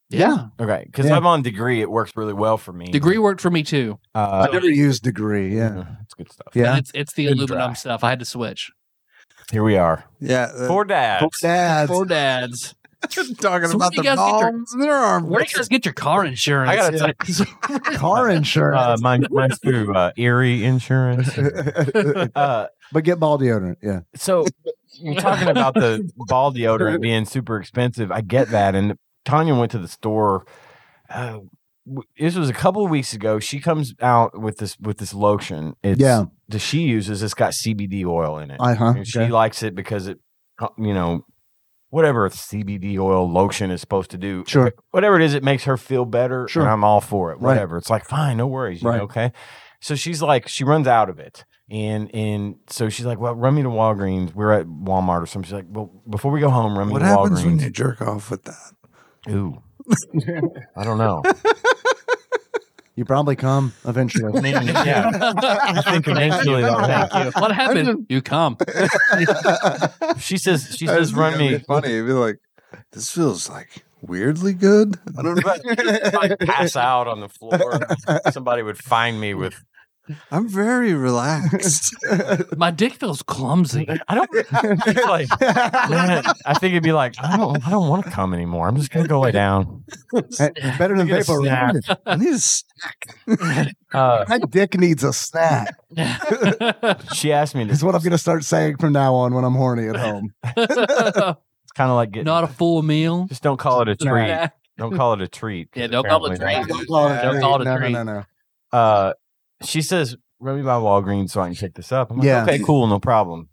S2: Yeah.
S4: Okay, because
S2: Yeah.
S4: I'm on degree. It works really well for me.
S1: Degree worked for me too.
S4: Uh, Mm-hmm.
S2: I've never used degree. Yeah.
S4: It's good stuff.
S1: And
S2: Yeah.
S1: It's it's the
S4: Good
S1: aluminum
S4: dry.
S1: stuff. I had to switch.
S4: Here we are.
S3: yeah. uh,
S4: Four dads.
S2: Dads.
S1: Four dads.
S2: (laughs)
S3: talking
S1: So
S3: about
S1: where do
S3: the
S1: you guys get your-
S3: balls and
S1: (laughs)
S3: their arm.
S1: Where do you guys get your car insurance?
S4: I
S1: (laughs)
S4: gotta
S2: Car insurance.
S4: Uh, mine, mine's through uh,
S1: (laughs)
S4: Erie Insurance. Uh,
S2: but get ball deodorant. Yeah. (laughs)
S4: so you're talking about the ball deodorant being super expensive. I get that. And Tanya went to the store. Uh, w- this was a couple of weeks ago. She comes out with this with this lotion. It's,
S2: Yeah.
S4: That she uses. It's got CBD oil in it.
S2: Uh huh.
S4: And she likes it because it, uh, you know, whatever CBD oil lotion is supposed to do,
S2: Sure.
S4: whatever it is, it makes her feel better.
S2: Sure.
S4: And I'm all for it.
S2: Right.
S4: Whatever. It's like, fine, no worries. You
S2: Right.
S4: know, okay. So she's like, she runs out of it. And and so she's like, well, run me to Walgreens. We're at Walmart or something. She's like, well, before we go home, run me
S3: What
S4: to
S3: happens when
S4: Walgreens.
S3: you jerk off with that?
S4: Ooh. I don't know.
S2: You probably come
S1: (laughs)
S2: eventually.
S4: yeah. I think eventually it'll happen.
S1: What happened? you come.
S4: She says, she
S3: That's
S4: says, run
S3: gonna be
S4: me.
S3: Funny. It'd be like, this feels like weirdly good. I don't
S2: (laughs)
S3: know.
S4: I'd pass out on the floor. Somebody would find me with
S3: I'm very relaxed.
S1: My dick feels
S4: (laughs)
S1: clumsy.
S4: I don't it's like man, I think it'd be like, I don't I don't want to come anymore. I'm just gonna go lay down.
S2: Better than
S4: Get a
S2: vapor.
S4: snack.
S3: I need a snack.
S4: Uh,
S2: My dick needs a snack.
S4: she asked me
S2: Is
S4: to
S2: what I'm going to start saying from now on when I'm horny
S1: (laughs)
S2: at home.
S1: Not
S4: it's kinda like getting
S1: a full meal.
S4: just don't call it a treat.
S1: Yeah.
S4: Don't call it a treat. 'cause
S1: Yeah, don't call it a
S4: apparently
S1: treat.
S4: that's-
S2: Call it a
S1: Don't
S2: treat.
S1: call it a
S2: no,
S1: treat.
S2: no, no, no.
S4: Uh she says, Run me by Walgreens so I can pick this up. I'm like,
S2: Yeah.
S4: okay, cool, no problem.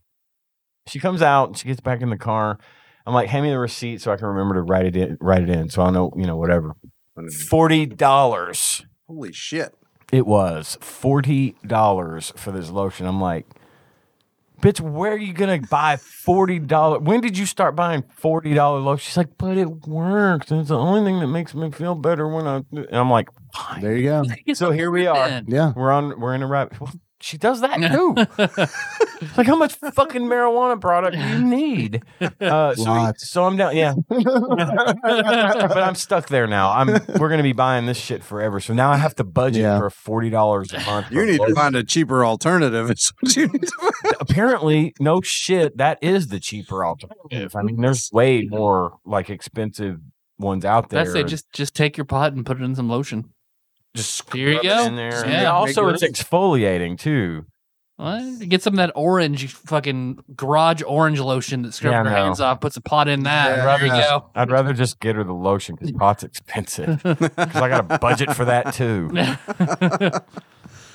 S4: She comes out and she gets back in the car. I'm like, hand me the receipt so I can remember to write it in write it in. So I know, you know, whatever. Forty dollars.
S3: Holy shit.
S4: It was forty dollars for this lotion. I'm like, bitch, where are you gonna buy forty dollars? When did you start buying forty dollar lotion? She's like, but it works. It's the only thing that makes me feel better when I. do-" And I'm like, fine.
S2: There you go.
S4: So here we are.
S2: Yeah.
S4: We're on. We're in a rabbit. Well, she does
S2: (laughs)
S4: that too.
S1: (laughs)
S4: It's like, how much fucking marijuana product do you
S2: (laughs)
S4: need? Uh, so,
S2: Lots.
S4: so I'm down.
S3: (laughs)
S4: Yeah,
S1: (laughs)
S2: (laughs)
S4: but I'm stuck there now. I'm. We're gonna be buying this shit forever. So now I have to budget
S2: Yeah.
S4: for forty dollars a month.
S3: You
S4: for
S3: need to
S4: lotion.
S3: find a cheaper alternative. (laughs) It's what you need
S4: (laughs)
S3: to
S4: apparently, no shit, that is the cheaper alternative. I mean, there's way more like expensive ones out there.
S1: That's it. Just just take your pot and put it in some lotion.
S4: just
S1: Here you
S4: scrub it
S1: go.
S4: in there.
S1: Yeah.
S4: And also,
S3: Make
S4: it's
S3: it-
S4: exfoliating too.
S1: Well, get some of that orange fucking garage orange lotion that scrubbing
S4: Yeah,
S1: her
S4: no.
S1: hands off, puts a pot in that.
S3: Yeah,
S1: and there you go. (laughs)
S4: I'd rather just get her the lotion because pot's expensive. Because I got a budget for that
S1: (laughs)
S4: too.
S2: Uh,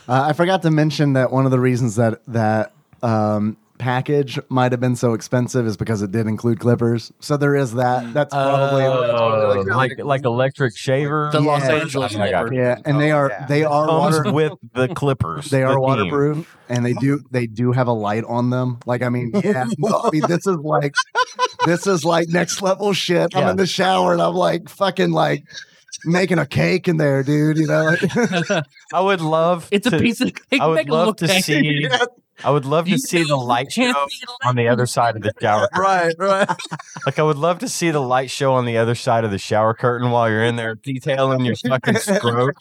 S2: I forgot to mention that one of the reasons that that um, package might have been so expensive is because it did include clippers. So there is that. That's probably
S4: Oh, like like electric shaver.
S1: The Los
S2: Yeah.
S1: Angeles
S4: I got
S1: Clipper.
S2: yeah, and they are they are (laughs)
S4: comes
S2: water (laughs)
S4: with the clippers.
S2: they
S4: the
S2: are
S4: theme.
S2: waterproof and they do they do have a light on them. Like I mean,
S4: (laughs)
S2: yeah, I mean, this is like this is like next level shit. I'm
S4: Yeah.
S2: in the shower and I'm like fucking like making a cake in there, dude. You know, (laughs) like,
S4: I would love.
S1: It's a
S4: to-
S1: piece of cake.
S4: I would
S1: make it
S4: love
S1: look
S4: to
S1: nice.
S2: (laughs)
S4: see. I would love to
S1: You
S4: see the light show
S1: can't see it.
S4: on the other side of the shower.
S3: right,
S4: (laughs)
S3: right.
S4: Like I would love to see the light show on the other side of the shower curtain while you're in there detailing your fucking scrote.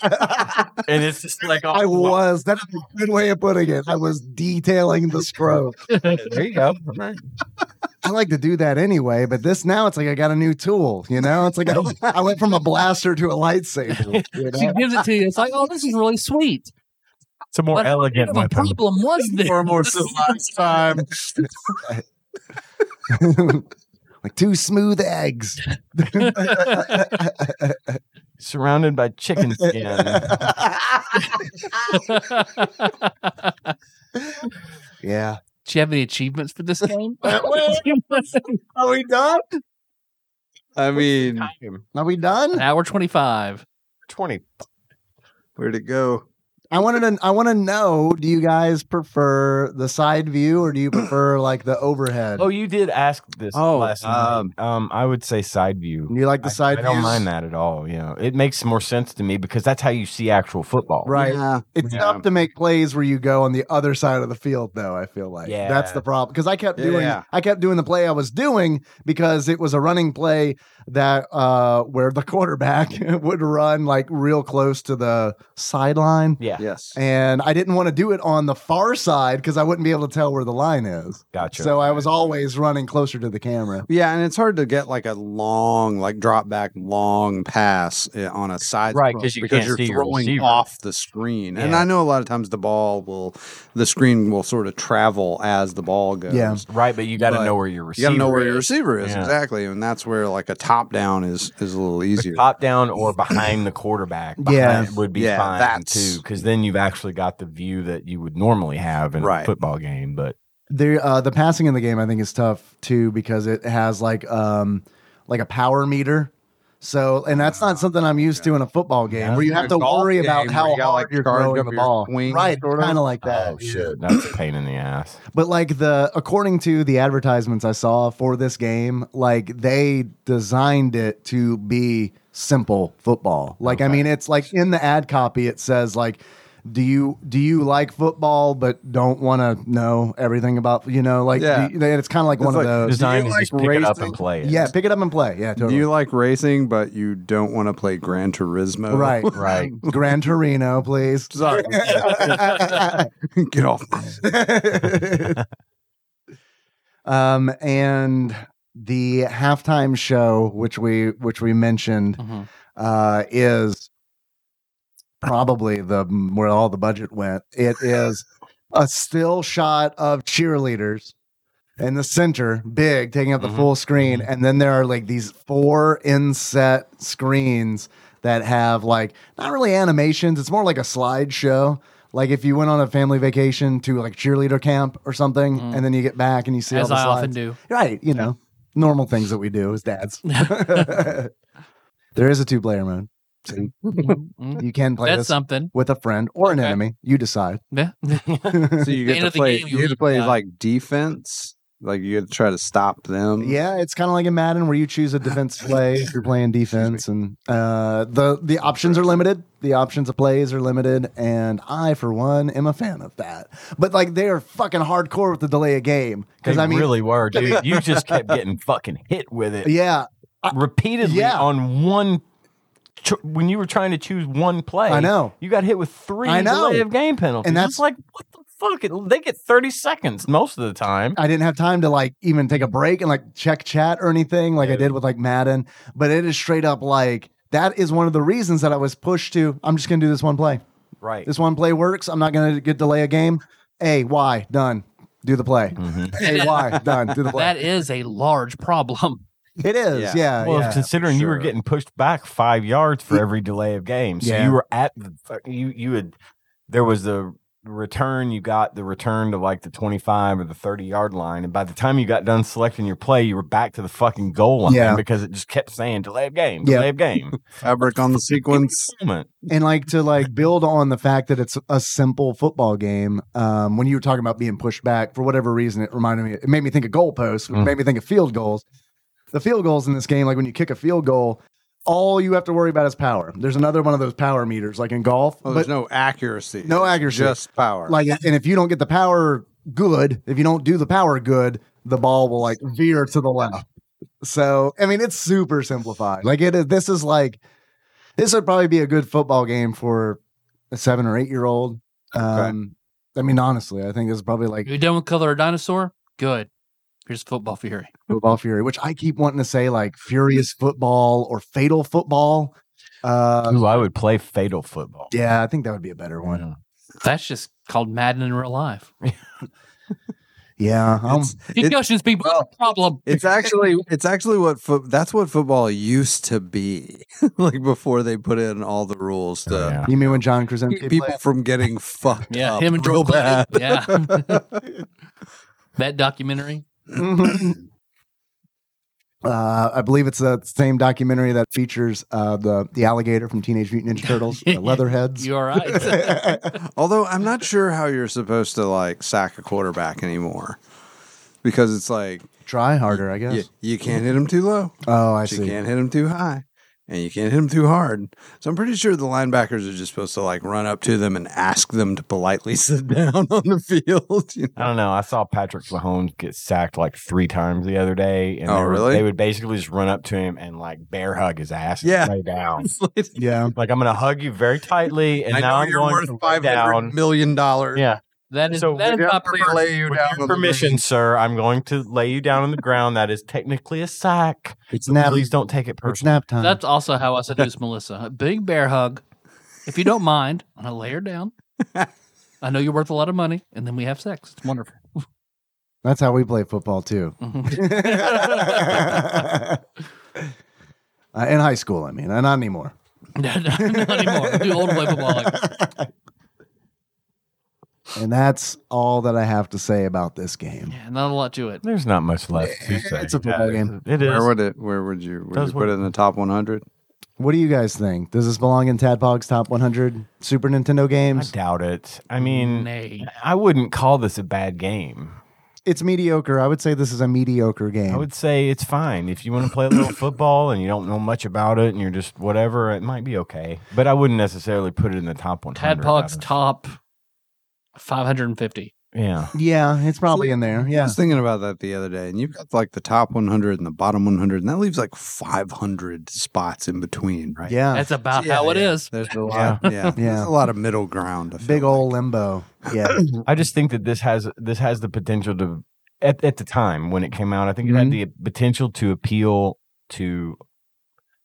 S4: and it's just like all-
S2: I was that's a good way of putting it. I was detailing the scroll.
S4: (laughs) There you go.
S2: I like to do that anyway, but this now it's like I got a new tool, you know? It's like I, I went from a blaster to a lightsaber.
S4: (laughs)
S2: You
S1: She
S2: know?
S1: gives it to you. It's like, oh, this is really sweet.
S4: It's a more
S1: What-
S4: elegant
S1: What
S4: weapon.
S1: problem was this? (laughs)
S3: Four more
S4: (laughs)
S3: last time.
S2: (laughs) like two smooth eggs.
S4: Surrounded by chicken skin.
S2: (laughs) yeah.
S1: Do you have any achievements for this (laughs) game?
S2: Are we done?
S3: I mean,
S4: Time.
S2: Are we done?
S1: An hour twenty-five.
S4: Twenty.
S3: where'd it go?
S2: I wanted to I want to know, do you guys prefer the side view or do you prefer like the overhead?
S4: Oh, you did ask this
S3: Oh,
S4: last
S3: um,
S4: um, um I would say side view.
S2: you like the
S4: I-
S2: side
S4: I,
S2: view?
S4: don't mind that at all. You know, it makes more sense to me because that's how you see actual football.
S2: Right.
S3: Yeah.
S2: It's
S3: Yeah.
S2: tough to make plays where you go on the other side of the field, though. I feel like
S4: Yeah.
S2: that's the problem because I kept doing
S3: Yeah.
S2: I kept doing the play I was doing because it was a running play that uh, where the (laughs) quarterback would run like real close to the sideline,
S4: Yeah.
S3: Yes.
S2: and I didn't want to do it on the far side because I wouldn't be able to tell where the line is.
S4: Gotcha.
S2: So I was always running closer to the camera.
S3: Yeah, and it's hard to get like a long, like drop back long pass uh, on a side
S4: Right,
S3: scroll
S4: 'cause you
S3: because
S4: can't
S3: you're
S4: see your
S3: throwing
S4: receiver.
S3: off the screen. And
S4: Yeah.
S3: I know a lot of times the ball will, the screen will sort of travel as the ball goes.
S2: Yeah.
S4: right, but you got
S3: But
S4: to know where your
S3: You
S4: receiver.
S3: got to know where your
S4: is.
S3: receiver is
S4: Yeah.
S3: exactly, and that's where like a top down is is a little easier.
S4: top down or behind the quarterback. Behind
S2: Yeah.
S4: it would be
S3: Yeah,
S4: fine
S3: that's-
S4: too, because then you've actually got the view that you would normally have in
S3: Right.
S4: a football game. But
S2: The uh, the passing in the game I think is tough too because it has like um like a power meter. So and that's not something I'm used to in a football game
S4: Yeah.
S2: where you have to
S3: Golf
S2: worry
S3: game
S2: about
S3: where
S2: how
S3: you
S2: hard
S3: gotta, like,
S2: you're
S3: charge
S2: throwing
S3: up
S2: the
S3: your
S2: ball.
S3: swing,
S2: right,
S3: sort of.
S2: kind of like that.
S4: oh shit, that's a pain in the ass.
S2: But like the according to the advertisements I saw for this game, like they designed it to be simple football. Like I
S4: Okay.
S2: mean it's like in the ad copy it says like do you do you like football but don't want to know everything about you know like
S3: Yeah.
S2: do you- it's kind of like
S3: It's
S2: one
S3: like-
S2: of those
S4: Design
S3: you
S4: is
S3: like
S4: just pick it up
S3: racing?
S4: and play it.
S2: yeah pick it up and play yeah
S3: Do
S2: totally
S3: you like racing, but you don't want to play Gran Turismo?
S2: right
S4: (laughs) Right.
S2: (laughs) Gran Torino please
S3: (laughs)
S2: (laughs)
S3: Sorry. Get off.
S2: um, and the halftime show, which we which we mentioned,
S1: Mhm.
S2: uh, is probably the mm, where all the budget went. It is a still shot of cheerleaders in the center, big, taking up the
S1: Mm-hmm,
S4: Mhm.
S2: full screen,
S4: Mhm.
S2: and then there are like these four inset screens that have like not really animations. It's more like a slideshow. Like if you went on a family vacation to like cheerleader camp or something,
S1: Mm.
S2: and then you get back and you see all
S1: As
S2: the
S1: I
S2: slides.
S1: often do.
S2: Right, you know, normal things that we do as dads. (laughs) there is a two player mode.
S1: Mhm.
S2: You can play
S1: That's
S2: this
S1: something.
S2: with a friend or an
S1: Okay.
S2: enemy. You decide. (laughs)
S1: Yeah.
S3: So you
S1: The
S3: get
S1: end
S3: to
S1: of the
S3: play.
S1: game, you
S3: you get to
S1: leave
S3: play
S1: out.
S3: like defense. Like you get to try to stop them.
S2: Yeah, it's kind of like in Madden where you choose a defense play if you're playing defense, and uh, the the options are limited. The options of plays are limited, and I, for one, am a fan of that. But like they are fucking hardcore with the delay of game because
S4: They
S2: I mean,
S4: really were,
S2: (laughs)
S4: dude. You just kept getting fucking hit with it
S2: yeah,
S4: repeatedly
S2: Yeah.
S4: on one. Cho- when you were trying to choose one play,
S2: I know.
S4: you got hit with three
S2: I know.
S4: delay of game penalties.
S2: And
S4: And
S2: that's-
S4: that's it's like what the fuck? It- They get thirty seconds most of the time.
S2: I didn't have time to like even take a break and like check chat or anything like I did with like Madden. But it is straight up like that is one of the reasons that I was pushed to. I'm just gonna do this one play.
S4: Right.
S2: This one play works. I'm not gonna get delay a game. A Y done. Do the play.
S4: Mm-hmm.
S2: A Y done. Do the play.
S1: That is a large problem.
S2: it is.
S3: Yeah.
S2: Yeah. yeah.
S4: Well, considering you were
S3: sure.
S4: getting pushed back five yards for every delay of game, so
S2: Yeah.
S4: you were at the fuck- you you had there was the return you got the return to like the twenty five or the thirty yard line, and by the time you got done selecting your play, you were back to the fucking goal line
S2: Yeah.
S4: because it just kept saying delay of game,
S2: Yeah.
S4: delay of game.
S3: Fabric on the sequence. (laughs)
S4: Moment.
S2: and like to like build on the fact that it's a simple football game. Um, when you were talking about being pushed back for whatever reason, it reminded me. It made me think of goalposts. It
S4: Mm.
S2: made me think of field goals. The field goals in this game, like when you kick a field goal, all you have to worry about is power. There's another one of those power meters, like in golf.
S3: Oh, there's
S2: but
S3: no accuracy.
S2: No
S3: It's
S2: accuracy.
S3: Just power.
S2: like, and if you don't get the power good, if you don't do the power good, the ball will like veer to the left. So, I mean, it's super simplified. Like it is. This is like this would probably be a good football game for a seven or eight year old. Um, I mean, honestly, I think this is probably like
S1: You done with Color of Dinosaur? Good. Here's Football Fury.
S2: football fury, which I keep wanting to say like furious football or fatal football. Uh,
S4: Ooh, I would play fatal football. Oh,
S2: yeah, I think that would be a better one.
S1: That's just called Madden in real life.
S2: Yeah, um,
S3: It's- It-
S1: Concussions be a
S3: well,
S1: problem.
S3: It's actually it's actually what fo- that's what football used to be (laughs) like before they put in all the rules to
S4: Yeah.
S2: um, you mean when John Krasinski
S3: keep
S2: played-
S3: people from getting fucked
S1: Yeah,
S3: up
S1: him and
S3: real
S1: Joe Biden. (laughs)
S3: bad.
S1: Yeah. that documentary.
S2: Mhm. Uh, I believe it's the same documentary that features uh, the the alligator from Teenage Mutant Ninja Turtles, the Leatherheads.
S1: You all
S3: (laughs)
S1: right?
S3: Although I'm not sure how you're supposed to like sack a quarterback anymore because it's like
S2: Try harder, I guess.
S3: you, you can't hit him too low,
S2: Oh, I
S3: so you
S2: see.
S3: can't hit him too high, and you can't hit him too hard. So I'm pretty sure the linebackers are just supposed to like run up to them and ask them to politely (laughs) sit down on the field. You
S4: I don't know. I saw Patrick Mahomes get sacked like three times the other day, and
S3: Oh,
S4: they, were-
S3: really?
S4: they would basically just run up to him and like bear hug his ass.
S3: Yeah.
S4: and lay down.
S3: know?
S2: Yeah,
S4: Like I'm gonna hug you
S3: (laughs)
S4: very tightly, and
S3: I
S4: now
S3: know
S4: I'm
S3: you're
S4: going
S3: worth
S4: to lay
S3: five hundred
S4: down.
S3: million dollars.
S4: Yeah.
S1: That is
S4: So
S1: that is
S3: we have
S1: not
S3: to
S1: clear.
S3: lay you
S4: With
S3: down
S4: your
S3: on the
S4: permission,
S3: green.
S4: sir, I'm going to lay you down on the ground. That is technically a sack.
S2: it's nap.
S4: Please don't take it
S2: It's
S4: personally.
S2: nap time.
S1: That's also how I seduce Melissa. A big bear hug. If you don't mind, I'm gonna lay her down. I know you're worth a lot of money, and then we have sex. It's wonderful.
S2: That's how we play football too.
S1: Mhm.
S3: (laughs)
S2: (laughs) uh, in high school, I mean, uh, not anymore.
S1: (laughs) not anymore. Do old boy football. Like,
S2: And that's all that I have to say about this game.
S1: yeah, not a lot to it.
S4: There's not much left to say.
S2: (laughs) It's a football game.
S4: It is.
S3: Where would it? Where would you? Would
S4: Does
S3: you put
S4: work.
S3: it in the top 100?
S2: What do you guys think? Does this belong in Tadpog's top 100 Super Nintendo
S4: I
S2: games?
S4: doubt it. I mean,
S1: Nay.
S4: I wouldn't call this a bad game.
S2: It's mediocre. I would say this is a mediocre game.
S4: I would say it's fine if you want to play a little football and you don't know much about it and you're just whatever. It might be okay, but I wouldn't necessarily put it in the top one.
S1: Tadpog's top 550.
S4: Yeah,
S2: yeah, it's probably in there.
S3: I
S2: Yeah.
S3: was thinking about that the other day, and you've got like the top 100 and the bottom 100, and that leaves like 500 spots in between, right?
S2: Yeah.
S1: That's about
S3: Yeah,
S1: how it
S3: yeah.
S1: is.
S3: There's
S2: (laughs)
S3: a lot. Yeah, There's a lot of middle ground. I feel
S2: Big
S3: like.
S2: old limbo.
S3: (clears throat)
S2: Yeah.
S4: I just think that this has this has the potential to at at the time when it came out. I think
S1: Mm-hmm.
S4: it had the potential to appeal to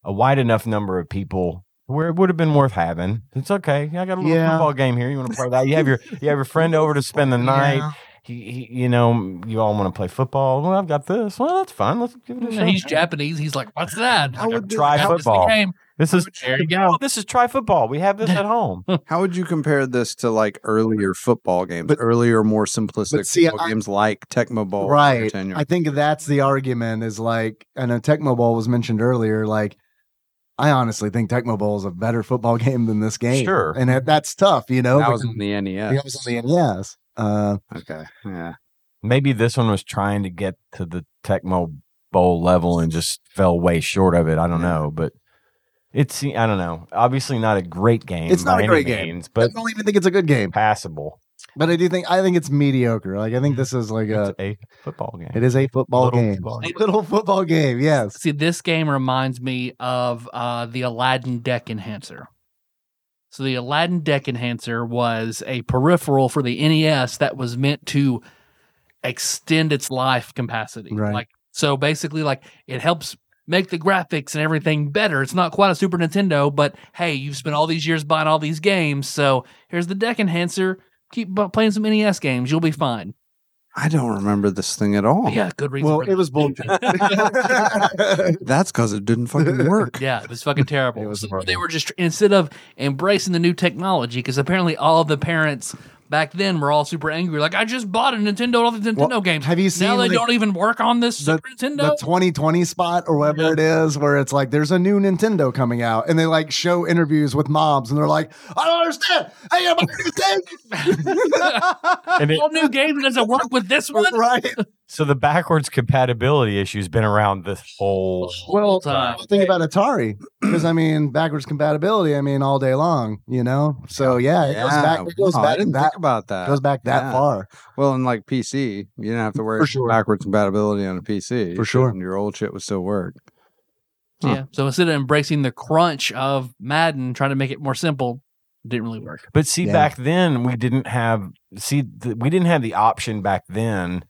S4: a wide enough number of people where it would have been worth having. It's okay. I got a little
S2: Yeah.
S4: football game here. You want to play that? You have your you have your friend over to spend the night.
S2: Yeah.
S4: He, he, you know, you all want to play football. Well, I've got this. Well, that's fine. Let's give it a shot.
S1: And he's Japanese. He's like, what's that?
S3: How
S1: Like,
S3: would
S4: try
S1: "That was the
S4: football.
S1: game."
S4: This is
S1: There you go.
S4: Oh, this is try football. We have this at home.
S3: How would you compare this to like earlier football games, earlier, more simplistic
S2: but see,
S3: football
S2: I-
S3: games like Tecmo Bowl? or
S2: Right.
S3: Tenure?
S2: I think that's the argument is like, I know Tecmo Bowl was mentioned earlier. Like, I honestly think Tecmo Bowl is a better football (laughs) game than this game.
S4: Sure.
S2: And that, that's tough, you know?
S3: that was on
S2: because-
S3: the NES.
S2: that was on the NES. Uh,
S3: Okay. Yeah.
S4: Maybe this one was trying to get to the Tecmo Bowl level and just fell way short of it. I don't
S3: Yeah.
S4: know, but it's I don't know. Obviously, not a great game.
S2: It's not
S4: by
S2: a great
S4: any
S2: game.
S4: means,
S2: but
S4: but
S2: I don't even think it's a good game.
S4: passable.
S2: But I do think, I think it's mediocre. Like, I think this is like a,
S4: It's a football game.
S2: it is a football
S4: Little
S2: game.
S4: football game.
S2: A (laughs) little football game, yes.
S1: See, this game reminds me of uh, the Aladdin deck enhancer. So the Aladdin deck enhancer was a peripheral for the NES that was meant to extend its life capacity.
S2: Right.
S1: Like so basically like it helps make the graphics and everything better. It's not quite a Super Nintendo, but hey, you've spent all these years buying all these games, so here's the deck enhancer. keep bu- playing some NES games. You'll be fine.
S3: I don't remember this thing at all.
S1: Yeah, good reason.
S2: Well,
S1: for
S2: it was bullshit. (laughs) it
S3: That's because
S2: (laughs)
S3: it didn't fucking work.
S1: Yeah, it was fucking terrible.
S2: It was
S1: So
S2: horrible.
S1: they were just instead of embracing the new technology, because apparently all the parents back then were all super angry. Like, I just bought a Nintendo, all the Nintendo
S2: Well,
S1: games.
S2: have you
S1: now
S2: seen,
S1: they
S2: like,
S1: don't even work on this Super
S2: the
S1: Nintendo? (laughs)
S2: 2020 spot or whatever it is, where it's like there's a new Nintendo coming out, and they like show interviews with mobs, and they're like, "I don't understand. I am Nintendo."
S4: And it,
S2: (laughs)
S1: all new game doesn't work with this one.
S2: right?
S4: so the backwards compatibility issue's been around this whole.
S2: Well,
S1: time.
S2: think about Atari because I mean backwards compatibility. I mean all day long, you know. So yeah, it goes
S3: Yeah,
S2: back. It goes
S3: wow, I
S2: back
S3: didn't
S2: that
S3: think about that.
S2: goes back that
S3: Yeah.
S2: far.
S3: Well, and like PC, you didn't have to worry
S2: For sure.
S3: backwards compatibility on a PC
S2: For sure.
S3: and Your old shit would still work.
S1: Yeah. So instead of embracing the crunch of Madden, trying to make it more simple, didn't really work.
S4: But see,
S2: Yeah.
S4: back then we didn't have see th- we didn't have the option back then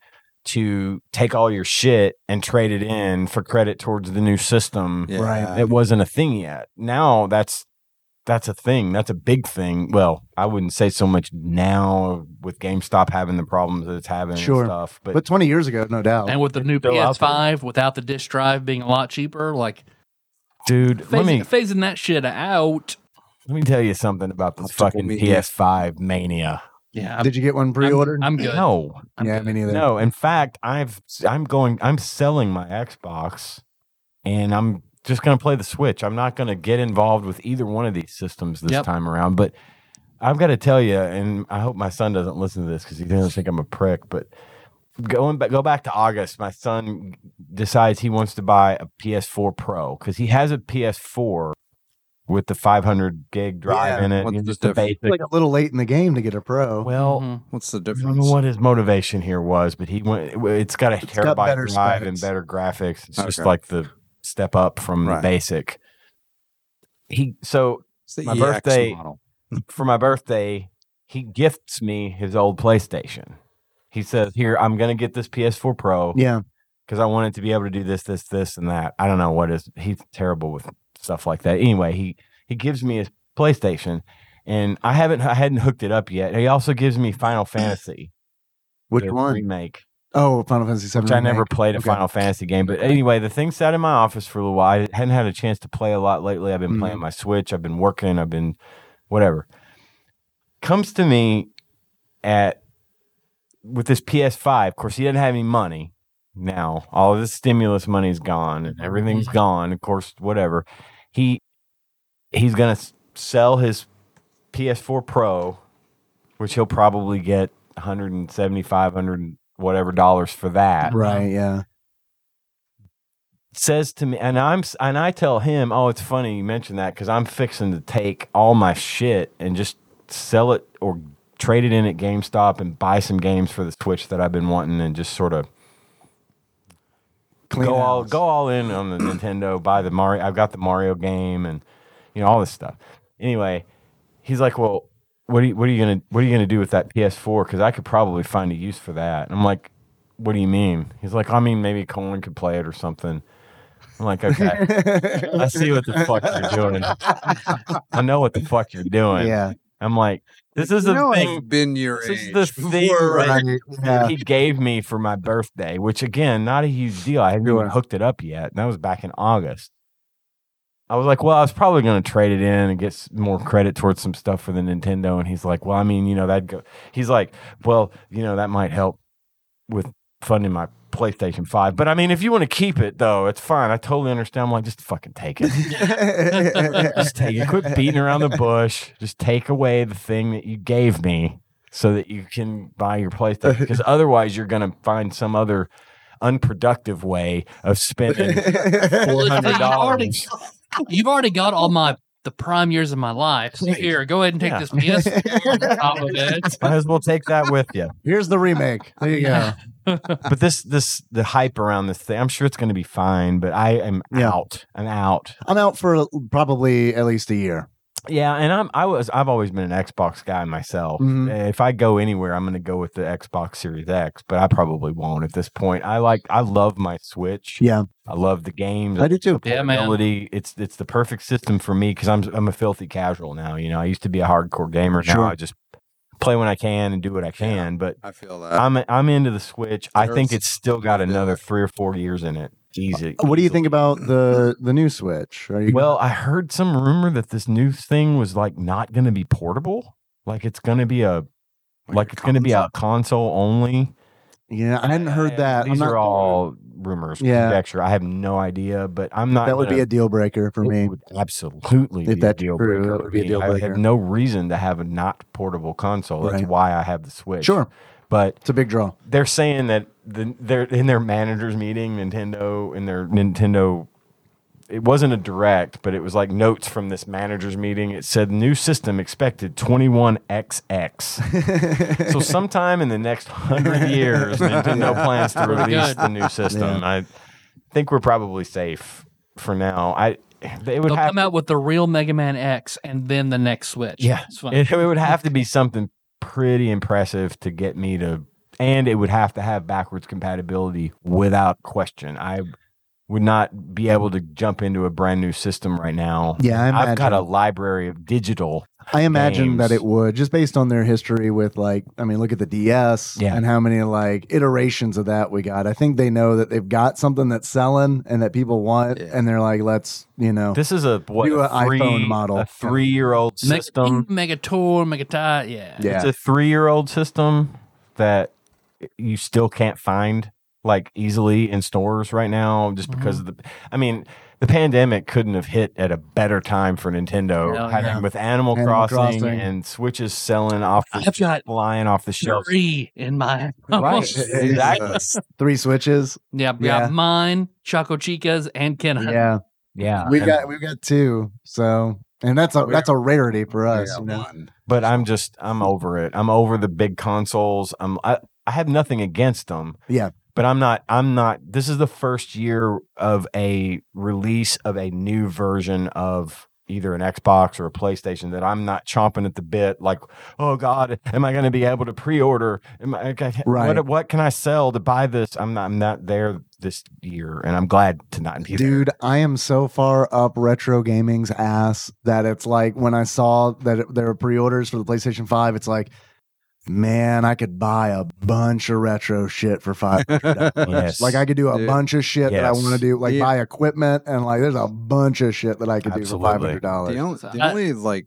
S4: to take all your shit and trade it in for credit towards the new system.
S3: Yeah.
S2: Right.
S4: It wasn't a thing yet. Now that's that's a thing. That's a big thing. Well, I wouldn't say so much now with GameStop having the problems that it's having
S2: Sure.
S4: and stuff. But,
S2: But 20 years ago, no doubt.
S1: And with the new
S4: Still out
S1: PS5, without the disc drive being a lot cheaper, like
S4: dude,
S1: phasing,
S4: let me
S1: phasing that shit out.
S4: let me tell you something about this
S3: Optical
S4: fucking
S3: media.
S4: PS5 mania.
S1: Yeah. I'm-
S2: Did you get one
S1: I'm,
S2: pre-ordered?
S1: I'm good.
S4: No.
S1: I'm
S2: yeah,
S1: good.
S2: me neither.
S4: No, in fact, I've I'm going I'm selling my Xbox and I'm just going to play the Switch. I'm not going to get involved with either one of these systems this
S1: Yep.
S4: time around, but I've got to tell you and I hope my son doesn't listen to this cuz he doesn't think I'm a prick, but going back go back to August, my son decides he wants to buy a PS4 Pro cuz he has a PS4 with the 500 gig drive
S2: Yeah,
S4: in it,
S3: what's
S4: you know,
S3: the
S4: just the
S3: difference?
S4: basic.
S2: like a little late in the game to get a pro.
S4: well,
S1: Mhm.
S3: What's the
S4: I don't know
S3: difference?
S4: what his motivation here was, but he went. It's got a
S2: got
S4: terabyte
S2: better
S4: drive and
S2: specs.
S4: better graphics. It's just
S3: Okay.
S4: like the step up from the
S3: Right.
S4: basic. He so
S3: It's the
S4: my
S3: EX
S4: birthday-
S3: model.
S4: for my birthday, he gifts me his old PlayStation. He says, "Here, I'm going to get this PS4 Pro
S2: Yeah,
S4: because I wanted to be able to do this, this, this, and that. I don't know what is. He's terrible with stuff like that. Anyway, he he gives me his PlayStation, and I haven't I hadn't hooked it up yet. He also gives me Final Fantasy,
S2: which
S4: the
S2: one?
S4: remake.
S2: Oh, Final Fantasy Seven.
S4: Which I never played a
S2: Okay.
S4: Final Fantasy game, but anyway, the thing sat in my office for a little while. I hadn't had a chance to play a lot lately. I've been
S2: Mhm.
S4: playing my Switch. I've been working. I've been whatever. Comes to me at with this PS5. Of course, he didn't have any money now. All of this stimulus money's gone, and everything's gone. Of course, whatever. He he's gonna s- sell his PS4 Pro, which he'll probably get 175, 100 whatever dollars for that
S2: Right. Yeah.
S4: says to me, and I'm s- and I tell him, "Oh, it's funny you mentioned that because I'm fixing to take all my shit and just sell it or trade it in at GameStop and buy some games for the Switch that I've been wanting and just sort of
S2: Clean
S4: go all
S2: house.
S4: go all in on the Nintendo. Buy the Mario. I've got the Mario game and you know all this stuff. Anyway, he's like, "Well, what are you, what are you gonna what are you gonna do with that PS4? Because I could probably find a use for that." And I'm like, "What do you mean?" He's like, "I mean, maybe Colin could play it or something." I'm like, "Okay,
S2: (laughs)
S4: I see what the fuck you're doing. I know what the fuck
S3: (laughs)
S4: you're doing."
S2: Yeah.
S4: I'm like, "This is
S3: You
S4: the
S3: know, um,
S4: thing."
S3: I've been your
S4: This
S3: age.
S4: is the thing right
S2: Yeah.
S4: he gave me for my birthday, which again, not a huge deal. I hadn't even
S2: Sure.
S4: hooked it up yet. And that was back in August. I was like, well, I was probably going to trade it in and get s- more credit towards some stuff for the Nintendo. And he's like, well, I mean, you know, that go. He's like, well, you know, that might help with funding my PlayStation 5. But I mean, if you want to keep it, though, it's fine. I totally understand. I'm like, just fucking take it. just take it. Quit beating around the bush. Just take away the thing that you gave me so that you can buy your PlayStation. Because otherwise, you're going to find some other unproductive way
S2: (laughs)
S4: of
S1: (laughs)
S4: spending (laughs)
S1: Well, it's- you've, already,
S4: $400.
S1: you've already got all my the prime years of my life. So
S4: Right.
S1: here, go ahead and take
S4: Yeah.
S1: this
S4: (laughs)
S1: PS4 on top of it.
S4: Might as well take that with you.
S2: Here's the remake. There you go.
S4: But this, this, the hype around this thing, I'm sure it's going to be fine. But I am
S2: Yeah.
S4: out. I'm out.
S2: I'm out for probably at least a year.
S4: Yeah, and I'm I was I've always been an Xbox guy myself.
S2: Mhm.
S4: If I go anywhere, I'm going to go with the Xbox Series X, but I probably won't at this point. I like I love my Switch.
S2: Yeah.
S4: I love the games.
S2: I do too.
S1: Yeah, man.
S4: Portability. It's it's the perfect system for me because I'm I'm a filthy casual now. You know, I used to be a hardcore gamer. Now
S2: Sure.
S4: I just play when I can and do what I can. But
S3: I feel
S2: Uh,
S3: that. (laughs)
S4: I'm I'm into the Switch. I think
S3: hurts.
S4: it's still got
S3: Yeah.
S4: another three or four years in it. Easy.
S2: Uh, What do you think about the the new Switch? Are you
S4: Well, I heard some rumor that this new thing was like not going to be portable. Like it's going to be a like,
S3: a
S4: it's going to be a
S3: concept.
S4: console only.
S2: yeah, I hadn't heard that. I'm
S4: These
S2: not-
S4: are all rumors,
S2: Yeah.
S4: conjecture. I have no idea, but I'm not.
S2: that would be
S4: gonna- Oh.
S2: a deal breaker for
S4: it
S2: me.
S4: Would absolutely,
S2: If
S4: be a
S2: that's
S4: deal
S2: true,
S4: breaker
S2: that
S4: for
S2: would be a
S4: me.
S2: deal
S4: I
S2: breaker.
S4: have no reason to have a not portable console. That's
S2: Right.
S4: why I have the Switch.
S2: Sure,
S4: but
S2: it's a big draw.
S4: they're saying that the, they're in their managers meeting nintendo in their nintendo it wasn't a direct but it was like notes from this managers meeting it said new system expected 21xx so sometime in the next 100 years nintendo plans to release
S1: good.
S4: the new system i think we're probably safe for now i they would
S1: They'll
S4: have
S1: come out with the real Mega Man X and then the next Switch.
S4: yeah,
S1: It's fun.
S4: It, it would have to be something pretty impressive to get me to, and it would have to have backwards compatibility without question. I would not be able to jump into a brand new system right now.
S2: Yeah, I imagine.
S4: I've got a library of digital.
S2: I imagine that
S4: games.
S2: it would just based on their history with like I mean look at the DS
S4: Yeah.
S2: and how many like iterations of that we got. I think they know that they've got something that's selling and that people want
S3: Yeah.
S2: and they're like let's, you know.
S4: This is a what
S2: Do
S4: a
S2: a
S4: three,
S2: iPhone model.
S4: a three year old
S1: Mega,
S4: system.
S1: Mega Tour, Mega Tie. Yeah.
S4: It's a three year old system that you still can't find like easily in stores right now
S1: Mm-hmm.
S4: just because of the I mean the pandemic couldn't have hit at a better time for Nintendo
S1: Hell
S4: having
S1: yeah.
S4: with Animal,
S2: Animal
S4: Crossing,
S2: Crossing.
S4: and Switches selling off the
S1: I've got
S4: flying off the shelves.
S1: Three in my
S4: Right. (laughs)
S1: house.
S3: E
S4: Exactly.
S2: Three
S4: (laughs)
S2: switches.
S1: Yeah, we
S2: Yeah.
S1: got mine, Choco Chicas, and Kenna.
S2: Yeah.
S4: Yeah.
S2: We've got we've got two. So and that's a that's a rarity for us.
S3: Yeah,
S2: you know?
S3: one.
S4: (laughs) But I'm just I'm over it. I'm over the big consoles. I'm I, I have nothing against them.
S2: Yeah.
S4: But I'm not I'm not this is the first year of a release of a new version of either an Xbox or a PlayStation that I'm not chomping at the bit like, oh God, am I gonna be able to pre-order? Am I, okay,
S2: Right.
S4: what what can I sell to buy this? I'm not I'm not there this year and I'm glad to not be there.
S2: Dude, (laughs) I am so far up retro gaming's ass that it's like when I saw that it, there were pre-orders for the PlayStation 5, it's like, man, I could buy a bunch of retro shit for five.
S4: Yes.
S2: like I could do a
S3: Dude.
S2: bunch of shit that I
S4: Yes.
S2: want to do, like
S3: Yeah.
S2: buy equipment and like there's a bunch of shit that I could do for five
S4: Absolutely.
S2: hundred dollars.
S3: (laughs) the only, the
S1: I-
S3: only like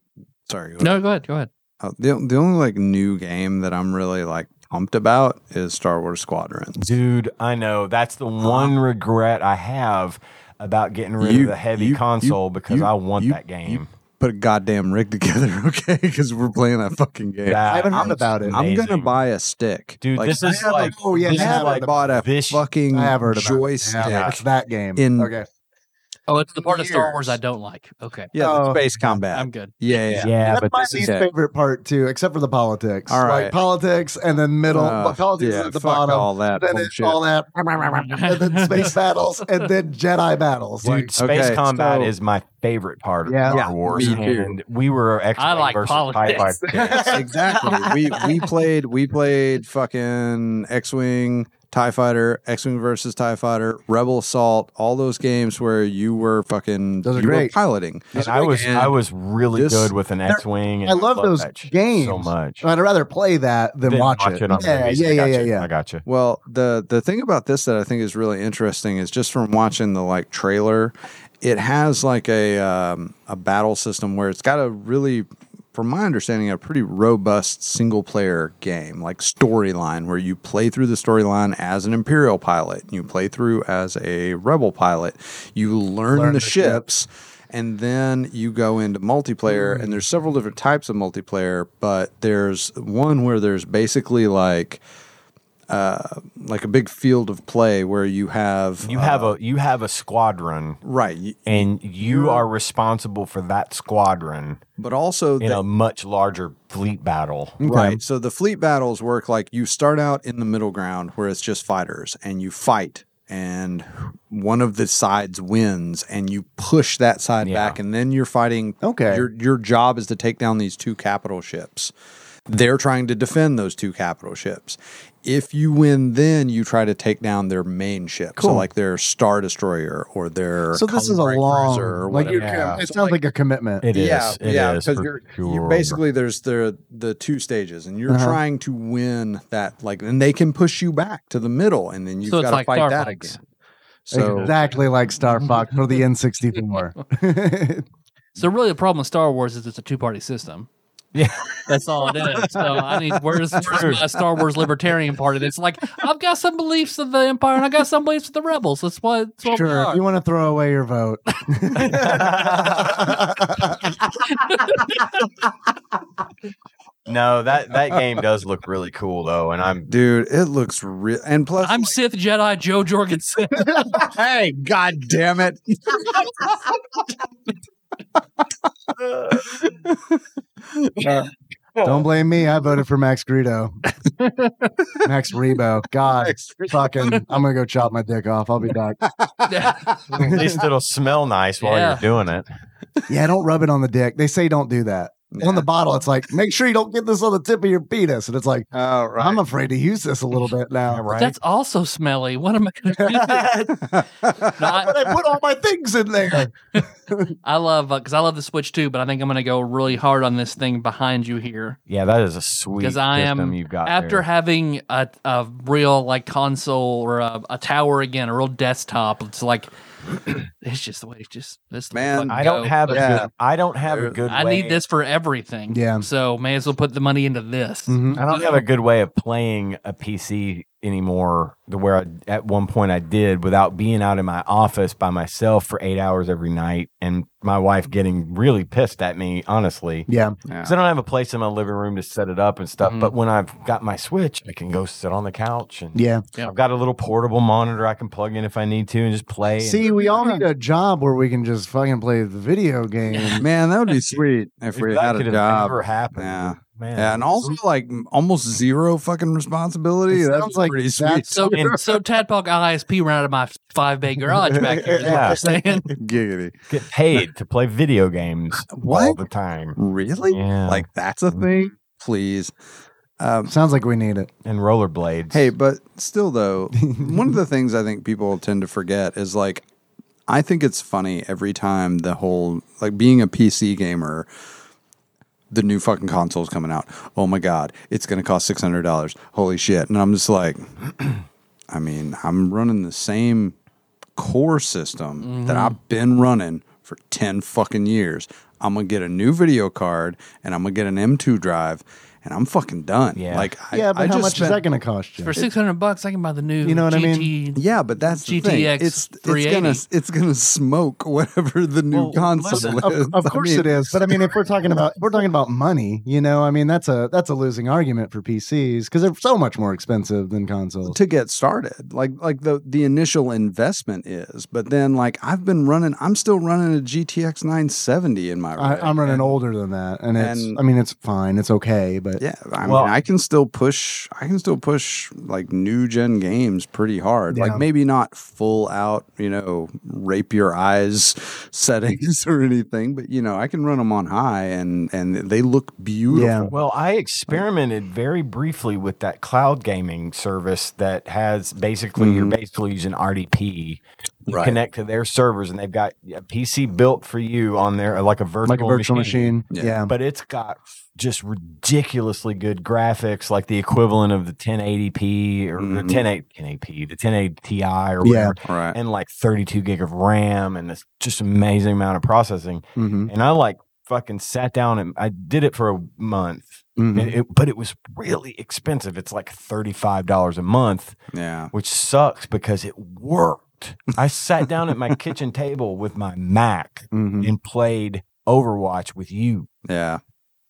S3: sorry go
S1: No, go ahead. Go ahead.
S3: Uh, the the only like new game that I'm really like pumped about is Star Wars Squadrons.
S4: Dude, I know. That's the one regret I have about getting rid
S3: You-
S4: of the heavy
S3: you- you-
S4: console because
S3: you-
S4: I want
S3: you-
S4: that game.
S3: Put a goddamn rig (laughs) together, okay? Because we're playing that fucking game.
S4: That
S2: I haven't heard
S4: is
S2: about it.
S3: I'm gonna
S4: amazing.
S3: buy a stick,
S4: Dude, this
S3: I
S4: is
S3: haven't-
S4: like-
S2: oh yeah,
S4: this
S2: I
S4: is
S3: I
S2: have
S3: haven't
S4: like
S2: heard
S3: bought a
S4: this-
S3: fucking
S2: about- I have heard about
S3: joystick.
S2: It. Yeah,
S3: Yeah,
S2: it's that game.
S3: In-
S2: okay,
S1: Oh, it's the part of Star Wars
S3: Years.
S1: I don't like. Okay.
S3: the
S2: Oh.
S3: space combat.
S1: I'm good.
S3: yeah, yeah.
S4: Yeah,
S2: That's
S4: but
S2: my
S4: this is
S2: least favorite part too, except for the politics.
S3: All
S2: like
S3: right.
S2: politics and then middle
S3: Uh,
S2: politics
S3: yeah,
S2: at the
S3: fuck
S2: bottom.
S3: All that
S2: then it's
S3: bullshit.
S2: all
S3: (laughs)
S2: that, and
S4: (laughs)
S2: then space battles, and then Jedi battles.
S4: dude,
S2: like,
S4: space
S3: okay,
S4: combat
S3: so-
S4: is my favorite part of
S2: Yeah.
S4: Star
S3: Yeah,
S4: Wars.
S3: me too.
S4: And we were X
S1: I like
S4: versus TIE
S1: politics.
S3: (laughs)
S4: Fighter.
S3: exactly. We
S2: (laughs)
S3: we played we played fucking X Wing, Tie Fighter, X Wing versus Tie Fighter, Rebel Assault, all those games where you were fucking
S2: Those are
S3: you were
S2: great.
S3: piloting.
S4: And I was I was really
S3: this-
S4: good with an
S2: They're-
S4: X Wing.
S2: I love those games.
S4: so much.
S2: I'd rather play that than
S4: Didn't
S2: watch, it.
S4: on the
S2: yeah,
S4: movies.
S2: yeah,
S4: I
S2: yeah,
S4: got
S2: yeah,
S4: you.
S2: yeah.
S4: I got you.
S3: Well, the the thing about this that I think is really interesting is just from watching the like trailer, it has like a um, a battle system where it's got a really, from my understanding, a pretty robust single player game like storyline where you play through the storyline as an Imperial pilot, you play through as a Rebel pilot, you learn,
S2: Learn
S3: the,
S2: the
S3: ships. And then you go into multiplayer, and there's several different types of multiplayer, but there's one where there's basically like like a big field of play where you have
S4: You
S3: uh,
S4: have a you have a squadron
S3: right, y-
S4: and you are responsible for that squadron
S3: but also
S4: in
S3: the-
S4: a much larger fleet battle.
S3: right. So the fleet battles work like you start out in the middle ground where it's just fighters, and you fight, and one of the sides wins, and you push that side
S4: Yeah.
S3: back, and then you're fighting.
S2: Okay.
S3: your your job is to take down these two capital ships. They're trying to defend those two capital ships. If you win, then you try to take down their main ship, so
S2: Cool.
S3: like their star destroyer or their
S2: So this is a
S3: Columbine
S2: long,
S3: cruiser or
S2: like
S3: whatever.
S2: you're,
S4: Yeah.
S2: it sounds like, a commitment.
S4: It is.
S3: yeah,
S4: It
S3: yeah,
S4: is,
S3: because
S4: for
S3: you're,
S4: sure.
S3: you're basically there's the the two stages, and you're
S2: Uh-huh.
S3: trying to win that like, and they can push you back to the middle, and then you've
S1: so
S3: got
S1: it's
S3: to
S1: like
S3: fight
S1: Star
S3: that
S1: Fox.
S3: again. So
S2: exactly like (laughs) Star Fox for the (laughs) N64.
S1: So really, the problem with Star Wars is it's a two party system.
S4: Yeah.
S1: (laughs) that's all it is. So I need where's, where's my Star Wars libertarian part of this? Like I've got some beliefs of the Empire and I got some beliefs of the Rebels. That's what. That's what we
S2: sure, if
S1: are.
S2: you want to throw away your vote.
S4: (laughs) No, that that game does look really cool though, and I'm
S3: dude, it looks real. And plus,
S1: I'm
S3: like,
S1: Sith Jedi Joe Jorgensen.
S3: hey, god damn (laughs) it!
S2: Don't blame me. I voted for Max (laughs) Greedo. Max Rebo. God, fucking, I'm gonna go chop my dick off. I'll be back.
S1: (laughs)
S4: at least it'll smell nice while
S1: Yeah.
S4: you're doing it.
S2: Yeah, don't rub it on the dick. They say don't do that. On the bottle, it's like, make sure you don't get this on the tip of your penis. And it's like,
S3: All right.
S2: I'm afraid to use this a little bit now.
S4: right.
S1: That's also smelly. What am I going to do?
S3: (laughs)
S1: No, I-
S2: (laughs) But I put all my things in there.
S1: I love because I love the Switch too, but I think I'm going to go really hard on this thing behind you here.
S4: Yeah, that is a sweet
S1: 'Cause I am-
S4: system you've got.
S1: After
S4: there.
S1: having a, a real like console or a, a tower again, a real desktop, it's like (clears throat) it's just the way it's just this
S3: Man,
S4: I don't have a
S3: Yeah.
S4: good. I don't have a
S3: There-
S4: good.
S1: I
S4: way-
S1: need this for everything.
S2: Yeah.
S1: So may as well put the money into this.
S2: Mhm.
S4: I don't have a good way of playing a PC anymore. The where I, at one point I did without being out in my office by myself for eight hours every night, and my wife getting really pissed at me. Honestly,
S2: Mm-hmm. Yeah. Mm-hmm.
S4: because I don't have a place in my living room to set it up and stuff.
S1: Mhm.
S4: But when I've got my Switch, I can go sit on the couch and
S2: Yeah.
S1: Yeah.
S4: I've got a little portable monitor I can plug in if I need to and just play. and-
S2: See, we all need a job where we can just fucking play the video (laughs) game.
S3: Man, that would be sweet if we
S4: that
S3: had
S4: could
S3: a
S4: have
S3: job.
S4: Never happened.
S3: Yeah.
S4: man.
S3: Yeah, and also like almost zero fucking responsibility.
S2: It
S3: That's
S2: sounds like
S3: pretty sweet.
S2: that's-
S1: So so Tadpog ISP ran out of my five bay garage back here. is What
S4: Yeah.
S1: you're saying?
S3: Giggity.
S4: get paid to
S3: (laughs)
S4: play video games all
S3: What?
S4: the time.
S3: Really?
S4: Yeah.
S3: Like that's a thing? Please. Um,
S2: Sounds like we need it.
S4: and rollerblades.
S3: hey, but still though, one of the things I think people tend to forget is like I think it's funny every time the whole like being a PC gamer the new fucking console's coming out. Oh my god, it's going to cost $600. Holy shit. And I'm just like (clears throat) I mean, I'm running the same core system that I've been running for 10 fucking years. I'm going to get a new video card and I'm going to get an M2 drive and I'm fucking done.
S4: Yeah.
S3: Like I,
S2: Yeah, but
S3: I
S2: how
S3: just
S2: much is
S3: spent-
S2: that going to cost you?
S1: For six hundred bucks, I can buy the new.
S2: You know what I mean?
S1: GT.
S3: yeah, but that's the thing.
S1: GTX
S3: It's, it's
S1: 380.
S3: gonna it's gonna smoke (laughs) whatever the new
S4: Well,
S3: console
S4: listen,
S3: is.
S2: Of,
S3: (laughs)
S2: of
S3: I
S2: course
S3: mean,
S2: it is, but I mean, if we're talking about if we're talking about money, you know, I mean that's a that's a losing argument for PCs because they're so much more expensive than consoles.
S3: to get started. Like like the the initial investment is, but then like I've been running, I'm still running a GTX 970 in my
S2: I,
S3: rig.
S2: I'm running
S3: And-
S2: older than that, and it's
S3: and-
S2: I mean it's fine, it's okay, but
S3: Yeah, I
S4: Well-
S3: mean, I can still push. I can still push like new gen games pretty hard.
S2: Yeah.
S3: Like maybe not full out, you know, rape your eyes (laughs) settings (laughs) or anything, but you know, I can run them on high and and they look beautiful.
S2: Yeah.
S4: Well, I experimented very briefly with that cloud gaming service that has basically you're basically using RDP. You
S3: Right.
S4: connect to their servers, and they've got a PC built for you on there, like a virtual
S2: like a virtual machine,
S3: Yeah.
S2: yeah.
S4: But it's got just ridiculously good graphics, like the equivalent of the 1080p or
S3: Mhm.
S4: the 1080 1080p, the 1080 Ti or
S2: Yeah.
S4: whatever,
S3: Right.
S4: and like 32 gig of RAM and this just amazing amount of processing.
S2: Mhm,
S4: and I like fucking sat down and I did it for a month,
S2: mhm.
S4: and it, but it was really expensive. It's like thirty five dollars a month,
S3: Yeah.
S4: which sucks because it worked. I sat down at my kitchen table with my Mac
S2: mhm.
S4: and played Overwatch with you,
S3: Yeah.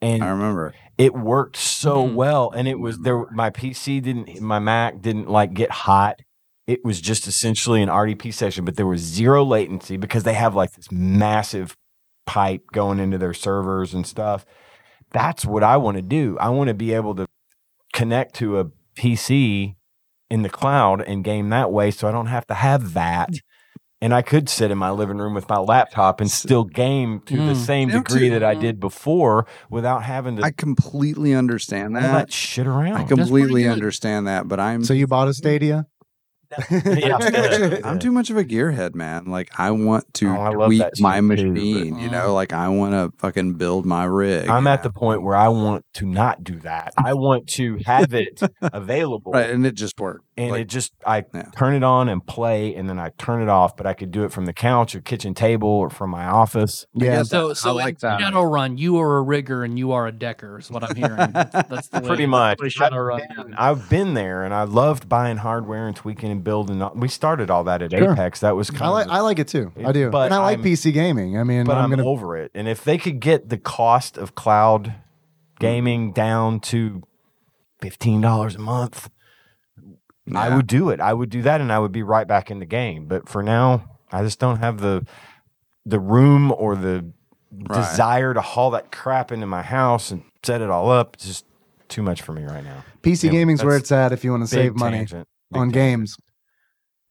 S3: I
S4: and
S3: remember.
S4: it worked so
S1: Mhm.
S4: well. And it was there. My PC didn't, my Mac didn't like get hot. It was just essentially an RDP session, but there was zero latency because they have like this massive pipe going into their servers and stuff. That's what I want to do. I want to be able to connect to a PC in the cloud and game that way so I don't have to have that and I could sit in my living room with my laptop and still game to the
S1: Mm.
S4: same
S3: Me
S4: degree
S3: too.
S4: that I did before without having to
S3: I completely understand
S4: all that
S3: that. (laughs)
S4: shit
S3: I
S4: around.
S1: pretty
S3: completely
S1: good.
S3: understand that, but I'm
S2: So you bought a Stadia?
S4: Yeah, I'm
S3: (laughs)
S4: good.
S3: I'm too much of a gearhead, man. Like I want to
S4: Oh, I love
S3: tweak
S4: that
S3: my
S4: shit too, but- mm.
S3: machine. You know, like I want to fucking build my rig.
S4: I'm
S3: you
S4: at the
S3: know?
S4: point where I want to not do that. I want to
S2: (laughs)
S4: have it available.
S3: right, and it just worked.
S4: And
S3: Like,
S4: it just, I
S3: Yeah.
S4: turn it on and play, and then I turn it off. But I could do it from the couch or kitchen table or from my office.
S2: (laughs) Yeah.
S1: So,
S3: that-
S1: so
S3: I like
S1: in
S3: that.
S1: Shadowrun, you are a rigger and you are a decker, is what I'm
S2: (laughs)
S1: hearing. That's the way,
S4: Pretty much.
S1: that's the way Shadowrun.
S4: And I've been there, and I loved buying hardware and tweaking and building. We started all that at
S2: Sure.
S4: Apex. That was kind
S2: I
S4: of
S2: like
S4: the-
S2: I like it too.
S4: It-
S2: I do.
S4: but
S2: and I like
S4: I'm-
S2: PC gaming. I mean,
S4: but I'm,
S2: I'm, gonna
S4: over it. And if they could get the cost of cloud
S2: Mm.
S4: gaming down to fifteen dollars a month, I
S3: Yeah.
S4: would do it. I would do that, and I would be right back in the game. But for now, I just don't have the the room or the desire to haul that crap into my house and set it all up. It's just too much for me right now.
S2: PC
S4: Yeah,
S2: gaming's where
S4: that's
S2: it's at if you want to save
S4: Big
S2: money
S4: tangent. Big
S2: on
S4: tangent.
S2: games.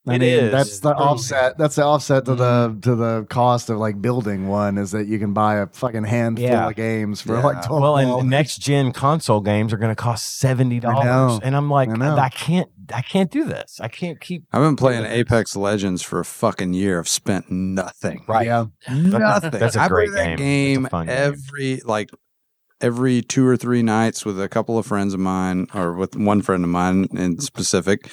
S2: I
S4: It
S2: mean,
S4: is.
S2: that's the
S4: Totally. Mm-hmm.
S2: offset. That's the offset to the to the cost of like building one is that you can buy a fucking handful
S4: Yeah.
S2: of games for
S3: Yeah.
S2: like twelve.
S4: Well, and
S2: dollars.
S4: next gen console games are going to cost seventy
S2: I
S4: dollars,
S2: know.
S4: and I'm like,
S2: I
S4: I,
S2: know.
S4: can't, I can't do this. I
S2: (laughs)
S4: can't keep
S3: I've been playing Apex Legends for a fucking year. I've spent nothing.
S4: right.
S2: yeah,
S3: Nothing.
S4: that's a
S3: I
S4: great
S3: play that
S4: game.
S3: game,
S4: It's a fun game.
S3: every like every two or three nights with a couple of friends of mine, or with one friend of mine
S4: (laughs)
S3: in specific.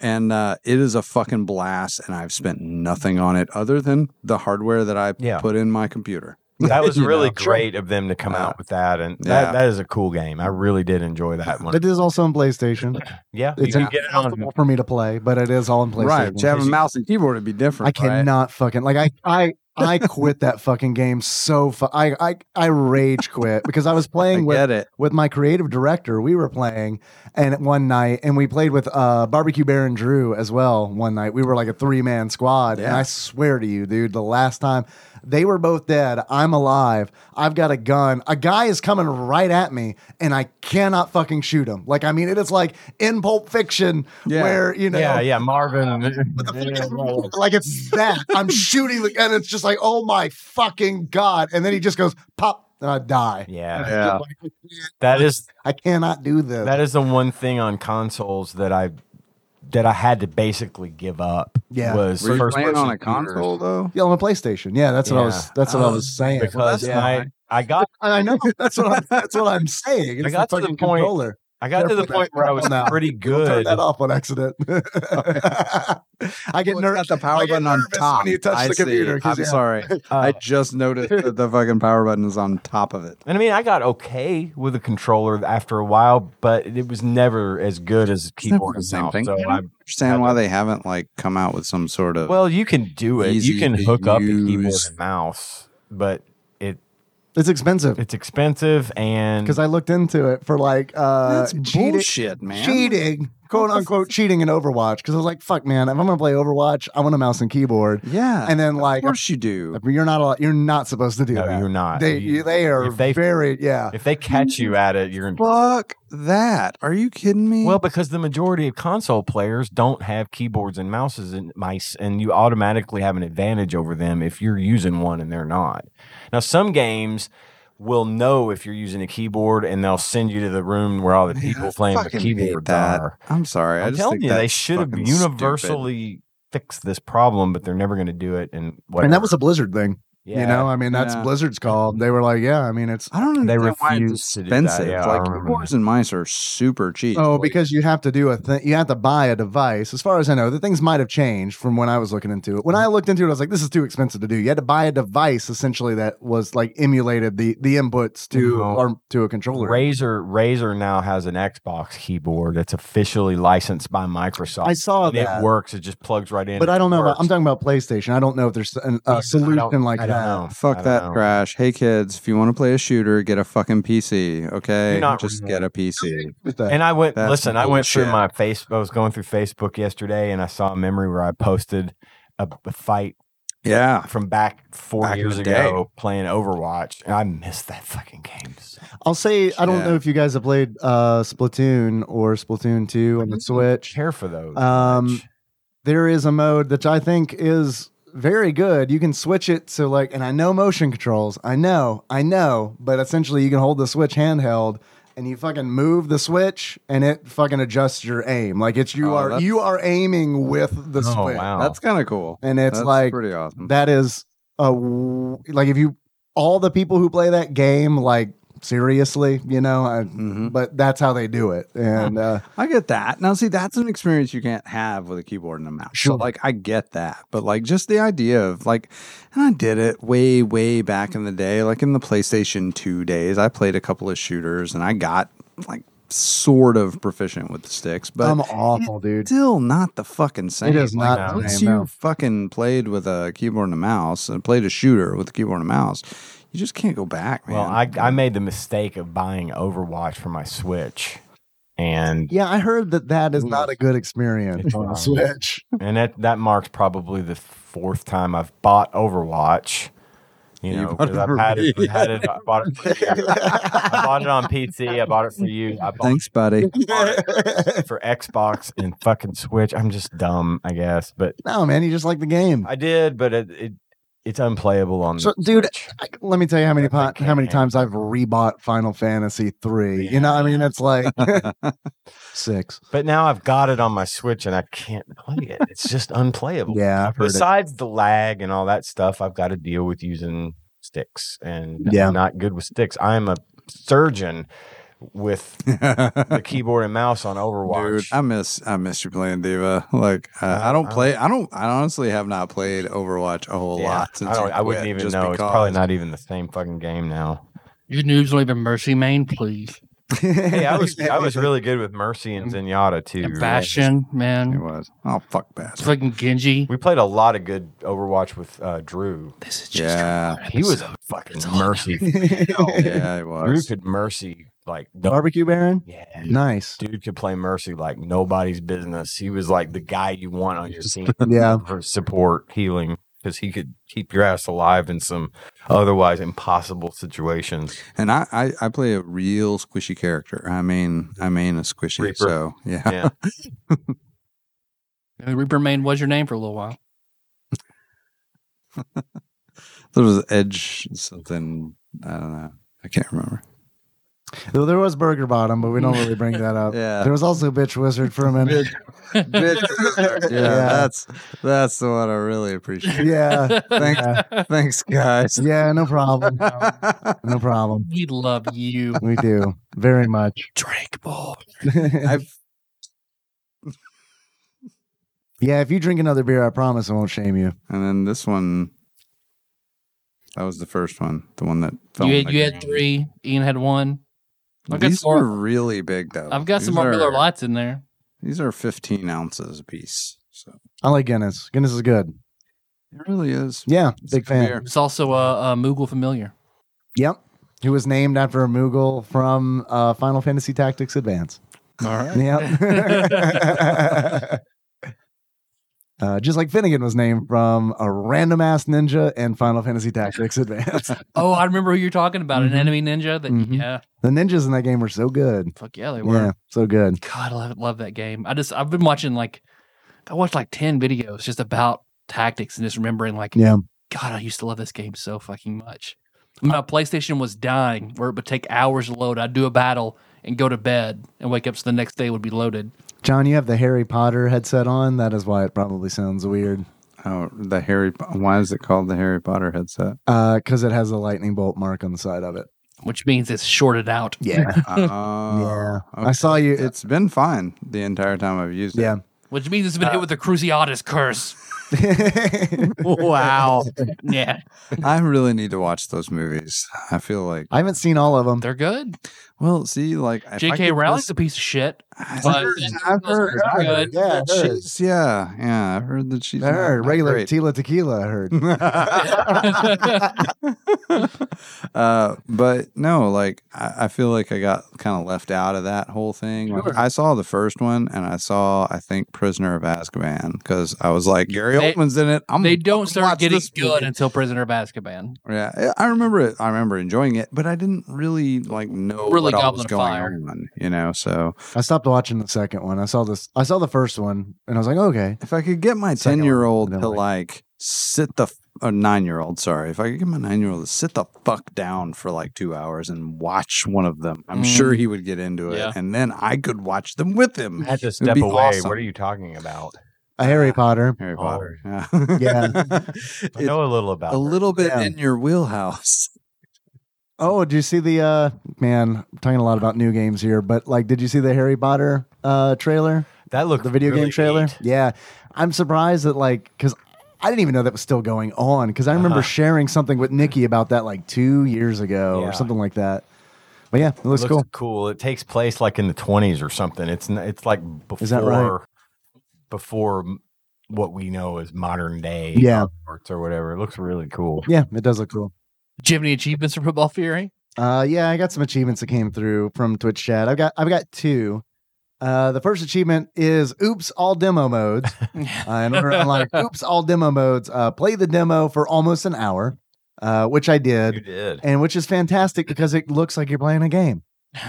S3: And uh, it is a fucking blast, and I've spent nothing on it other than the hardware that I
S4: Yeah.
S3: put in my computer.
S4: That was
S3: You know?
S4: really great of them to come
S2: Uh,
S3: Yeah.
S4: out with that, and
S3: Yeah.
S4: that, that is a cool game. I really did enjoy that one.
S2: it is also on PlayStation.
S4: yeah, you
S2: It's
S4: can get it on.
S2: impossible for me to play, but it is all on PlayStation.
S3: Right. To have a mouse and keyboard would be different.
S2: I
S3: right?
S2: cannot fucking like I I I quit that fucking game so fu- I I I rage quit because I was
S3: I
S2: playing with
S3: get it.
S2: with my creative director. We were playing and one night, and we played with uh, Barbecue Baron Drew as well. One night, we were like a three man squad, and
S3: Yeah.
S2: I swear to you, dude, the last time they were both dead, I'm alive. I've got a gun. A guy is coming right at me, and I cannot fucking shoot him. Like, I mean, it is like in Pulp Fiction,
S3: Yeah.
S2: where (laughs) you know,
S3: (laughs)
S4: Yeah, yeah, Marvin. (laughs)
S2: like it's that I'm shooting, the, and it's just like, oh my fucking god! And then he just goes pop, uh, die.
S4: Yeah,
S2: (laughs)
S3: Yeah.
S4: that is
S2: I cannot do this.
S4: that is the one thing on consoles that I that I had to basically give up.
S2: Yeah.
S4: was
S3: Were you
S4: first
S3: playing
S4: person
S3: on a
S4: shooters.
S3: console though?
S2: Yeah, on the PlayStation. Yeah, that's what I was.
S4: Yeah.
S2: That's what I
S3: Oh,
S2: was saying.
S4: because
S3: Well, that's
S4: I
S3: fine.
S4: I got
S2: I know that's what
S4: (laughs)
S2: I'm, that's what I'm saying. It's
S4: I got
S2: the
S4: to the
S2: fucking
S4: point-
S2: controller.
S4: I got to the
S2: Better put
S4: point
S2: that
S4: where I
S2: crap
S4: was
S2: on now. (laughs)
S4: pretty
S2: Turn
S4: good.
S2: that off on accident. (laughs) I get
S3: Well,
S2: nervous.
S3: it's got the power
S2: I get
S3: button on
S2: nervous
S3: top.
S2: when you touch
S3: I
S2: the
S3: see.
S2: computer. 'cause,
S3: I'm
S2: yeah.
S3: sorry. I
S4: Uh,
S2: (laughs)
S3: just noticed that the fucking power button is on top of it.
S4: And I mean, I got okay with a controller after a while, but it was never as good as a keyboard.
S3: the
S4: and
S3: same
S4: mouse.
S3: thing.
S4: So
S3: Yeah.
S4: I,
S3: Understand why they haven't like come out with some sort of
S4: well, you can do it.
S3: Easy
S4: You can
S3: to
S4: hook up a keyboard
S3: use.
S4: and mouse, but it
S2: It's expensive
S4: it's expensive and
S2: because I looked into it for like uh,
S3: that's
S2: cheating,
S3: bullshit, man.
S2: cheating, quote unquote, cheating in Overwatch. Because I was like, fuck, man, if I'm gonna play Overwatch, I want a mouse and keyboard.
S3: Yeah,
S2: And then
S3: of
S2: like,
S3: course you do.
S2: you're not allowed, you're not supposed to do
S4: no,
S2: that.
S4: you're not.
S2: They
S4: You-
S2: they are
S4: if they-
S2: very yeah.
S4: if they catch you at it, you're in.
S3: Fuck that. Are you kidding me?
S4: Well, because the majority of console players don't have keyboards and mouses and mice, and you automatically have an advantage over them if you're using one and they're not. Now, some games will know if you're using a keyboard, and they'll send you to the room where all the
S3: Man,
S4: people
S3: I
S4: playing with
S3: fucking hate
S4: keyboards
S3: that.
S4: are.
S3: I'm sorry. I
S4: I'm
S3: just
S4: telling
S3: think
S4: you, they
S3: that's
S4: should have
S3: fucking stupid.
S4: universally fixed this problem, but they're never going to do it. And whatever.
S2: And that was a Blizzard thing,
S4: yeah.
S2: you know. I mean, that's
S3: Yeah.
S2: Blizzard's call. They were like, yeah, I mean, it's
S3: I don't know.
S4: They
S3: why it's
S4: refuse to do that.
S3: expensive.
S4: Yeah, I
S3: like
S4: remember
S3: keyboards and mice are super cheap.
S2: Oh,
S3: Like,
S2: because you have to do a thing. You have to buy a device. As far as I know, the things might have changed from when I was looking into it. When I looked into it, I was like, "This is too expensive to do." You had to buy a device essentially that was like emulated the the inputs to
S4: No.
S2: or to a controller.
S4: Razer Razer now has an Xbox keyboard that's officially licensed by Microsoft.
S2: I saw
S4: And
S2: Oh, that,
S4: It works. It just plugs right in.
S2: but
S4: and
S2: I
S4: it
S2: don't know. About,
S4: works.
S2: I'm talking about PlayStation. I don't know if there's an, a solution like
S4: I
S2: that.
S4: don't know. I
S3: Fuck
S4: don't
S3: that
S4: know.
S3: crash. Hey kids, if you want to play a shooter, get a fucking PC, okay?
S4: You're not
S3: Just
S4: wrong.
S3: get a PC.
S2: With that.
S4: And I went
S3: That's
S4: listen. I went through
S3: bullshit.
S4: my face. I was going through Facebook yesterday, and I saw a memory where I posted a, a fight
S3: Yeah.
S4: from back four
S3: Back in
S4: years
S3: the day.
S4: ago playing Overwatch, and I missed that fucking game. so
S2: I'll say I don't
S3: Yeah.
S2: know if you guys have played uh, Splatoon or Splatoon Two on the Switch.
S4: care for those.
S2: Um,
S4: much.
S2: there is a mode that I think is very good. You can switch it to like, and I know motion controls. I know, I know, but essentially you can hold the Switch handheld and you fucking move the Switch and it fucking adjusts your aim. Like it's you
S3: Oh,
S2: are
S3: that's-
S2: you are aiming with the
S4: Oh
S2: Switch.
S4: wow,
S3: That's kind of cool.
S2: And it's
S3: That's
S2: like
S3: pretty awesome.
S2: that is a w- like if you all the people who play that game like seriously, you know, I,
S3: Mhm.
S2: but that's how they do it.
S3: (laughs)
S2: And uh,
S3: I get that. Now, see, that's an experience you can't have with a keyboard and a mouse. So,
S2: Sure.
S3: like, I get that. But, like, just the idea of, like, and I did it way, way back in the day, like in the PlayStation 2 days, I played a couple of shooters and I got, like, sort of proficient with the sticks, but
S2: uh, I'm awful, dude.
S3: still not the fucking same.
S2: Um, It is
S3: Like,
S2: not
S4: that.
S2: the
S3: once
S2: same,
S3: you
S2: no.
S3: fucking played with a keyboard and a mouse and played a shooter with a keyboard and a mouse, you just can't go back, man.
S4: Well, I, I made the mistake of buying Overwatch for my Switch, and
S2: Yeah, I heard that that is not a good experience Um,
S4: It's
S2: on the
S4: not.
S2: Switch.
S4: and that that marks probably the fourth time I've bought Overwatch. You
S3: You
S4: know,
S3: bought it
S4: 'cause I've
S3: for
S4: had it,
S3: me.
S4: I've had it, I bought it. For you. I bought it
S3: (laughs)
S4: on PC. I bought it for you. I bought
S2: (laughs)
S3: Thanks, buddy.
S4: it for Xbox and fucking Switch. I'm just dumb, I guess, but
S2: (laughs) No, man, you just like the game.
S4: I did. But it, it it's unplayable on.
S2: So,
S4: the
S2: dude,
S4: Switch.
S2: I- let me tell you how many
S4: That's
S2: po-
S4: okay.
S2: how many times I've rebought Final Fantasy three.
S4: Yeah.
S2: You know, I mean, it's like (laughs) six.
S4: But now I've got it on my Switch and I can't play it. It's just unplayable.
S2: Yeah, I've heard it.
S4: Besides the lag and all that stuff, I've got to deal with using sticks and
S2: Yeah.
S4: I'm not good with sticks. I'm a surgeon with
S2: (laughs)
S4: the keyboard and mouse on
S3: Dude,
S4: Overwatch.
S3: I miss I miss you playing Diva. Like uh, I don't play. I don't. I honestly have not played Overwatch a whole
S4: Yeah,
S3: lot since
S4: I, don't,
S3: you
S4: I wouldn't
S3: quit,
S4: even
S3: just
S4: know. It's
S3: because.
S4: probably not even the same fucking
S2: (laughs)
S4: game now.
S1: You noobs don't even mercy main, please.
S3: (laughs)
S4: Hey, I was I was really good with Mercy and
S2: Mm.
S4: Zenyatta too.
S1: And
S4: right?
S1: Bastion,
S3: It
S1: man.
S3: was. Oh fuck,
S1: It's
S3: bastard.
S1: fucking Genji.
S4: We played a lot of good Overwatch with uh, Drew.
S1: This is (laughs) just
S3: Yeah,
S4: (laughs)
S3: (laughs)
S4: He was a fucking mercy.
S3: yeah, it
S4: Drew
S3: was.
S4: could mercy like no-
S2: Barbecue Baron,
S4: Yeah.
S2: nice.
S4: dude could play mercy like nobody's business. He was like the guy you
S2: (laughs)
S4: want on your scene
S2: Yeah,
S4: for support, healing, because he could keep your ass alive in some otherwise
S2: (laughs)
S4: impossible situations.
S3: And I, I I play a real squishy character. I mean, I mean a squishy.
S4: Reaper.
S3: So yeah.
S4: Yeah.
S1: And Reaper main was your name for a little while. (laughs)
S3: there was Edge something. I don't know. I can't remember.
S2: Though there was Burger Bottom, but we don't really bring that up.
S3: (laughs) Yeah.
S2: There was also Bitch Wizard for a minute.
S4: (laughs)
S3: yeah, that's that's the one I really appreciate.
S2: yeah,
S3: Thanks, thanks, guys.
S2: yeah, no problem, no problem.
S1: we love
S3: (laughs)
S1: you.
S2: We do very much.
S1: Drink more.
S3: I've
S2: yeah, if you drink another beer, I promise I won't shame you.
S3: And then this one, that was the first one, the one that fell
S1: You had,
S3: on the
S1: you had
S3: ground.
S1: three. Ian had one. I've got
S3: Oh These
S1: some more-
S3: are really big though.
S1: I've got some
S3: These
S1: more Miller
S3: are-
S1: Lights in there.
S3: These are 15 ounces a piece. So
S2: I like Guinness. Guinness is good.
S3: it really is.
S2: Yeah,
S3: It's
S2: big
S3: good
S2: fan.
S3: beer.
S1: It's also a, a Moogle familiar.
S2: Yep. Who was named after a Moogle from uh, Final Fantasy Tactics Advance.
S1: All
S3: (laughs)
S1: right.
S2: Yep. (laughs) uh, just like Finnegan was named from a random ass ninja in Final Fantasy Tactics Advance.
S1: (laughs) Oh, I remember who you're talking about.
S3: Mm-hmm.
S1: An
S2: Mhm.
S1: enemy ninja. That
S2: Mhm.
S1: yeah,
S2: the ninjas in that game were so good.
S1: fuck yeah, they were.
S2: Yeah, so good.
S1: God, I love, love that game. I just I've been watching like I watched like ten videos just about tactics and just remembering like
S2: Yeah.
S1: God, I used to love this game so fucking much. When my PlayStation was dying, where it would take hours to load, I'd do a battle and go to bed and wake up so the next day would be loaded.
S2: John, you have the Harry Potter headset on. That is why it probably sounds weird.
S3: Oh, the Harry. Po- Why is it called the Harry
S1: (laughs)
S3: Potter headset?
S2: Because Uh, it has a lightning bolt mark on the side of it.
S1: Which means it's shorted out.
S2: Yeah.
S3: Oh,
S2: yeah.
S3: okay.
S2: I saw you.
S3: It's been fine the entire time I've used it.
S2: yeah.
S1: (laughs) Which means it's been hit with the Cruciatus curse.
S4: Wow.
S1: (laughs) yeah.
S3: I really need to watch those movies. I feel like,
S2: (laughs) I haven't seen all of them.
S1: They're good.
S3: well, see, like if I
S1: J.K.
S3: could
S1: Rowling's
S3: list-
S1: a piece of shit. (laughs)
S3: I've
S1: but-
S3: heard, I've heard,
S1: They're good.
S2: Yeah, it is.
S3: She's, yeah, yeah. I heard that she's
S2: I
S3: not-
S2: heard (laughs)
S3: not
S2: regular
S3: great.
S2: Tila tequila. I heard.
S3: Uh, but no, like I, I feel like I got kind of left out of that whole thing. Like, I saw the first one, and I saw I think Prisoner of Azkaban because I was like Gary
S1: They-
S3: Oldman's in it. I'm
S1: They don't start
S3: watch
S1: getting
S3: this
S1: good
S3: movie.
S1: until Prisoner of Azkaban.
S3: yeah. eh, I I remember it. I remember enjoying it, but I didn't really like know
S1: Really
S3: what all
S1: Goblet
S3: was
S1: of
S3: going
S1: Fire.
S3: on. You know, so
S2: I stopped watching the second one. I saw this. I saw the first one, and I was like, okay.
S3: if I could get my
S2: Second
S3: ten
S2: one,
S3: year old
S2: I don't
S3: to
S2: like.
S3: like sit the or nine year old, sorry, if I could get my nine year old to sit the fuck down for like two hours and watch one of them, I'm
S1: Mm.
S3: sure he would get into it,
S1: Yeah.
S3: and then I could watch them with him.
S4: I (laughs) had to
S3: It'd
S4: step
S3: be
S4: away.
S3: awesome.
S4: What are you talking about?
S2: A Harry Potter.
S3: Harry
S4: Oh.
S3: Potter? (laughs) Yeah,
S2: Yeah.
S4: I
S3: It's
S4: know a little about
S3: a
S4: her.
S3: little bit
S2: Yeah.
S3: in your wheelhouse. (laughs)
S2: Oh, did you see the uh man, I'm talking a lot about new games here, but like did you see the Harry Potter uh trailer?
S4: That looked
S2: The video
S4: really
S2: game trailer?
S4: neat.
S2: Yeah. I'm surprised that like cuz I didn't even know that was still going on cuz I remember
S4: Uh-huh.
S2: sharing something with Nikki about that like 2 years ago
S4: Yeah.
S2: or something like that. But yeah, it looks,
S4: Looks
S2: cool.
S4: cool. It takes place like in the 20s or something. It's n- it's like before
S2: Is that right?
S4: before m- what we know as modern day
S2: Yeah.
S4: Hogwarts or whatever. It looks really cool.
S2: Yeah, it does look cool.
S1: Do you have any achievements from Football Fury?
S2: Uh, yeah, I got some achievements that came through from Twitch chat. I've got I've got two. Uh, the first achievement is oops all demo
S4: (laughs)
S2: modes. uh, in order to unlock oops all demo modes, uh, play the demo for almost an hour, uh, which I
S4: You
S2: did,
S4: did.
S2: and which is fantastic because it looks like you're playing a game,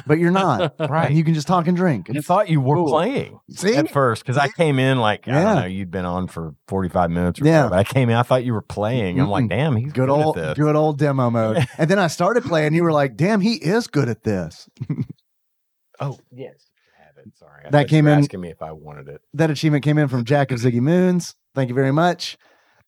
S2: but you're
S4: (laughs)
S2: not.
S4: Right.
S2: And you can just talk and drink.
S4: You thought you were
S2: Cool.
S4: playing
S2: See,
S4: at first because I came in like I don't
S2: Yeah.
S4: know you'd been on for forty five minutes. Or
S2: Yeah.
S4: yeah, but I came in. I thought you were playing. I'm like,
S2: Mm-mm.
S4: damn, he's good,
S2: good old
S4: at this.
S2: good old demo
S4: (laughs)
S2: mode. and then I started playing. You were like, "Damn, he is good at this."
S4: Oh yes, I have it. Sorry, I
S2: That
S4: thought you
S2: came
S4: were
S2: in-
S4: asking me if I wanted it.
S2: that achievement came in from Jack of Ziggy Moons. Thank you very much.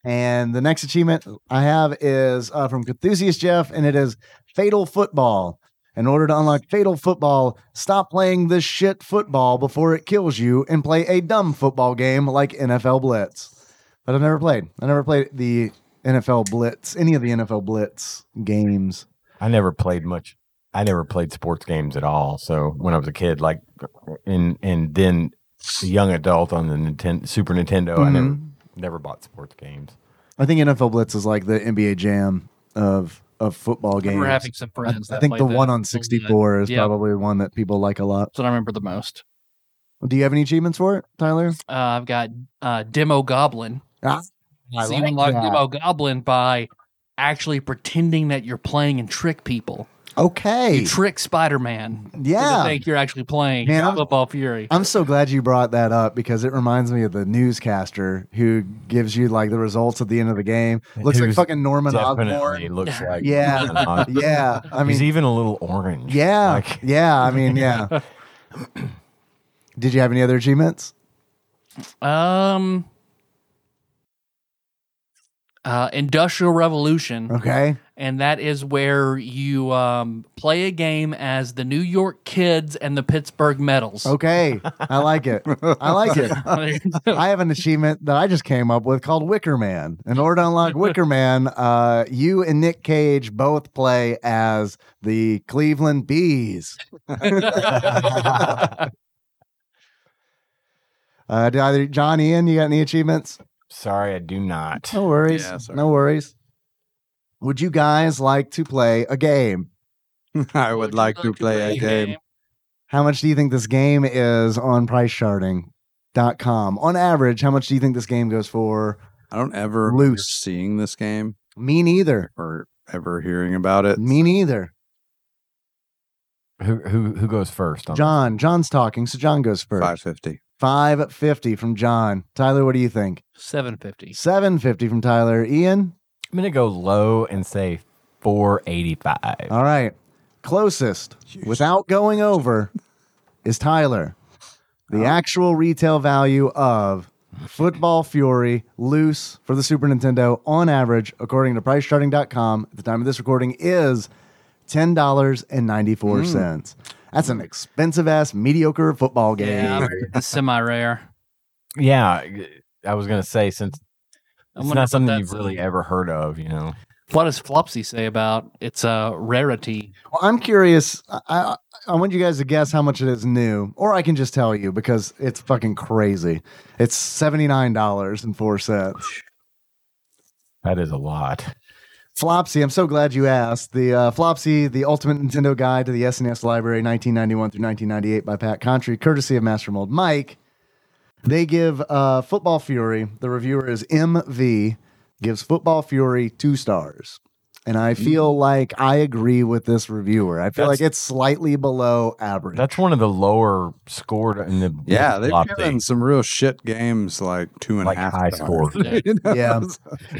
S2: And the next achievement I have is uh, from Cthusiast Jeff, and it is Fatal Football. In order to unlock Fatal Football, stop playing this shit football before it kills you and play a dumb football game like NFL Blitz. But I've never played. I never played the NFL Blitz, any of the NFL Blitz games.
S4: I never played much. I never played sports games at all. So when I was a kid, like, and and then a young adult on the Nintendo Super Nintendo, I never
S2: Mhm.
S4: never bought sports games.
S2: I think NFL Blitz is like the NBA Jam of of football
S1: I
S2: games.
S1: remember having some
S2: I,
S1: friends.
S2: I
S1: that
S2: think
S1: played
S2: the
S1: that
S2: one
S1: a
S2: on
S1: lot.
S2: 64 is
S1: Yeah.
S2: probably one that people like a lot.
S1: That's what I remember the most.
S2: Do you have any achievements for it, Tyler?
S1: Uh, I've got uh, Demo Goblin.
S2: Ah,
S1: so you unlock Demo Goblin by actually pretending that you're playing and trick people.
S2: Okay.
S1: You trick Spider Man.
S2: Yeah.
S1: To think you're actually playing
S2: Man, I'm-
S1: Football Fury.
S2: I'm so glad you brought that up because it reminds me of the newscaster who gives you like the results at the end of the game. Looks like
S4: Who's
S2: fucking Norman
S4: (laughs) Definitely
S2: Osborn.
S4: looks like
S2: Yeah.
S4: Norman Osborn.
S2: (laughs) Yeah. I
S4: he's
S2: mean,
S4: even a little orange.
S2: yeah.
S4: like,
S2: yeah. I mean, yeah. Did you have any other achievements?
S1: Um, uh, Industrial Revolution,
S2: Okay.
S1: and that is where you um, play a game as the New York Kids and the Pittsburgh Metals.
S2: Okay. I like it. I like it.
S1: (laughs)
S2: (laughs)
S3: (laughs)
S2: I have an achievement that I just came up with called Wicker Man. In order to
S3: (laughs)
S2: unlock Wicker Man, uh, you and Nick Cage both play as the Cleveland Bees. Uh, did either John Ian, you got any achievements?
S4: Sorry, I do not.
S2: No worries.
S3: Yeah, sorry.
S2: no worries. Would you guys like to play a game?
S3: I would like to play a game.
S2: How much do you think this game is on pricecharting.com? On average, how much do you think this game goes for?
S3: I don't ever remember
S2: Loose.
S3: seeing this game
S2: Me neither.
S3: or ever hearing about it.
S2: Me neither.
S4: Who who who goes first? On
S2: John, John's talking, so John goes first.
S3: Five fifty.
S2: 550 from John. Tyler, what do you think?
S1: Seven fifty.
S2: 750 from Tyler. Ian?
S4: I'm gonna go low and say 485.
S2: All right. Closest without going over is Tyler. The actual retail value of Football Fury loose for the Super Nintendo on average, according to pricecharting.com, at the time of this recording is $10.94. That's an expensive ass mediocre football game.
S1: Yeah, semi rare.
S4: yeah, I was gonna say since
S1: I'm
S4: (laughs) it's
S1: gonna
S4: not
S1: put
S4: something
S1: that
S4: you've
S1: to-
S4: really ever heard of, you know.
S1: What does Flopsy say about its uh, rarity?
S2: Well, I'm curious. I, I I want you guys to guess how much it is new, or I can just tell you because it's fucking crazy. It's seventy nine dollars and four cents.
S4: That is a lot.
S2: Flopsy, I'm so glad you asked. The uh, Flopsy, the ultimate Nintendo guide to the SNES library, 1991 through 1998 by Pat Contry, courtesy of Master Mold Mike. They give uh, Football Fury, the reviewer is MV, gives Football Fury two stars. And I feel like I agree with this reviewer. I feel
S4: That's-
S2: like it's slightly below average.
S4: That's one of the lower scored in the
S3: Yeah, they've
S4: flop
S3: given
S4: days,
S3: some real shit games like two and a
S4: like
S3: half
S4: high
S3: stars.
S4: score.
S2: (laughs)
S3: You know?
S2: Yeah.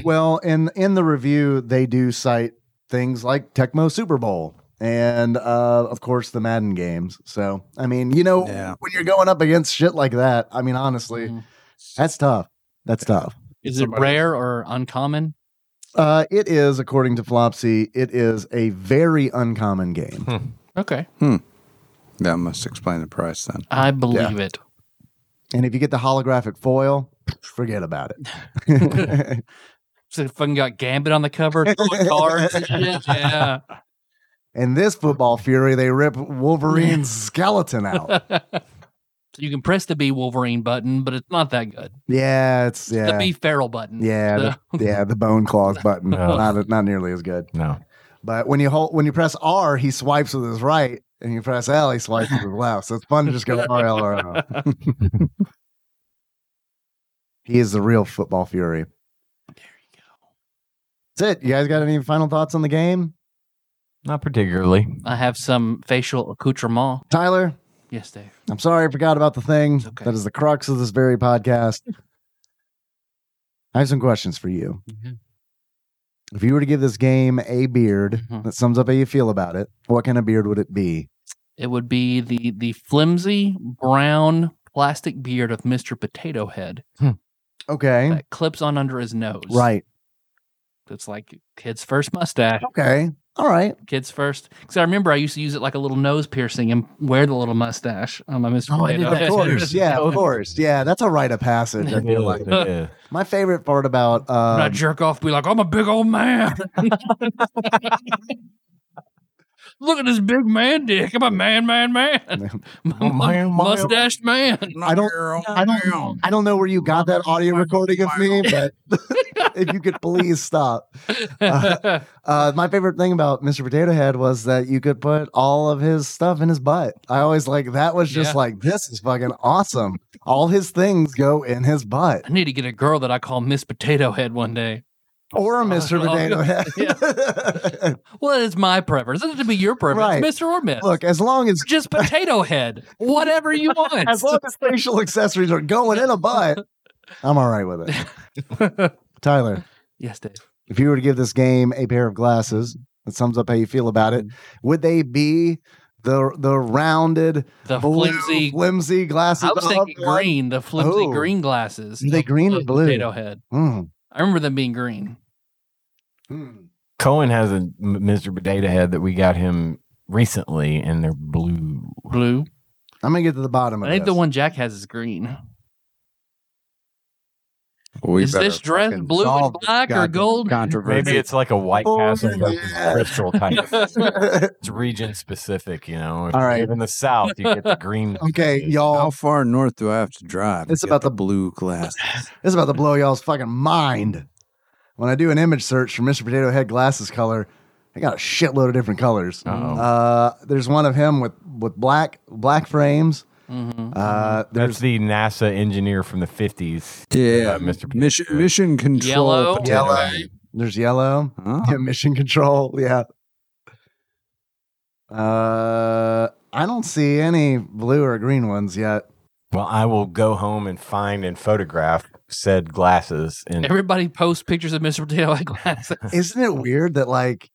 S2: Well, in in the review, they do cite things like Tecmo Super Bowl and uh, of course the Madden games. So I mean, you know,
S3: Yeah.
S2: when you're going up against shit like that, I mean, honestly,
S1: Mm.
S2: that's tough. That's tough.
S1: Is it
S3: Somebody-
S1: rare or uncommon?
S2: Uh, it is, according to Flopsy, it is a very uncommon game.
S1: Okay,
S3: That must explain the price then.
S1: I believe it.
S2: and if you get the holographic foil, forget about it. (laughs)
S1: So if fucking got Gambit on the
S4: (laughs)
S1: cover, color cards. and shit. yeah. (laughs)
S2: In this football fury, they rip Wolverine's
S1: (laughs)
S2: skeleton out.
S1: So you can press the B Wolverine button, but it's not that good.
S2: Yeah, it's yeah.
S1: The B Feral button. (laughs)
S2: Yeah, the, yeah, the bone claws button
S4: No.
S2: not not nearly as good.
S4: No,
S2: But when you hold when you press R, he swipes with his right, and you press L, he swipes with his left. So it's fun to just go R L R (laughs) L. He is the real football fury.
S1: There you go.
S2: That's it. You guys got any final thoughts on the game,
S1: (laughs)
S4: not particularly.
S1: I have some facial accoutrement.
S2: Tyler?
S1: Yes, Dave.
S2: I'm sorry I forgot about the thing
S1: It's okay.
S2: that is the crux of this very podcast. I have some questions for you.
S1: Mhm.
S2: If you were to give this game a beard
S4: Mm-hmm.
S1: Mhm.
S2: that sums up how you feel about it, what kind of beard would it be?
S1: It would be the the flimsy brown plastic beard of Mr. Potato Head
S2: Okay.
S1: that clips on under his nose.
S2: Right.
S1: It's like kid's first mustache.
S2: Okay. All right.
S1: Kids first. Because I remember I used to use it like a little nose piercing and wear the little mustache on my Mr. Potato Head.
S2: of course. Yeah, of course. Yeah, that's a rite of passage. I feel
S4: (laughs)
S2: like.
S1: (laughs)
S4: Yeah.
S2: My favorite part
S1: (laughs)
S2: about
S1: When I
S2: uh,
S1: jerk off, be like, I'm a big old man. (laughs) Look at this big man dick. I'm a man, man,
S2: (laughs)
S1: man. (laughs)
S4: Man, man.
S1: Mustached man. (laughs)
S2: I don't- I don't I don't know where you got that audio recording of me, but (laughs) if you could please stop. Uh, my favorite thing about Mr. Potato Head was that you could put all of his stuff in his butt. I always like that was just
S1: Yeah.
S2: like this is fucking awesome. All his things go in his butt
S1: I need to get a girl that I call Miss Potato Head one day.
S2: or a Mr.
S1: Oh,
S2: Potato Head.
S1: Well, it's my preference. It doesn't have to be your preference,
S2: Right.
S1: Mr. or Miss.
S2: (laughs) Look, as long as
S1: just Potato Head. Whatever
S2: (laughs)
S1: you want.
S2: as long as facial accessories are going in a butt, I'm all right with it.
S1: (laughs)
S2: Tyler,
S1: (laughs) yes, Dave.
S2: if you were to give this game a pair of glasses
S1: Mm-hmm.
S2: that sums up how you feel about it, would they be the the rounded
S1: The
S2: blue,
S1: flimsy.
S2: flimsy glasses?
S1: I was thinking
S2: of one?
S1: green, the flimsy
S2: Oh.
S1: green glasses.
S2: Are they
S1: of
S2: green or
S1: Miss
S2: blue?
S1: Potato Head.
S2: Mm.
S1: I remember them being green. Hmm.
S2: Mm.
S4: Cohen has a M- Mr. Potato Head that we got him recently, and they're blue.
S1: Blue.
S2: I'm gonna get to the bottom of
S1: I think
S2: this.
S1: the one Jack has is green.
S3: We
S1: is
S3: better
S1: this dress
S3: fucking
S1: blue and
S3: solve this
S1: black or
S3: goddamn
S1: gold? (laughs)
S3: Controversy.
S4: Maybe it's like a White
S2: Oh,
S4: Castle versus
S2: yeah.
S4: Bristol type.
S2: one.
S4: It's region specific, you know. If
S2: All
S4: you
S2: right.
S4: live in the South, you
S2: (laughs)
S4: get the green.
S2: (laughs) okay,
S3: How
S2: y'all.
S3: far north do I have to drive? to
S2: It's
S3: get
S2: about the-
S3: blue glass.
S2: (laughs) This is about to blow y'all's fucking mind. When I do an image search for Mr. Potato Head glasses color, I got a shitload of different colors.
S4: Uh-oh.
S2: Uh, there's one of him with with black black frames.
S1: Mhm.
S2: Uh,
S4: Uh-huh. That's
S2: there's
S4: the NASA engineer from the 50s.
S3: Yeah,
S4: Uh, Mr.
S3: Mission, mission control.
S1: Yellow.
S3: potato
S2: yellow.
S4: um,
S3: head.
S2: There's yellow. (laughs)
S3: Huh?
S2: Yeah, mission control. Yeah. Uh, I don't see any blue or green ones
S4: (laughs)
S2: yet.
S4: Well, I will go home and find and photograph said glasses. And
S1: Everybody posts pictures of Mr. Potato Head
S2: (laughs)
S1: glasses.
S2: Isn't it weird that like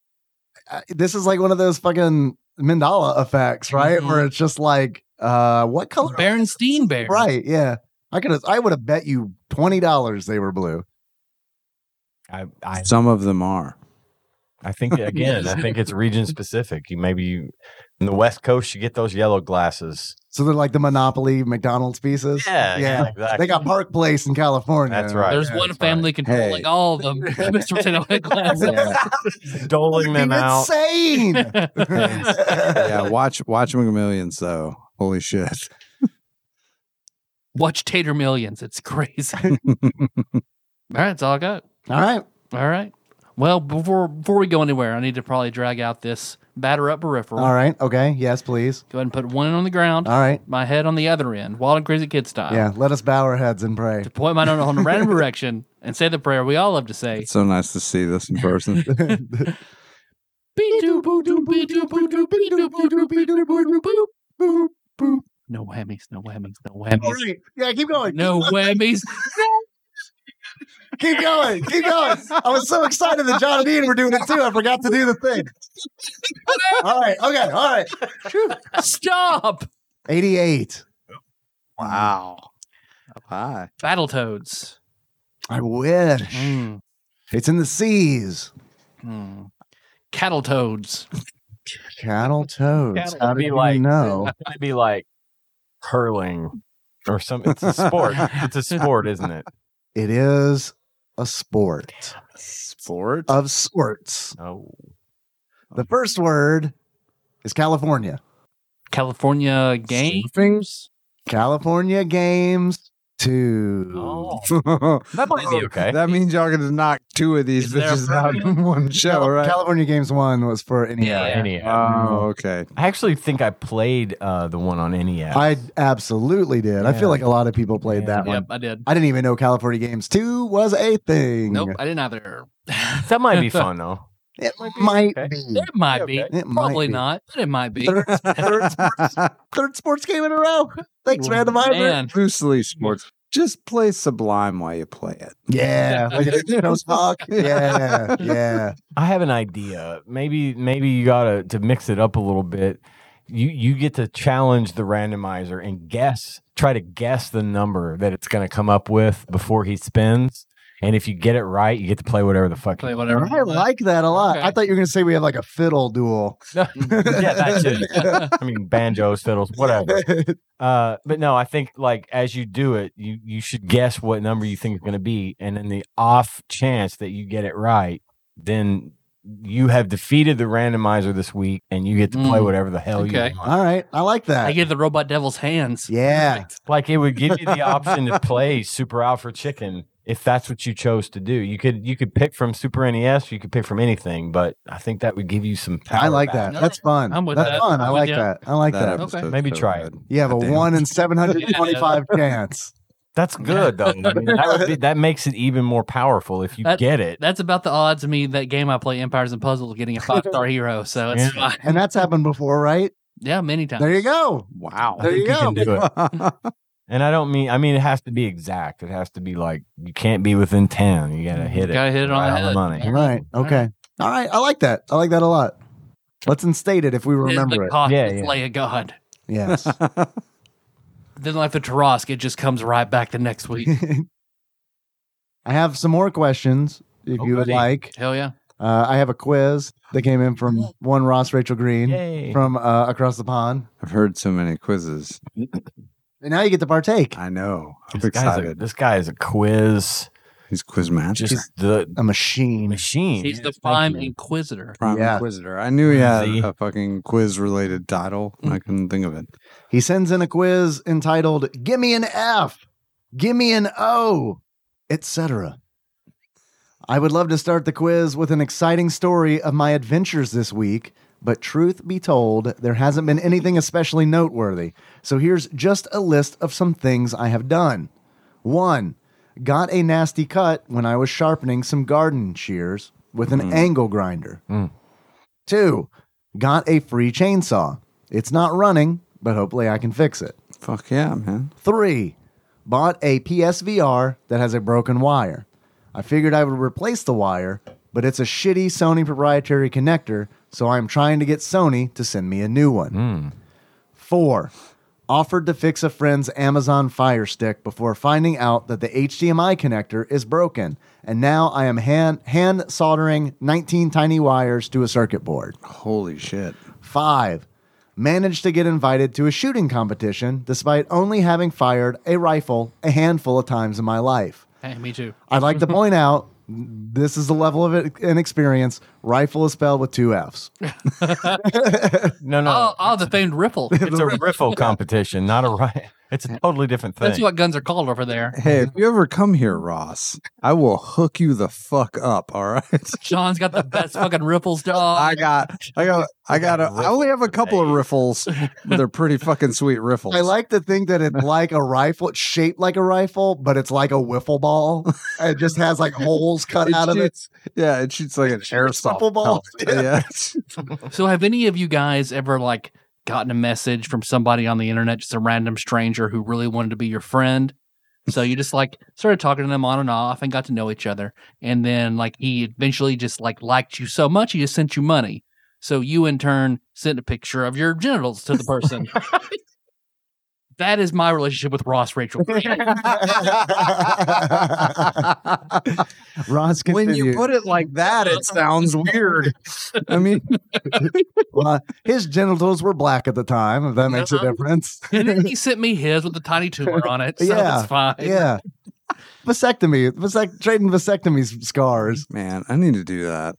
S2: I, this is like one of those fucking mandala effects, right?
S4: Mm-hmm.
S1: Mhm.
S2: Where it's just like, uh, what color?
S1: Berenstein Bear.
S2: Right. Yeah. I could. I would have bet you twenty dollars they were blue.
S4: I, I,
S3: Some of them are.
S2: (laughs)
S4: I think again, I think it's region specific. You maybe you, in the West Coast, you get those yellow glasses.
S2: So they're like the Monopoly McDonald's pieces. Yeah.
S4: exactly. (laughs)
S2: They got Park Place in California.
S4: That's right.
S1: There's
S4: Yeah,
S1: one
S4: that's
S1: family controlling
S3: Hey.
S1: all of
S2: (laughs)
S1: them. Mr. Potato Head glasses.
S4: (laughs) doling them out. (laughs)
S2: Insane. (laughs)
S3: Yeah, watch watch McMillions though. Holy shit!
S1: (laughs) Watch Tater
S2: (laughs)
S1: Millions. It's crazy. all right, that's all I got.
S2: All right.
S1: All right. Well, before before we go anywhere, I need to probably drag out this batter up peripheral.
S2: All right. Okay. Yes, please.
S1: Go ahead and put one end on the ground.
S2: All right.
S1: My head on the other end, wild and crazy kid style.
S2: Yeah. Let us bow our heads and pray.
S1: Point my own on a random direction and say the prayer we all love to say.
S3: It's so nice to see this in
S2: (laughs)
S3: person.
S1: No whammies, no whammies, no whammies.
S2: right. Yeah. Keep going.
S1: No whammies.
S2: Keep going. Keep going. I was so excited that John and Ian were doing it too. I forgot to do the thing. All right. Okay. All right.
S1: Stop.
S2: 88.
S3: wow. Up high.
S1: Battletoads.
S2: I wish.
S1: Mm,
S2: It's in the seas.
S1: mm. Cattle toads.
S2: Cattle toads.
S4: Cattle.
S2: How
S4: That'd
S2: do
S4: be
S2: you (laughs)
S4: like-
S2: know?
S4: It'd be like curling or something. It's a sport. it's a sport, isn't it?
S2: It is a sport
S3: Sport.
S2: of sorts.
S4: Oh,
S2: The first word is California.
S1: California game.
S2: Surfing. California Games 2. (laughs)
S1: Oh.
S4: that might be okay.
S3: Uh, (laughs) That means y'all gonna knock two of these
S1: Is there a
S3: bitches out in one show,
S2: Cal-
S3: right?
S2: California Games 1 was for E NES.
S1: Yeah.
S4: NES.
S3: (laughs) oh, okay.
S4: I actually think I played uh, the one on NES.
S2: I absolutely did. I
S4: Yeah.
S2: feel like a lot of people played
S4: Yeah.
S2: that one.
S1: Yep, I did.
S2: I didn't even know California Games 2 was a thing.
S1: Nope, I didn't either. (laughs)
S4: that might (laughs) be fun though.
S2: It might
S4: okay.
S2: be.
S1: It might be.
S4: okay.
S2: It might
S1: Probably
S2: be.
S1: not, but it might be.
S2: Third, third sports, (laughs) third sports game in a row. (laughs) Thanks, Random Iver.
S1: Man,
S4: (laughs)
S3: Loosely sports. Just play Sublime while you play it.
S2: Yeah. (laughs) Like
S1: (laughs)
S2: a Thanos hawk. Yeah. Yeah.
S4: (laughs) I have an idea. Maybe maybe you gotta to mix it up a little bit. You you get to challenge the randomizer and guess, try to guess the number that it's gonna come up with before he spins. And if you get it right, you get to play whatever the fuck.
S1: play
S4: you-
S1: whatever.
S2: I like that a lot.
S1: Okay.
S2: I thought you were going to say we have like a
S1: (laughs)
S2: fiddle duel.
S4: (laughs) yeah, that too. I mean, banjos, fiddles, whatever. Uh, but no, I think like as you do it, you you should guess what number you think it's going to be, and then the off chance that you get it right, then you have defeated the randomizer this week, and you get to play
S1: Mm.
S4: whatever the hell
S1: Okay.
S4: you
S2: (laughs)
S4: want.
S2: All right. I like that.
S1: I give the robot devil's hands.
S2: yeah.
S4: Like it would give you the option to play Super Alpha Chicken if that's what you chose to do. You could you could pick from Super NES, you could pick from anything, but I think that would give you some power.
S2: I like
S4: back.
S2: that.
S1: No,
S2: That's fun.
S1: I'm with
S2: That's
S1: that.
S2: fun. I
S1: I'm with
S2: like
S1: you.
S2: that. I like that.
S1: Okay.
S3: episode's
S4: Maybe
S3: so
S4: try
S3: good.
S2: You have a
S3: Goddamn.
S2: 1 in
S4: (laughs)
S2: 725 chance.
S1: (laughs)
S4: That's good though. I mean, that, would be, that makes it even more powerful if you
S1: That-
S4: get it.
S1: That's about the odds of me that game I play, Empires and Puzzles, getting a five star
S2: (laughs)
S1: hero. So it's
S4: Yeah.
S1: fine.
S2: And that's happened before, right?
S1: Yeah, many times.
S2: There you go.
S3: Wow.
S4: I
S2: There
S4: think
S2: you
S4: can
S2: go.
S4: do
S2: (laughs)
S4: it. And I don't mean I mean it has to be exact. It has to be like you can't be within ten. You gotta hit it.
S1: Gotta hit it on
S4: right
S1: the
S4: on the
S1: head.
S4: money.
S2: All right. Okay. All right. I like that. I like that a lot. Let's instate it if we
S1: It is
S2: remember
S1: the
S2: it.
S1: cost
S4: Yeah,
S1: of
S4: yeah.
S1: Slay a god.
S2: Yes.
S1: Then like the Tarrasque, it just comes right back the next (laughs)
S2: (laughs)
S1: week.
S2: I have some more questions if
S4: Oh,
S2: you would
S4: goody.
S2: like.
S1: Hell yeah.
S2: Uh, I have a quiz that came in from one Ross Rachel Green
S4: Yay.
S2: from uh, across the pond.
S3: (laughs) I've heard so many quizzes.
S2: And now you get to partake.
S3: I know. I'm
S4: This guy's, a,
S3: excited.
S4: this guy is a quiz.
S3: He's Quizmaster.
S4: Just the
S2: A machine.
S4: machine.
S1: He's the
S4: Yes, thank
S1: prime
S4: you.
S1: inquisitor.
S3: Prime
S2: Yeah.
S3: Inquisitor. I knew he had
S4: See?
S3: a fucking quiz related title. I couldn't think of it.
S2: He sends in a quiz entitled "Gimme an F, Gimme an O, etc." I would love to start the quiz with an exciting story of my adventures this week, but truth be told, there hasn't been anything especially noteworthy. So here's just a list of some things I have done. 1. Got a nasty cut when I was sharpening some garden shears with an angle grinder.
S4: Mm.
S2: 2. Got a free chainsaw. It's not running, but hopefully I can fix it.
S3: Fuck yeah, man.
S2: Three, bought a PSVR that has a broken wire. I figured I would replace the wire, but it's a shitty Sony proprietary connector, so I'm trying to get Sony to send me a new one. Four, offered to fix a friend's Amazon Fire Stick before finding out that the HDMI connector is broken, and now I am hand, hand soldering 19 tiny wires to a circuit board.
S3: Holy shit.
S2: Five, managed to get invited to a shooting competition despite only having fired a rifle a handful of times in my life.
S1: Hey, me too.
S2: I'd
S1: (laughs)
S2: like to point out this is the level of inexperience. Rifle is spelled with two F's.
S4: No, no.
S1: Oh, oh the famed Ripple.
S4: (laughs)
S1: (laughs)
S4: It's a riffle competition, not a riot. (laughs) It's a totally different thing.
S1: That's what guns are called over there.
S3: Hey, if you ever come here, Ross, I will hook you the fuck up. All right. (laughs)
S1: Sean's got the
S2: (laughs)
S1: best fucking ripples,
S3: I
S1: dog.
S3: got, I got,
S4: (laughs)
S3: I got. A, I only have a couple of riffles. but They're pretty fucking sweet riffles.
S2: I like to think that it's like a rifle, it's shaped like a rifle, but it's like a wiffle ball. (laughs) It just has like holes cut out of it.
S3: shoots- Yeah, it shoots like an airsoft
S2: Wiffle ball.
S3: pellet. Yeah.
S1: So, have any of you guys ever like gotten a message from somebody on the internet, just a random stranger who really wanted to be your friend? So you just like started talking to them on and off and got to know each other, and then like he eventually just like liked you so much he just sent you money. So you in turn sent a picture of your genitals to the
S3: (laughs)
S1: person. that is my relationship with Ross Rachel.
S3: (laughs)
S2: Ross,
S3: when you
S2: continue.
S3: put it like that, (laughs) it sounds weird. I mean,
S2: Well, his genitals were black at the time, if that makes
S1: Uh-huh.
S2: a difference.
S1: and then he sent me his with a tiny
S3: (laughs)
S1: tumor on it. So
S2: Yeah,
S1: it's fine.
S2: yeah. Vasectomy, vasect- trading vasectomy scars.
S3: man, I need to do that.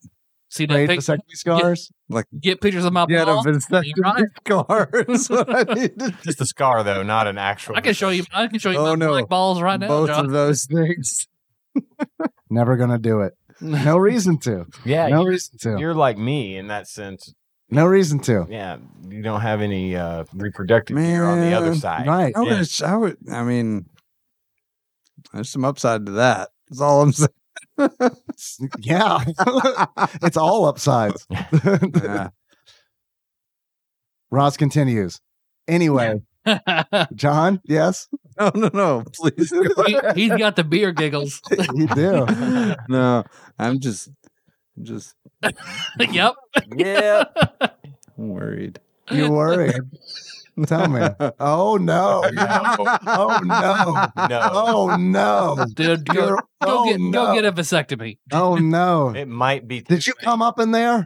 S1: See that
S2: Trade
S1: pic-
S2: vasectomy scars.
S1: get pictures of my
S3: (laughs) Yeah,
S1: balls.
S3: the (laughs) vasectomy
S1: Right.
S3: scar is (laughs) what I need to
S4: (laughs) Just a scar, though, not an actual.
S1: I can show you. I can show you
S3: Oh,
S1: my
S3: no.
S1: black balls right now.
S3: Both
S1: John.
S3: of those things.
S2: (laughs) Never gonna do it.
S1: (laughs)
S2: No reason (laughs) to.
S4: Yeah,
S2: No
S4: you-
S2: reason to.
S4: you're like me in that sense.
S2: No reason to.
S4: Yeah, you don't have any uh, reproductive gear on the other
S3: Man.
S4: side.
S2: Right.
S3: I
S4: Yeah.
S3: would, I would, I mean, there's some upside to that. That's all I'm (laughs) saying.
S2: Yeah. (laughs) it's all upsides. (laughs)
S3: Yeah.
S2: Ross continues. Anyway, John, yes,
S3: No, no, no.
S1: (laughs)
S3: Please. (laughs) go.
S1: he, has got the beer giggles. (laughs)
S2: you do. (laughs)
S3: no, I'm just, I'm just
S1: yep.
S4: Yeah. (laughs)
S3: worried.
S2: You're worried. Tell me. Oh (laughs) no. Oh no.
S4: No.
S2: Oh no.
S1: Dude, go,
S2: You're-
S1: go
S2: oh,
S1: get,
S2: no.
S1: go get a vasectomy.
S2: Oh no.
S4: It might be.
S2: Did you come up in there?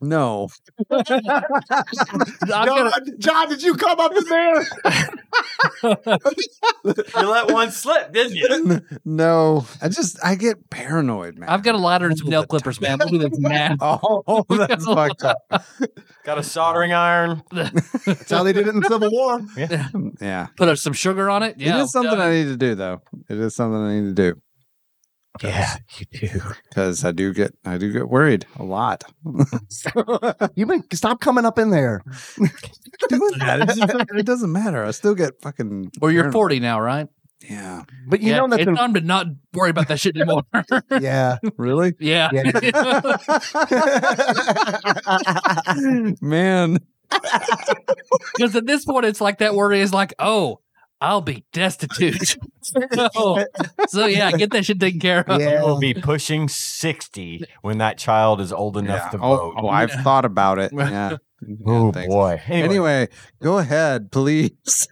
S3: No.
S1: I'm gonna-
S2: John, did you come up in (laughs) there?
S4: You let one slip,
S1: (laughs)
S4: didn't you?
S3: No. I just, I get paranoid, man.
S1: I've got a lighter and some nail clippers, man. Look at this man.
S3: (laughs)
S1: (laughs)
S3: Oh, that's fucked up.
S4: (laughs) Got a soldering iron.
S2: That's how they did it in the Civil War.
S3: Yeah.
S1: Put up some sugar on it. (laughs) Yeah.
S3: It is something I need to do, though. It is something I need to do.
S4: Yeah, you do.
S3: because I do get I do get worried a
S1: (laughs)
S3: lot.
S2: You been stop coming up in there.
S3: Doing that, it, just fucking- (laughs) it doesn't matter. I still get fucking.
S1: Or you're
S3: paranoid.
S1: 40 now, right?
S3: (laughs) Yeah,
S2: But you
S1: yeah.
S2: know that's
S1: it's
S2: an-
S1: time to not worry about that shit anymore. (laughs)
S2: (laughs) yeah.
S3: really,
S1: yeah.
S2: Yeah.
S3: man.
S1: Because at this point, it's like that worry is like, oh, I'll be destitute. (laughs) so, so, yeah, get that shit taken care of.
S4: You will
S2: yeah.
S4: be pushing 60 when that child is old enough to
S3: Oh,
S4: vote.
S3: oh,
S1: (laughs)
S3: I've thought about it.
S1: Yeah. (laughs)
S3: Yeah.
S4: Oh,
S3: Yeah, thanks.
S4: boy. Anyway,
S3: Anyway, go ahead,
S4: (laughs)
S3: please.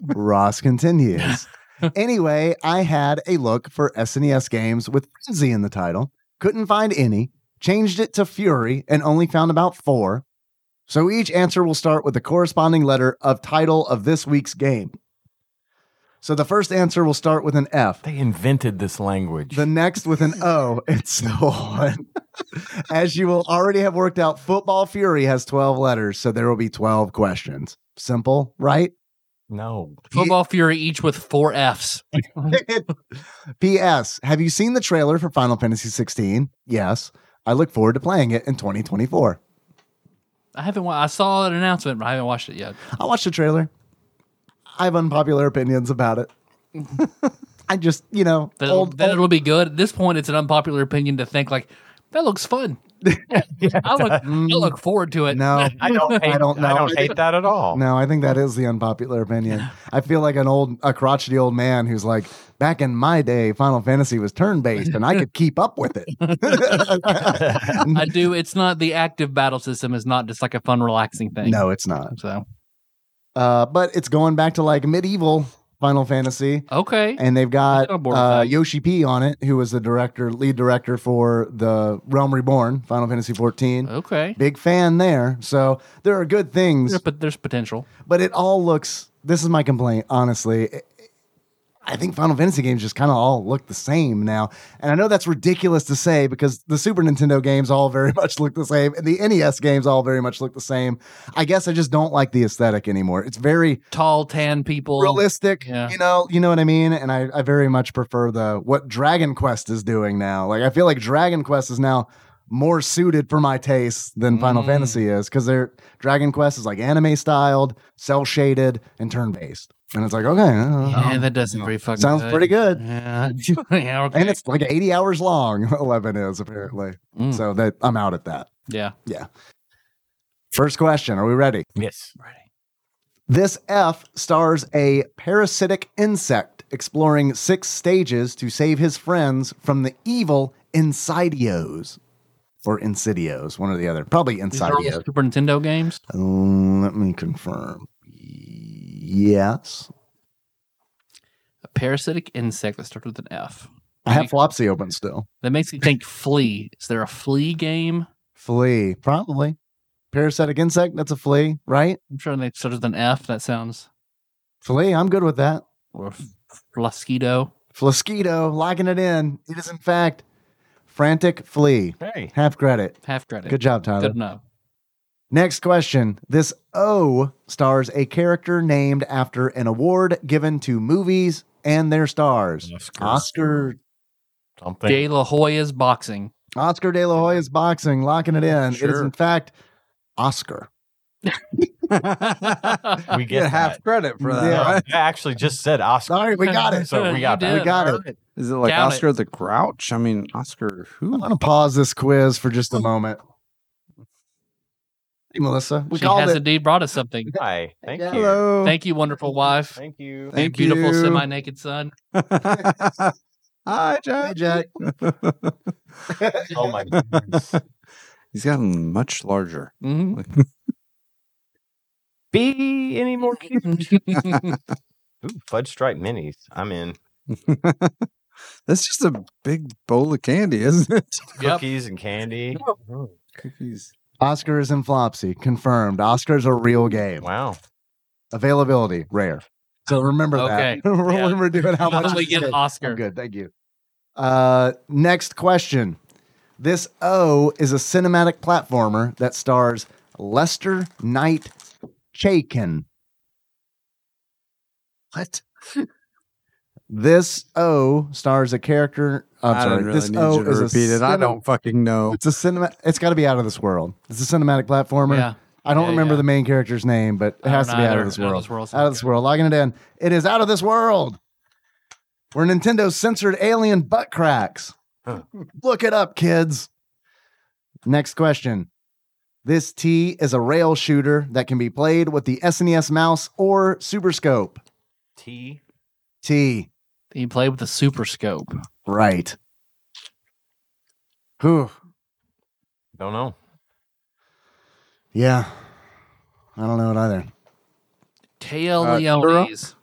S2: Ross
S1: (laughs)
S2: continues. anyway, I had a look for SNES games with Frenzy in the title, couldn't find any, changed it to Fury, and only found about four. So each answer will start with the corresponding letter of title of this week's game. So the first answer will start with an F,
S4: they invented this language.
S2: the next with an O, and so (laughs) on. As you will already have worked out, Football Fury has 12 letters, so there will be 12 questions. Simple, right? (laughs)
S4: no.
S1: Football Fury each with four Fs.
S2: P.S. Have you seen the trailer for Final Fantasy 16? Yes. I look forward to playing it in 2024.
S1: I haven't. Wa- I saw an announcement, but I haven't watched it yet.
S2: I watched the trailer. I have unpopular opinions about it. I just, you know,
S1: That,
S2: old,
S1: that
S2: old-
S1: it'll be good. At this point, it's an unpopular opinion to think like that looks
S2: (laughs)
S1: fun. I look. I look forward to it.
S2: Mm. no, (laughs)
S4: I don't hate, I
S2: don't
S4: don't,
S2: know.
S4: hate that at all.
S2: no, I think that is the unpopular opinion. I feel like an old, a crotchety old man who's like, back in my day, Final Fantasy was turn based and I could keep up with it.
S1: I do. It's not the active battle system. is not just like a fun, relaxing thing.
S2: no, it's not.
S1: So
S2: Uh, but it's going back to like medieval Final Fantasy.
S1: okay.
S2: and they've got
S1: I'm bored with
S2: uh,
S1: that.
S2: Yoshi P on it, who was the director, lead director for the Realm Reborn, Final Fantasy XIV.
S1: okay.
S2: Big fan there. So there are good things,
S1: There- But there's potential.
S2: but it all looks. This is my complaint, honestly. It- I think Final Fantasy games just kind of all look the same now. And I know that's ridiculous to say because the Super Nintendo games all very (laughs) much look the same and the NES games all very much look the same. I guess I just don't like the aesthetic anymore. It's very
S1: Tall, tan people.
S2: realistic,
S1: yeah.
S2: you know, you know what I mean? And I, I very much prefer the what Dragon Quest is doing now. Like I feel like Dragon Quest is now more suited for my taste than Final
S1: Mm.
S2: Fantasy is because they're Dragon Quest is like anime styled, cell shaded, and turn based. And it's like, okay, uh,
S1: Yeah, that doesn't pretty fucking
S2: Sounds pretty good.
S1: Yeah, (laughs) yeah, okay.
S2: and it's like 80 hours long (laughs) 11 is apparently
S1: Mm,
S2: so that i'm out at that
S1: yeah.
S2: first question are we ready
S4: Yes.
S2: this f stars a parasitic insect exploring six stages to save his friends from the evil insidios or insidios one or the other probably
S1: These are all
S2: insidios
S1: Super Nintendo games.
S2: Um, let me confirm yes
S1: A parasitic insect that starts with an F.
S2: i have flopsy open still
S1: That makes me think flea. Is there a flea game?
S2: flea probably parasitic insect that's a flea right
S1: I'm sure they starts with an F. That sounds
S2: flea i'm good with that
S1: or f- Flusquito.
S2: Flasquito locking it in. It is in fact frantic flea.
S4: Hey.
S2: Half credit.
S1: Half credit.
S2: Good job, Tyler.
S1: Good enough.
S2: Next question. This O stars a character named after an award given to movies and their stars. Oscar
S4: Something.
S1: De La Hoya's boxing. (laughs)
S2: Oscar De La Hoya's boxing locking it in. It is
S3: Sure.
S2: in fact Oscar.
S3: (laughs)
S4: we get half.
S3: half credit for that.
S2: Yeah.
S3: right?
S4: I actually just said Oscar.
S2: Sorry, we got it.
S4: (laughs) So we got
S1: You
S4: that.
S2: We
S1: did.
S2: got
S1: All
S2: it.
S1: right.
S3: Is it like
S1: Count it.
S3: Oscar the Grouch? I mean, Oscar who?
S2: I'm gonna pause this quiz for just a moment. Hey, Melissa, we
S1: she
S2: called
S1: has
S2: it.
S1: indeed brought us something.
S4: Hi. Thank you.
S3: Hello. (laughs)
S1: Thank you, wonderful wife.
S4: Thank you.
S3: Thank
S1: you, beautiful
S3: you.
S1: semi-naked son.
S3: Hi,
S2: Hey,
S3: Jack.
S2: Jack.
S4: Oh my goodness.
S3: He's gotten much larger. (laughs)
S1: Mhm.
S4: Be any more cute? (laughs) Ooh, fudge stripe minis. I'm in.
S3: That's just a big bowl of candy, isn't (laughs) it?
S1: yep.
S4: Cookies and candy.
S3: Cookies.
S2: Oscar is in Flopsy. Confirmed. Oscar's a real game.
S4: Wow.
S2: Availability rare. So remember
S1: Okay.
S2: that.
S1: Yeah.
S2: (laughs) Remember doing how much
S1: Probably
S2: you
S1: get
S2: said.
S1: an Oscar.
S2: I'm good. Thank you. Uh, next question. This O is a cinematic platformer that stars Lester Knight Chaikin. What? this O stars a character. I'm
S3: I
S2: sorry.
S3: don't really
S2: this
S3: need
S2: O
S3: you to
S2: is a
S3: repeat (laughs) it. I
S2: cinem-
S3: don't fucking know.
S2: It's a cinema. It's got to be out of this world. It's a cinematic platformer.
S1: Yeah.
S2: I don't
S1: Yeah,
S2: remember
S1: yeah.
S2: the main character's name, but it
S1: I don't
S2: has to
S1: know
S2: be out
S1: either.
S2: of this
S1: Out of
S2: world.
S1: this world
S2: Out of this world. Logging it in. It is out of this world. Where Nintendo censored alien butt cracks.
S4: Huh.
S2: Look it up, kids. Next question. This T is a rail shooter that can be played with the SNES mouse or Super Scope.
S4: Tea.
S2: T.
S1: You play with the super scope.
S2: Right. Whew.
S4: Don't know.
S2: Yeah. I don't know it either.
S1: Tail
S3: Uh,
S1: Leones.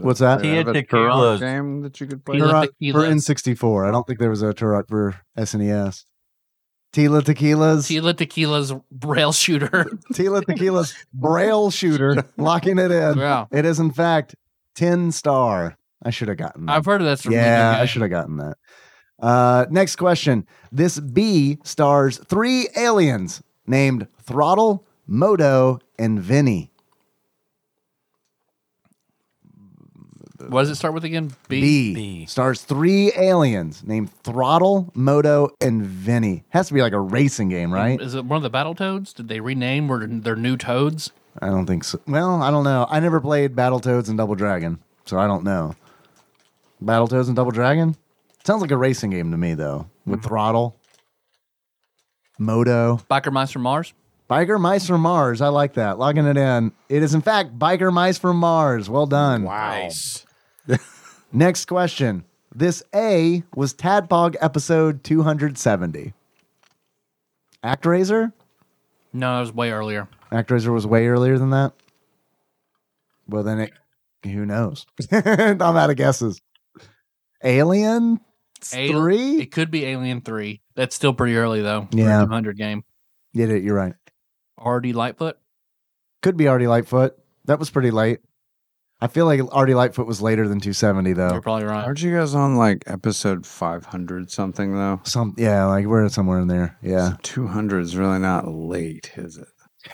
S2: What's that?
S3: They have a
S4: Tequila
S3: Turok
S4: tequilas.
S3: game that you could play.
S1: Tequila.
S2: Turok for
S1: tequilas.
S2: N64. I don't think there was a Turok for E SNES. Tila Tequila's
S1: Tila Tequila's rail shooter.
S2: (laughs)
S1: (laughs)
S2: Tila Tequila's Braille shooter locking it in.
S1: wow.
S2: It is in fact 10 star. I should have gotten that.
S1: I've heard of that.
S2: yeah, I should have gotten that. Uh, next question. This B stars three aliens named Throttle, Modo, and Vinny.
S1: What does it start with again? B.
S2: B,
S4: B.
S2: stars three aliens named Throttle, Modo, and Vinny. Has to be like a racing game, right?
S1: Is it one of the battle toads? Did they rename or their new toads?
S2: I don't think so. Well, I don't know. I never played Battletoads and Double Dragon, so I don't know. Battletoads and Double Dragon? Sounds like a racing game to me, though, with throttle, moto.
S1: Biker Mice from Mars?
S2: Biker Mice from Mars. I like that. Logging it in. It is, in fact, Biker Mice from Mars. Well done.
S4: Nice.
S2: Next question. This A was Tadpog episode 270. Actraiser?
S1: No, it was way earlier.
S2: Actraiser was way earlier than that. Well, then it, who knows? (laughs) I'm out of guesses. Alien
S1: Al-
S2: three.
S1: It could be Alien 3. That's still pretty early, though. for a
S2: Yeah.
S1: 200 game.
S2: Did it? You're right.
S1: R.D. Lightfoot?
S2: Could be already Lightfoot. That was pretty late. I feel like Artie Lightfoot was later than 270
S1: You're
S2: though.
S1: probably right.
S3: Aren't you guys on like episode 500 something though?
S2: Some yeah, like we're somewhere in there. Yeah.
S3: 200 is really not late, is it?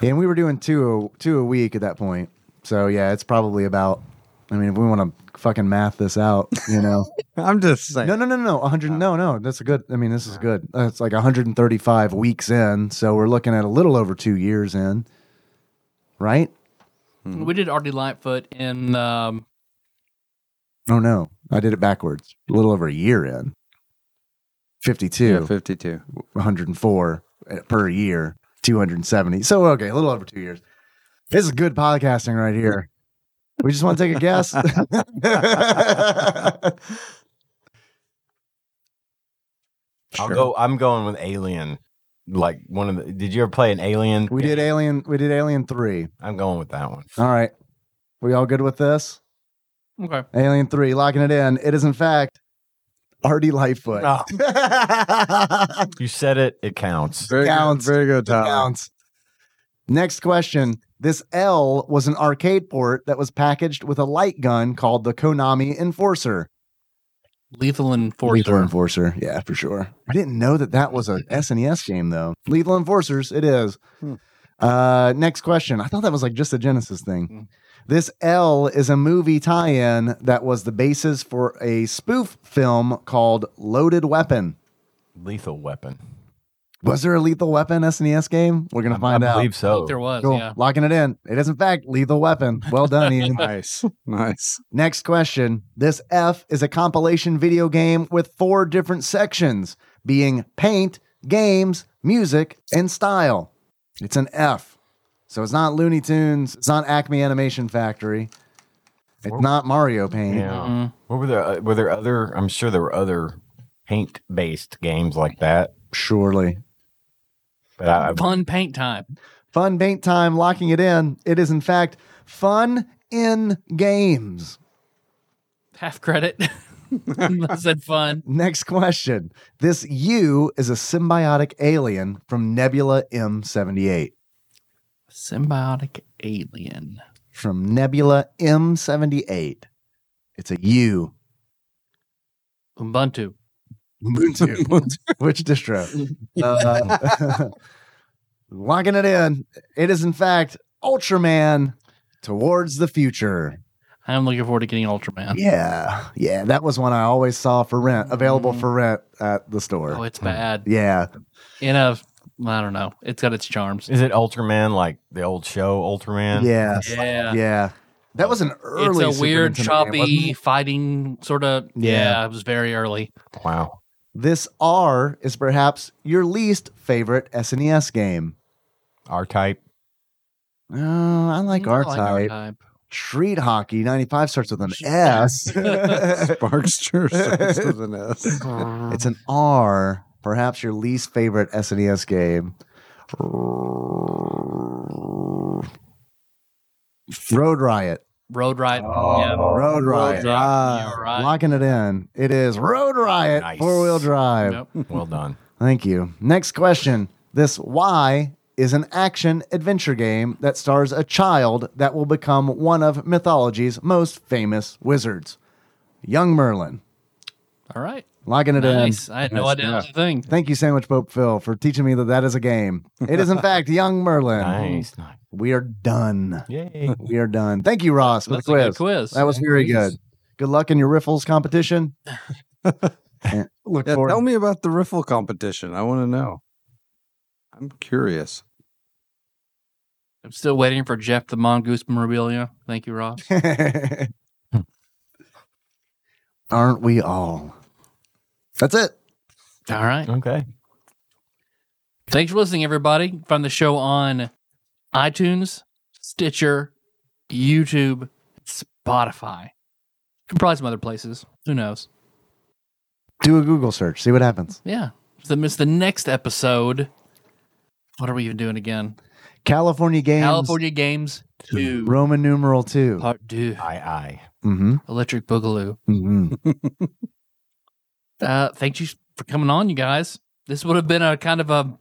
S2: And we were doing two a, two a week at that point. So yeah, it's probably about. I mean, if we want to fucking math this out, you know.
S3: I'm just saying.
S2: no, no, no, no. 100. No, no. That's a good. I mean, this is good. Uh, It's like 135 weeks in, so we're looking at a little over two years in, right?
S1: We did Artie Lightfoot in um,
S2: Oh no, I did it backwards. A little over a year in. 52,
S3: Yeah, 52.
S2: 104 eh, per year, 270. So okay, a little over two years. This is good podcasting right here. We just want to take a guess. (laughs)
S4: I'll
S3: Sure.
S4: go. I'm going with Alien. Like one of the. Did you ever play an Alien?
S2: we did Oh, Alien. We did Alien Three.
S4: I'm going with that one.
S2: All right, we all good with this?
S1: okay.
S2: Alien Three, locking it in. It is in fact Artie Lightfoot. (laughs)
S4: Oh. You said it. It counts.
S3: Very
S2: Counts.
S3: good. Very good, Tyler.
S2: Counts. Next question. This L was an arcade port that was packaged with a light gun called the Konami Enforcer.
S1: Lethal Enforcer.
S2: Lethal Enforcer. Yeah, for sure. I didn't know that that was a SNES game though. Lethal Enforcers, it is.
S3: Hmm.
S2: Uh, next question. I thought that was like just a Genesis thing.
S1: Hmm.
S2: This L is a movie tie-in that was the basis for a spoof film called Loaded Weapon.
S4: Lethal Weapon.
S2: Was there a Lethal Weapon SNES game? We're gonna
S4: I-
S2: find
S4: I
S2: out.
S4: believe
S1: I
S4: so.
S1: think there was,
S2: Cool.
S1: yeah.
S2: Locking it in. It is in fact Lethal Weapon. Well done,
S4: (laughs)
S2: Ian.
S3: Nice. (laughs) Nice.
S2: Next question. This F is a compilation video game with four different sections being paint, games, music, and style. It's an F. So it's not Looney Tunes, it's not Acme Animation Factory. It's not Mario Paint.
S4: Yeah.
S1: Mm-hmm.
S4: What were there? Uh, were there other? I'm sure there were other paint-based games like that.
S2: Surely.
S4: But I, I
S1: Fun paint
S2: (laughs)
S1: time.
S2: Fun paint time, locking it in. It is in fact fun in games.
S1: Half credit. (laughs) I said fun.
S2: Next question. This U is a symbiotic alien from Nebula M78.
S1: Symbiotic alien.
S2: from Nebula M78. It's a U.
S1: Ubuntu.
S2: (laughs) Ubuntu. Which distro? Uh, (laughs) locking it in. It is, in fact, Ultraman Towards the Future.
S1: I am looking forward to getting Ultraman.
S2: Yeah. Yeah. That was one I always saw for rent, available for rent at the
S1: Oh,
S2: store.
S1: it's bad.
S2: Yeah.
S1: In a, I don't know. It's got its charms.
S4: is it Ultraman like the old show Ultraman?
S2: Yeah.
S1: Yeah.
S2: Yeah. That was an
S1: It's
S2: early.
S1: a
S2: Super
S1: weird,
S2: Nintendo game, wasn't
S1: choppy
S2: it?
S1: fighting sort of.
S2: Yeah.
S1: Yeah. it was very early.
S4: Wow.
S2: This R is perhaps your least favorite SNES game.
S4: R type.
S2: Oh, I like R type.
S1: type.
S2: Street Hockey 95 starts with an S. it's
S3: Sparkster starts with an S.
S2: an R, perhaps your least favorite SNES game. Road Riot.
S1: Road Riot.
S2: Road Riot. Ah,
S1: yeah, you're right.
S2: Locking it in. It is Road Riot
S4: Nice.
S2: four wheel
S1: yeah.
S2: drive.
S1: Yep.
S4: Well done.
S2: Thank you. Next question. This Y is an action adventure game that stars a child that will become one of mythology's most famous wizards, young Merlin.
S1: All right.
S2: Locking it
S1: Nice.
S2: in.
S1: I had no idea that was a thing.
S2: Thank you, Sandwich Pope Phil, for teaching me that that is a game. It
S1: (laughs)
S2: is, in fact, Young Merlin.
S4: Nice. nice.
S2: We are done.
S4: Yay.
S2: We are done. Thank you, Ross, for the
S1: That's a good quiz.
S2: quiz. That was very good. Good luck in your
S1: (laughs)
S2: riffles competition. And Look
S3: Yeah,
S2: forward.
S3: tell me about the riffle competition. I want to know. I'm curious.
S1: I'm still waiting for Jeff the Mongoose memorabilia. Thank you,
S2: (laughs)
S1: Ross.
S2: (laughs) Aren't we all? That's it.
S1: All right.
S4: Okay.
S1: Thanks for listening, everybody. Find the show on iTunes, Stitcher, YouTube, Spotify. Probably some other places. Who knows?
S2: Do a Google search. See what happens.
S1: Yeah. So miss the next episode. What are we even doing again?
S2: California games.
S1: California Games 2,
S2: Roman numeral 2
S1: Part 2,
S4: I I.
S2: Mm-hmm.
S1: Electric Boogaloo.
S2: Mm-hmm.
S1: Uh, thank you for coming on, you guys. This would have been a kind of a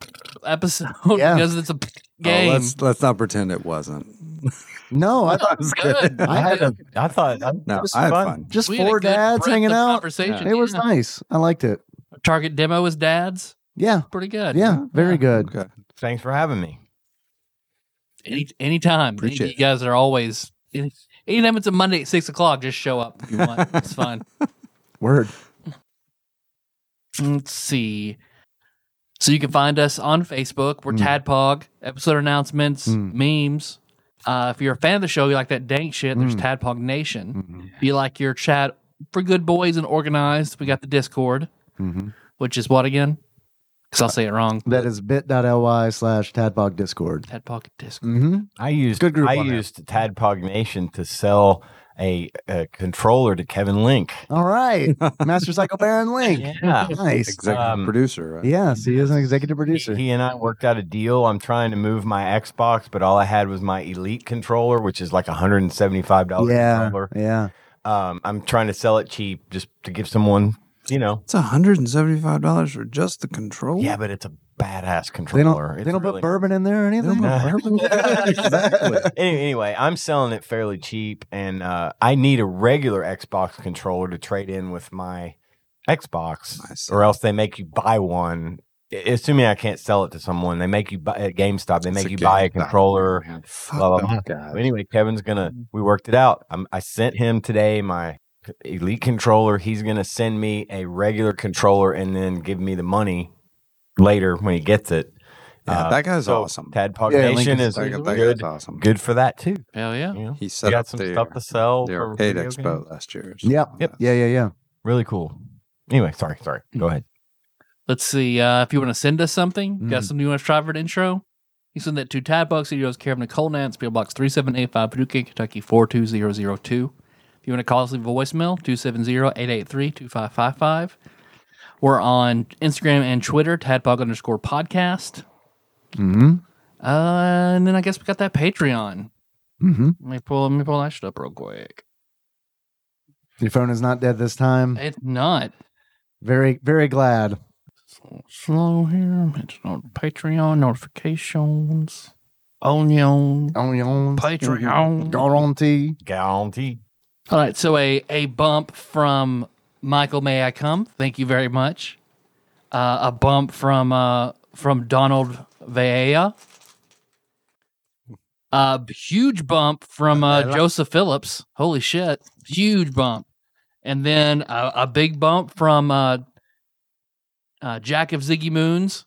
S1: episode
S2: (laughs) Yeah.
S1: because it's a
S3: Oh,
S1: (laughs) game.
S4: (laughs)
S3: let's let's not pretend it wasn't.
S2: No, I thought
S3: was
S1: Good.
S2: I had a,
S4: I thought I,
S3: No,
S4: it was
S3: I had
S4: fun.
S3: fun.
S2: just
S1: We had a
S2: four
S1: good
S2: dads
S1: breadth
S2: hanging
S1: of
S2: out.
S1: Conversation.
S2: It was
S1: yeah.
S2: nice. I liked it.
S1: Target demo is dads.
S2: Yeah,
S1: Pretty good.
S2: yeah, very good.
S3: Okay.
S4: (laughs) Thanks for having me.
S1: Any anytime.
S3: Appreciate
S1: you guys are always any- anytime it's a Monday at six o'clock, just show up if you want. it's
S2: (laughs)
S1: fine.
S2: Word.
S1: Let's see. So you can find us on Facebook. We're
S2: Mm.
S1: Tadpog, episode announcements,
S2: Mm.
S1: memes. Uh, if you're a fan of the show, you like that dank shit, there's Tadpog Nation.
S2: Hmm. Mm-hmm.
S1: If you like your chat for good boys and organized, we got the Discord,
S2: Mhm.
S1: which is what again? Because I'll say it wrong.
S2: That is bit.ly slash tadbog discord.
S1: Tadpog Discord.
S2: Mm-hmm.
S4: I used
S2: Good group
S4: I
S2: on that.
S4: used Tadpog Nation to sell a, a controller to Kevin Link.
S1: (laughs)
S2: All right. Master Cycle Baron Link.
S4: Yeah.
S2: Nice.
S3: Executive
S4: Um,
S3: producer, right?
S2: Yes, he is an executive
S4: He,
S2: producer.
S4: he and I worked out a deal. I'm trying to move my Xbox, but all I had was my Elite controller, which is like $175
S2: yeah.
S4: controller.
S2: Yeah.
S4: Um, I'm trying to sell it cheap just to give someone, you know.
S3: It's hundred and seventy-five dollars for just the control.
S4: Yeah, but it's a badass
S2: Oh. They don't
S4: controller.
S2: they
S4: It's
S2: don't
S4: really-
S2: put bourbon in there or anything.
S4: put
S2: (laughs) exactly.
S4: (laughs) Any- anyway, I'm selling it fairly cheap, and uh, I need a regular Xbox controller to trade in with my Xbox,
S3: I see.
S4: or else they make you buy one. I- Assuming I can't sell it to someone, they make you buy at GameStop. They
S3: It's
S4: make
S3: a
S4: you buy a
S3: GameStop.
S4: controller.
S3: Man, fuck
S4: Blah, blah,
S3: them
S4: blah.
S3: guys.
S4: Anyway, Kevin's gonna.
S3: Mm.
S4: We worked it out. I'm, I sent him today my elite controller. He's gonna send me a regular controller and then give me the money later when he gets it.
S3: Yeah, that guy's
S4: uh, so
S3: awesome.
S4: Tadpog
S2: Yeah,
S4: Nation
S2: Lincoln's
S4: is
S3: That guy- that
S4: good,
S3: guy's awesome.
S4: good for that too.
S1: Hell
S4: You
S1: yeah.
S4: know?
S3: He
S4: We
S3: set
S4: got
S3: up
S4: some
S3: the,
S4: stuff to sell.
S3: the
S4: for
S3: arcade
S4: video
S3: expo
S4: games.
S3: last year. or
S2: Yep.
S3: something
S4: Yep.
S3: like that.
S2: Yeah, yeah, yeah.
S4: Really cool. Anyway, sorry, sorry.
S3: Hmm.
S4: Go ahead.
S1: Let's see. Uh, if you want to send us something, you got
S2: Mm.
S1: something you want to try for an intro, you send that to Tadbox Studios, care of Nicole Nance, PO Box 3785, Paducah, Kentucky 42002. If you want to call us, leave a voicemail, 270 883 2555. We're on Instagram and Twitter, Tadpog underscore podcast.
S2: Mm-hmm.
S1: Uh, and then I guess we got that Patreon.
S2: Mm-hmm.
S1: Let me pull, let me pull that shit up real quick.
S2: Your phone is not dead this time.
S1: It's not.
S2: Very, very glad.
S1: Slow here. It's on Patreon notifications. Onion.
S2: On your own.
S1: Patreon.
S2: Guarantee.
S4: Guarantee.
S1: All right, so a, a bump from Michael May I Come. Thank you very much. Uh, a bump from uh, from Donald Vea. A huge bump from uh, Joseph Phillips. Holy shit. Huge bump. And then a, a big bump from uh, uh, Jack of Ziggy Moons,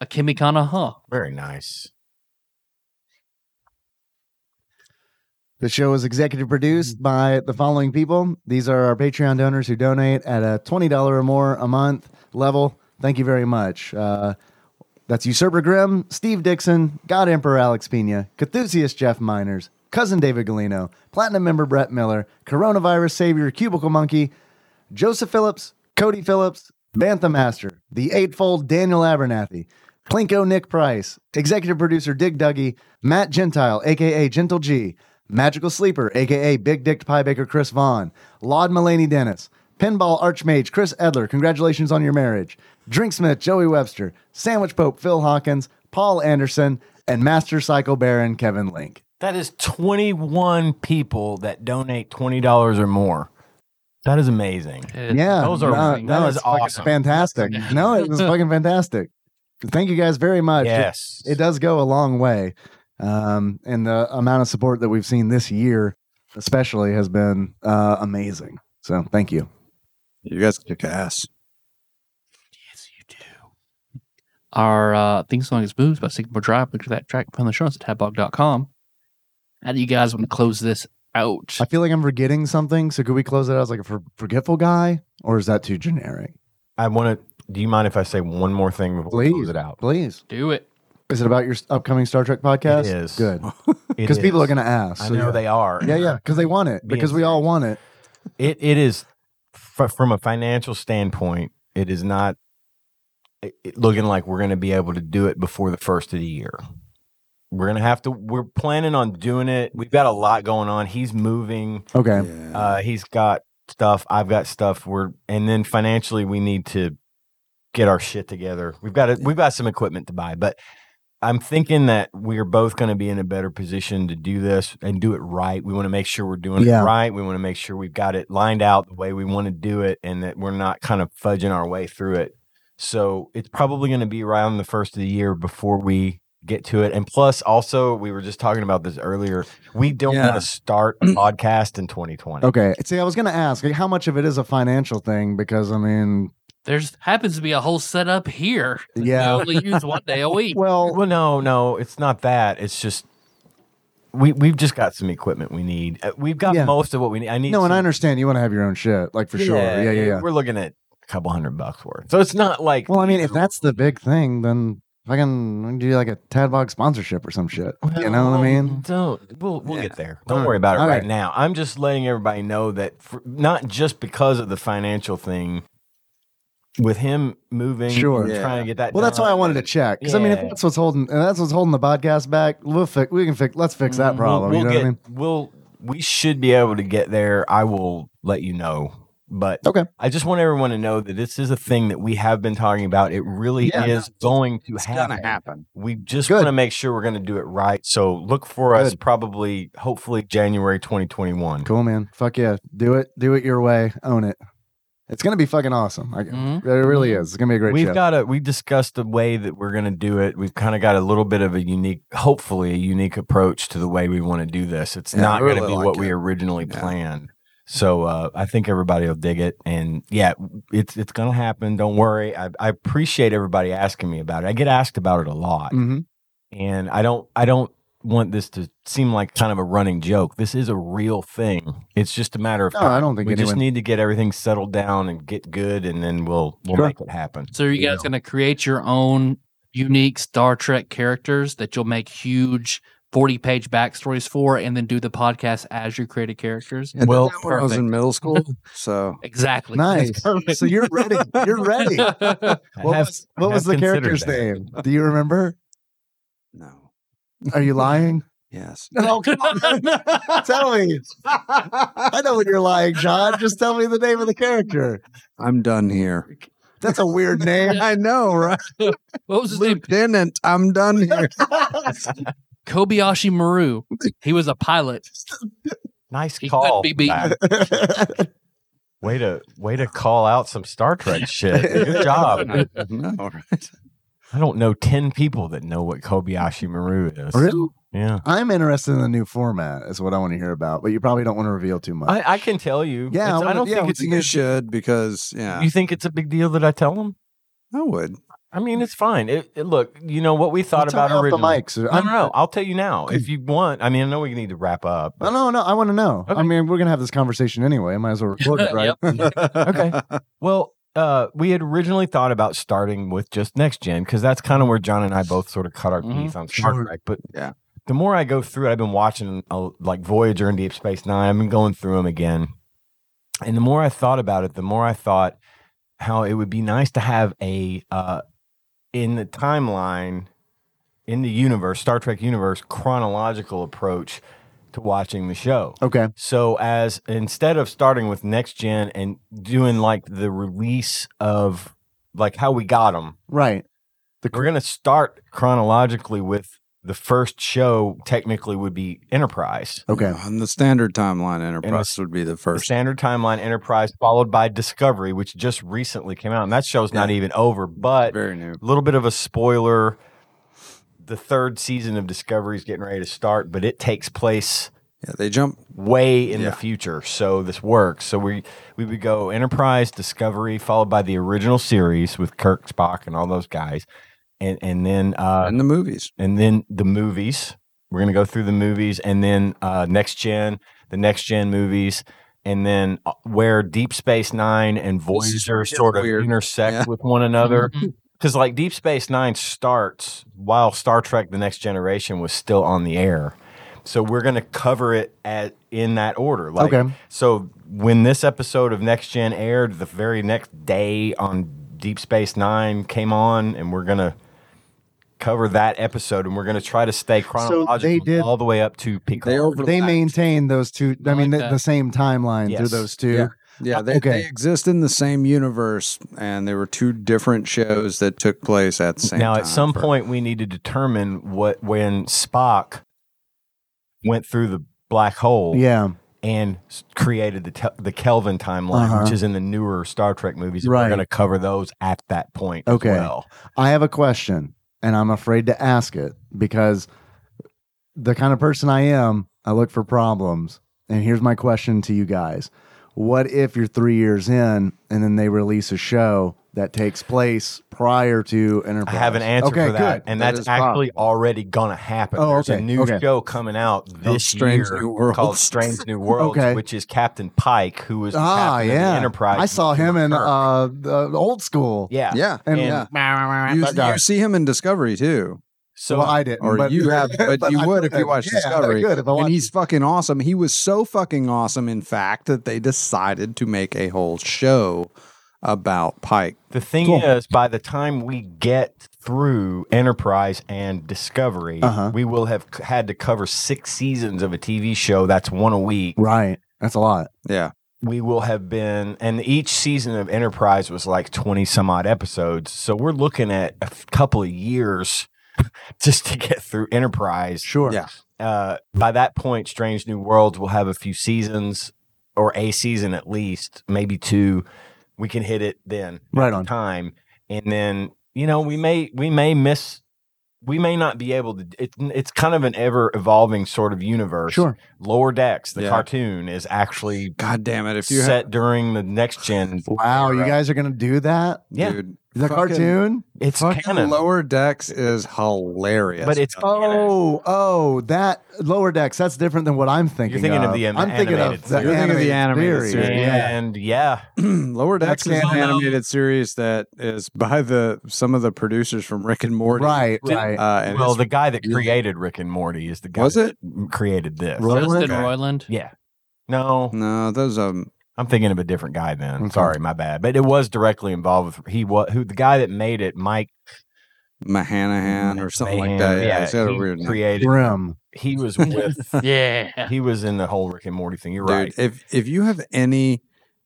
S1: a Kimikana Huh.
S4: Very nice.
S2: The show is executive produced by the following people. These are our Patreon donors who donate at a $20 or more a month level. Thank you very much. Uh, that's Usurper Grimm, Steve Dixon, God Emperor Alex Pena, Cthusiast Jeff Miners, Cousin David Galino, Platinum member Brett Miller, Coronavirus Savior Cubicle Monkey, Joseph Phillips, Cody Phillips, Bantha Master, The Eightfold Daniel Abernathy, Plinko Nick Price, Executive Producer Dig Dougie, Matt Gentile, aka Gentle G, Magical Sleeper, aka Big Dick Pie Baker Chris Vaughn, Laud Mulaney Dennis, Pinball Archmage Chris Edler, congratulations on your marriage, Drinksmith Joey Webster, Sandwich Pope Phil Hawkins, Paul Anderson, and Master Psycho Baron Kevin Link.
S4: That is 21 people that donate $20 or more. That is amazing.
S2: Yeah,
S4: Those are-
S2: no, no,
S4: that is
S2: it's fucking
S4: awesome. (laughs)
S2: fantastic. No, it was fucking fantastic. Thank you guys very much.
S4: Yes.
S2: it does go a long way. Um, and the amount of support that we've seen this year, especially, has been uh, amazing. So thank you.
S3: You guys kick ass.
S1: Yes, you do. Our uh, theme song is Boobs by Sigmar Drive. Look at that track from the show notes at tadbog.com. How do you guys want to close this out?
S2: I feel like I'm forgetting something. So could we close it out as like a for- forgetful guy, or is that too generic?
S4: I want to. Do you mind if I say one more thing before we close
S2: Please. (laughs)
S4: it out?
S2: Please.
S1: Do it.
S2: Is it about your s- upcoming Star Trek podcast?
S4: It is.
S2: Good.
S4: It
S2: Because people
S4: is.
S2: are going to ask.
S4: I
S2: so
S4: know
S2: yeah.
S4: they are.
S2: Yeah, yeah. Because they want it.
S4: Being
S2: Because we all want it.
S4: It it is f- from a financial standpoint. It is not it- it looking like we're going to be able to do it before the first of the year. We're going to have to. We're planning on doing it. We've got a lot going on. He's moving.
S2: Okay.
S3: Yeah.
S4: Uh, he's got stuff. I've got stuff. We're and then financially, we need to get our shit together. We've got it. We've got some equipment to buy, but I'm thinking that we're both going to be in a better position to do this and do it right. We want to make sure we're doing
S2: Yeah.
S4: it right. We want to make sure we've got it lined out the way we want to do it and that we're not kind of fudging our way through it. So it's probably going to be around the first of the year before we get to it. And plus, also, we were just talking about this earlier. We don't
S3: Yeah.
S4: want to start a podcast in 2020.
S2: Mm. Okay. See, I was going to ask like, how much of it is a financial thing because I mean,
S1: There's happens to be a whole setup here. that
S2: Yeah.
S1: I only use one day a week.
S2: (laughs) well,
S4: Well, no, no, it's not that. It's just we we've just got some equipment we need. Uh, We've got
S2: Yeah.
S4: most of what we need. I need.
S2: no, and I
S4: some-
S2: understand you want to have your own shit, like for sure. Yeah, yeah, yeah.
S4: We're looking at a couple hundred bucks worth. So it's not like
S2: Well, I mean, if that's the big thing, then if I can do like a Tadbog sponsorship or some shit. You know what I mean?
S4: Don't. We'll we'll
S3: Yeah.
S4: get there. Don't
S2: Alright.
S4: worry about it right.
S2: Alright.
S4: now. I'm just letting everybody know that for, not just because of the financial thing. With him moving,
S2: Sure.
S4: and trying to get that.
S2: Well, that's why I
S4: done,
S2: wanted to check because I mean, if
S4: Yeah.
S2: that's what's holding, if that's what's holding the podcast back, we'll fix. We can fix. Let's fix that
S4: Mm, we'll-
S2: problem.
S4: We'll,
S2: you know
S4: get,
S2: what I mean?
S4: We'll we should be able to get there. I will let you know. But
S2: Okay.
S4: I just want everyone to know that this is a thing that we have been talking about. It really
S3: Yeah,
S4: is going to
S3: It's
S4: happen.
S3: gonna happen.
S4: We just
S2: Good.
S4: want to make sure we're going to do it right. So look for us
S2: Good.
S4: probably, hopefully, January 2021.
S2: Cool, man. Fuck yeah. Do it. Do it your way. Own it. It's gonna be fucking awesome. I,
S1: Mhm.
S2: It really is. It's gonna be a great
S4: Mm. We've
S2: show.
S4: got a we discussed the way that we're going to do it. We've kind of got a little bit of a unique, hopefully a unique approach to the way we want to do this. It's
S3: Yeah, I
S4: not going to
S3: really
S4: be
S3: like
S4: what we
S3: it.
S4: originally
S3: Yeah.
S4: planned. So uh, I think everybody will dig it, and yeah, it's it's going to happen. Don't worry. I, I appreciate everybody asking me about it. I get asked about it a lot,
S2: hmm
S4: and I don't I don't want this to seem like kind of a running joke. This is a real thing. It's just a matter of
S2: No,
S4: time.
S2: I don't think
S4: we just
S2: anyone-
S4: need to get everything settled down and get good, and then we'll we'll
S2: Sure.
S4: make it happen.
S1: So you guys going to create your own unique Star Trek characters that you'll make huge 40 page backstories for and then do the podcast as your created characters?
S3: And
S4: Well,
S3: well, that when I was in middle
S4: (laughs)
S3: school, so
S1: Exactly. (laughs)
S2: Nice.
S1: perfect.
S2: So you're ready. You're ready. What
S4: I have-
S2: was, what
S4: I
S2: was
S4: have
S2: the
S4: considered
S2: character's
S4: that.
S2: name? Do you remember?
S3: (laughs) no.
S2: Are you
S4: (laughs)
S2: lying?
S3: Yes.
S2: No, come
S3: (laughs)
S2: on. man. tell me. I know when you're lying, John. Just tell me the name of the character.
S3: I'm done here.
S2: That's a weird name.
S3: I know, right?
S1: What was his name?
S3: Lieutenant, I'm done here.
S1: Kobayashi
S2: (laughs)
S1: Maru. He was a pilot.
S4: Nice
S1: He
S4: call.
S1: couldn't be beaten.
S4: Matt. (laughs) Way to way to call out some Star (laughs) Trek shit. Good job. (laughs)
S3: no, right?
S4: I don't know ten people that know what Kobayashi Maru is.
S2: Really?
S4: Yeah.
S2: I'm interested in the new format. Is what I want to hear about. But you probably don't want to reveal too much.
S4: I, I can tell you.
S2: Yeah,
S4: It's-
S2: I
S4: I
S2: wanna-
S4: don't
S2: yeah,
S4: think
S2: I
S4: it's a
S3: You
S4: good
S3: should because yeah,
S4: You think it's a big deal that I tell them?
S3: I would.
S4: I mean, it's fine. It, it- look, you know what we
S2: Well,
S4: thought
S2: tell
S4: about
S2: me off
S4: originally.
S2: the mic. So
S4: I
S2: I'm,
S4: don't know. I'll tell you
S2: (laughs)
S4: now if you want. I mean, I know we need to wrap up.
S2: No, no, no. I want to know. I
S4: Okay.
S2: mean, we're gonna have this conversation anyway. I might as well record it, right? (laughs)
S4: okay. Well, uh, we had originally thought about starting with just next gen because that's kind of where John and I both sort of cut our
S1: Mhm.
S4: teeth on Star
S2: Sure.
S4: Trek. But
S3: Yeah.
S4: the more I go through it, I've been watching uh, like Voyager and Deep Space Nine. I've been going through them again, and the more I thought about it, the more I thought how it would be nice to have a uh, in the timeline in the universe, Star Trek universe, chronological approach to watching the show.
S2: Okay.
S4: So as instead of starting with next gen and doing like the release of like how we got them,
S2: Right.
S4: we're gonna start chronologically with the first show. Technically, would be Enterprise.
S2: Okay.
S3: On the standard timeline, Enterprise would be the
S4: The
S3: first.
S4: standard timeline Enterprise, followed by Discovery, which just recently came out, and that show's not even over. But a
S3: Very new.
S4: little bit of a spoiler: the third season of Discovery is getting ready to start, but it takes place
S3: Yeah, they jump.
S4: way in
S3: Yeah.
S4: the future. So this works. So we we would go Enterprise, Discovery, followed by the original series with Kirk, Spock, and all those guys, and and then uh,
S3: in the movies.
S4: and then the movies. We're gonna go through the movies, and then uh, next gen, the next gen movies, and then uh, where Deep Space Nine and Voyager
S3: getting
S4: sort of
S3: weird.
S4: intersect
S3: Yeah.
S4: with one another.
S1: Mhm.
S4: Because like Deep Space Nine starts while Star Trek: The Next Generation was still on the air, so we're gonna cover it at in that order. Like,
S2: Okay.
S4: So when this episode of Next Gen aired, the very next day on Deep Space Nine came on, and we're gonna cover that episode, and we're gonna try to stay chronological
S2: did-
S4: all the way up to Picard.
S3: They overlap.
S2: They maintain those two. I
S1: like
S2: mean, the,
S1: that.
S2: the same timeline through
S4: Yes.
S2: those two.
S3: Yeah. Yeah, they,
S4: okay.
S3: they exist in the same universe, and there were two different shows that took place at the same
S4: now,
S3: time.
S4: at some
S3: for-
S4: point, we need to determine what when Spock went through the black hole
S2: Yeah.
S4: and s- created the tel- the Kelvin timeline,
S2: Uh-huh.
S4: which is in the newer Star Trek movies. and
S2: Right.
S4: We're going to cover those at that point. as
S2: Okay.
S4: well.
S2: I have a question, and I'm afraid to ask it because the kind of person I am, I look for problems. And here's my question to you guys What if you're three years in and then they release a show that takes place prior to Enterprise?
S4: I have an answer
S2: okay,
S4: for that,
S2: Good.
S4: and
S3: That
S4: that's
S3: is
S4: actually already gonna happen.
S2: Oh,
S4: There's a
S2: okay,
S4: new
S2: okay.
S4: show coming out this
S3: Strange
S4: year
S3: New Worlds.
S4: called Strange New Worlds,
S2: (laughs) Okay.
S4: which is Captain Pike, who was the
S2: Ah,
S4: captain of the
S2: yeah.
S4: Enterprise.
S2: I saw him in uh, the old school.
S4: yeah,
S3: yeah,
S2: And, uh,
S3: yeah.
S2: yeah.
S3: You,
S2: that guy.
S3: you see him in Discovery too,
S4: So
S2: well, I didn't.
S3: or
S2: but, (laughs)
S3: you have, but, you
S2: I
S3: would if
S2: have.
S3: you watched
S2: Yeah,
S3: Discovery.
S2: Good if I
S3: and
S2: watched
S3: he's fucking awesome. He was so fucking awesome, in fact, that they decided to make a whole show about Pike.
S4: the thing
S2: Cool.
S4: is, by the time we get through Enterprise and Discovery,
S2: Uh-huh.
S4: we will have c- had to cover six seasons of a TV show. That's one a week.
S2: Right. That's a lot.
S3: Yeah,
S4: we will have been and each season of enterprise was like 20 some odd episodes so we're looking at a f- couple of years (laughs) just to get through enterprise
S2: Sure.
S3: Yeah.
S4: uh, by that point strange new worlds will have a few seasons or a season at least maybe two we can hit it then
S2: Right on.
S4: time and then you know we may we may miss we may not be able to it, it's kind of an ever evolving sort of universe
S2: Sure.
S4: lower decks the
S3: Yeah.
S4: cartoon is actually
S3: God damn it! If you
S4: set during the next gen.
S2: Wow. You guys are going to do that?
S4: Yeah,
S3: dude,
S2: The
S3: fucking-
S2: cartoon?
S4: it's
S3: fucking
S4: canon,
S3: Lower Decks is hilarious,
S4: but it's canon.
S2: Oh, oh, that lower decks. That's different than what I'm thinking.
S4: You're thinking of the
S2: I'm
S4: an-
S2: thinking
S4: animated
S2: of the
S4: series. You're
S3: thinking of the animated
S2: series.
S3: series.
S2: Yeah.
S4: and yeah,
S3: (clears throat) Lower
S2: That's
S3: Decks is an
S1: canon.
S3: animated series that is by the some of the producers from Rick and Morty.
S2: Right, right.
S3: Uh, and
S4: well,
S3: it's-
S4: the guy that
S3: really-
S4: created Rick and Morty is the guy
S3: was it?
S4: that created this.
S1: Justin
S3: Okay.
S1: Roiland.
S4: Yeah, no,
S3: No, those um.
S4: I'm thinking of a different guy. Then
S2: Okay.
S4: sorry, my bad. But it was directly involved with he was who the guy that made it, Mike
S3: Mahanahan or something like
S4: Mahan.
S3: that. Yeah, it's got a
S4: he
S3: weird name.
S4: created.
S2: Grim.
S4: He was with.
S3: (laughs)
S1: Yeah.
S4: he was in the whole Rick and Morty thing. You're
S3: Dude, (laughs)
S4: right.
S3: if if you have any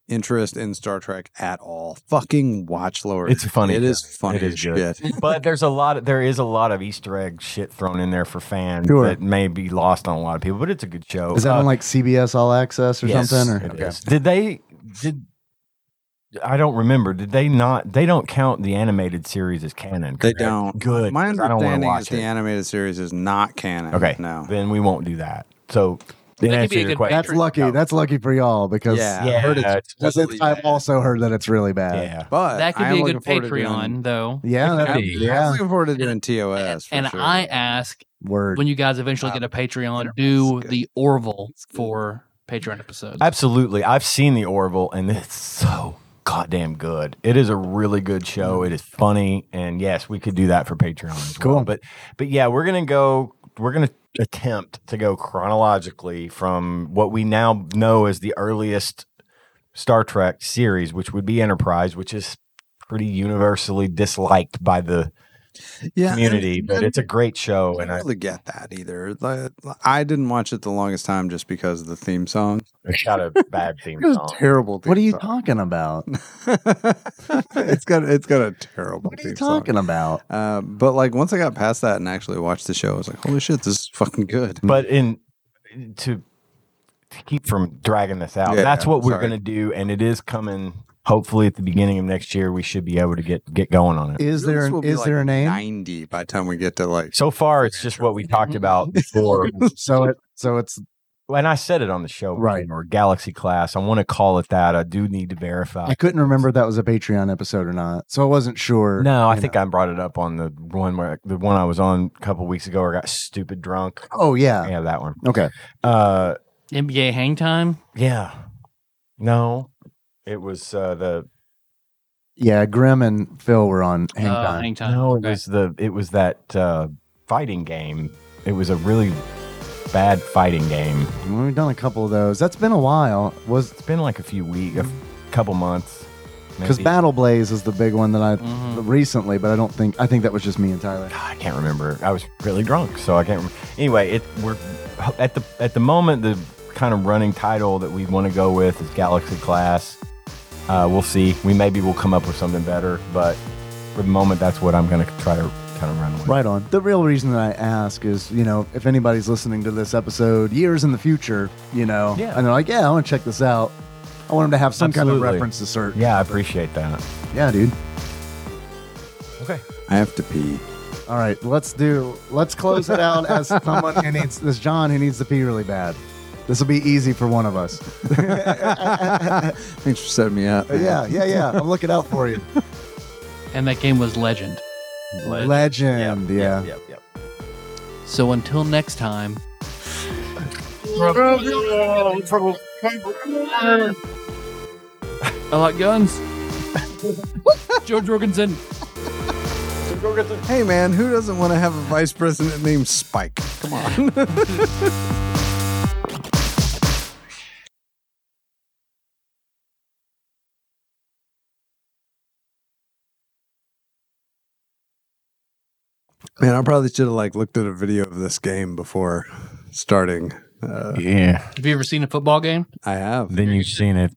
S3: interest in Star Trek at all, fucking watch Lower.
S4: It's funny.
S3: It is funny
S4: It is
S3: as
S4: good. (laughs)
S3: shit.
S4: but there's a lot of there is a lot of Easter egg shit thrown in there for fans
S2: Sure.
S4: that may be lost on a lot of people. But it's a good show.
S2: Is that
S4: Uh,
S2: on like CBS All Access or
S4: Yes,
S2: something? Or
S4: it is. Did they did I don't remember. Did they not they don't count the animated series as canon?
S3: They
S4: correct?
S3: don't.
S4: Good.
S3: My
S4: 'cause I don't want
S3: understanding is
S4: to watch
S3: the
S4: it.
S3: animated series is not canon.
S4: Okay.
S3: No.
S4: Then we won't do that. So
S1: That
S4: then
S1: could
S4: answer
S1: be a
S4: your
S1: good
S4: question.
S2: That's lucky. That's lucky for y'all because
S3: Yeah. I
S4: yeah,
S3: heard it's
S4: it's-
S2: because it's-
S3: really
S2: I've
S3: bad.
S2: also heard that it's really bad.
S4: yeah.
S3: But
S1: That could
S3: Uh, I am
S1: be a
S3: looking
S1: good
S3: forward to doing-
S1: Patreon, though.
S2: Yeah,
S4: It could
S2: that,
S4: be.
S3: I'm
S2: yeah.
S3: looking forward to doing TOS. for
S1: and
S3: sure.
S1: I ask
S2: Word.
S1: when you guys eventually get a Patreon, do
S3: good.
S1: the Orville for Patreon episodes.
S4: Absolutely. I've seen the Orville and it's so goddamn good. It is a really good show.
S3: Mm.
S4: It is funny. And yes, we could do that for Patreon as well.
S2: Cool.
S4: But but yeah, we're gonna go we're gonna attempt to go chronologically from what we now know as the earliest Star Trek series, which would be Enterprise, which is pretty universally disliked by the
S3: yeah, and-
S4: community, but
S3: and
S4: it's a great show and
S3: I
S4: I
S3: don't really get that either. Like, I didn't watch it the longest time just because of the theme song. (laughs)
S4: it's got a bad theme
S3: It was
S4: song.
S3: terrible. Theme
S2: What are you
S3: song.
S2: talking about?
S3: it's got it's got a terrible.
S2: What are you
S3: theme song.
S2: talking about?
S3: Uh, but like once I got past that and actually watched the show, I was like, "Holy shit, this is fucking good!"
S2: Mm.
S4: but in to, to keep from dragging this out
S3: Yeah,
S4: that's what we're
S3: sorry.
S4: going to do and it is coming hopefully at the beginning of next year we should be able to get get going on it
S2: Is
S3: This
S2: there
S3: will
S2: an,
S3: be
S2: is
S3: like
S2: there a name?
S3: Ninety by the time we get to like
S4: so far it's just what we talked about before
S2: (laughs) So it so it's
S4: and i said it on the show
S2: Right.
S4: before, galaxy class i want to call it that i do need to verify
S2: I couldn't remember if that was a Patreon episode or not, so I wasn't sure.
S4: no i
S2: you
S4: think i brought it up on the one where the one i was on a couple weeks ago where i got stupid drunk
S2: know. Oh yeah.
S4: yeah that one
S2: Okay.
S4: uh
S1: NBA hang time.
S4: yeah no it was uh the
S2: Yeah. Grim and Phil were on
S4: Oh,
S2: Hang
S1: Uh,
S2: Time.
S1: hang time.
S4: No, it
S1: Okay.
S4: was the it was that uh, fighting game. It was a really bad fighting game.
S2: We've done a couple of those. That's been a while. Was
S4: It's been like a few weeks, a f- couple months.
S2: because
S4: maybe. Mm.
S2: Battle Blaze is the big one that I
S1: Mhm.
S2: recently, but I don't think I think that was just me and Tyler.
S4: God, I can't remember. I was really drunk, so I can't. Remember. Anyway, it we're at the at the moment the kind of running title that we want to go with is Galaxy Class. Uh, we'll see. We maybe will come up with something better, but for the moment, that's what I'm going to try to kind of run with.
S2: Right on. The real reason that I ask is, you know, if anybody's listening to this episode years in the future, you know,
S4: Yeah.
S2: and they're like, yeah, I want to check this out. I want them to have some kind
S4: Absolutely.
S2: of reference to search.
S4: Yeah, I appreciate that.
S2: Yeah, dude.
S4: Okay.
S3: I have to pee.
S2: All right, let's do. Let's close it out (laughs) as someone who needs this. John who needs to pee really bad. This will be easy for one of us.
S3: Thanks for setting me up.
S2: But Uh, yeah, yeah, yeah. I'm looking out for you.
S1: And that game was Legend.
S2: Legend. yeah.
S4: Yep. Yep.
S1: So until next time. I like guns. (laughs) George Jorgensen.
S3: Hey, man, who doesn't want to have a vice president named Spike? Come on. (laughs) Man, I probably should have like looked at a video of this game before starting. Uh,
S4: Yeah.
S1: Have you ever seen a football game?
S3: I have.
S4: Then you've seen it.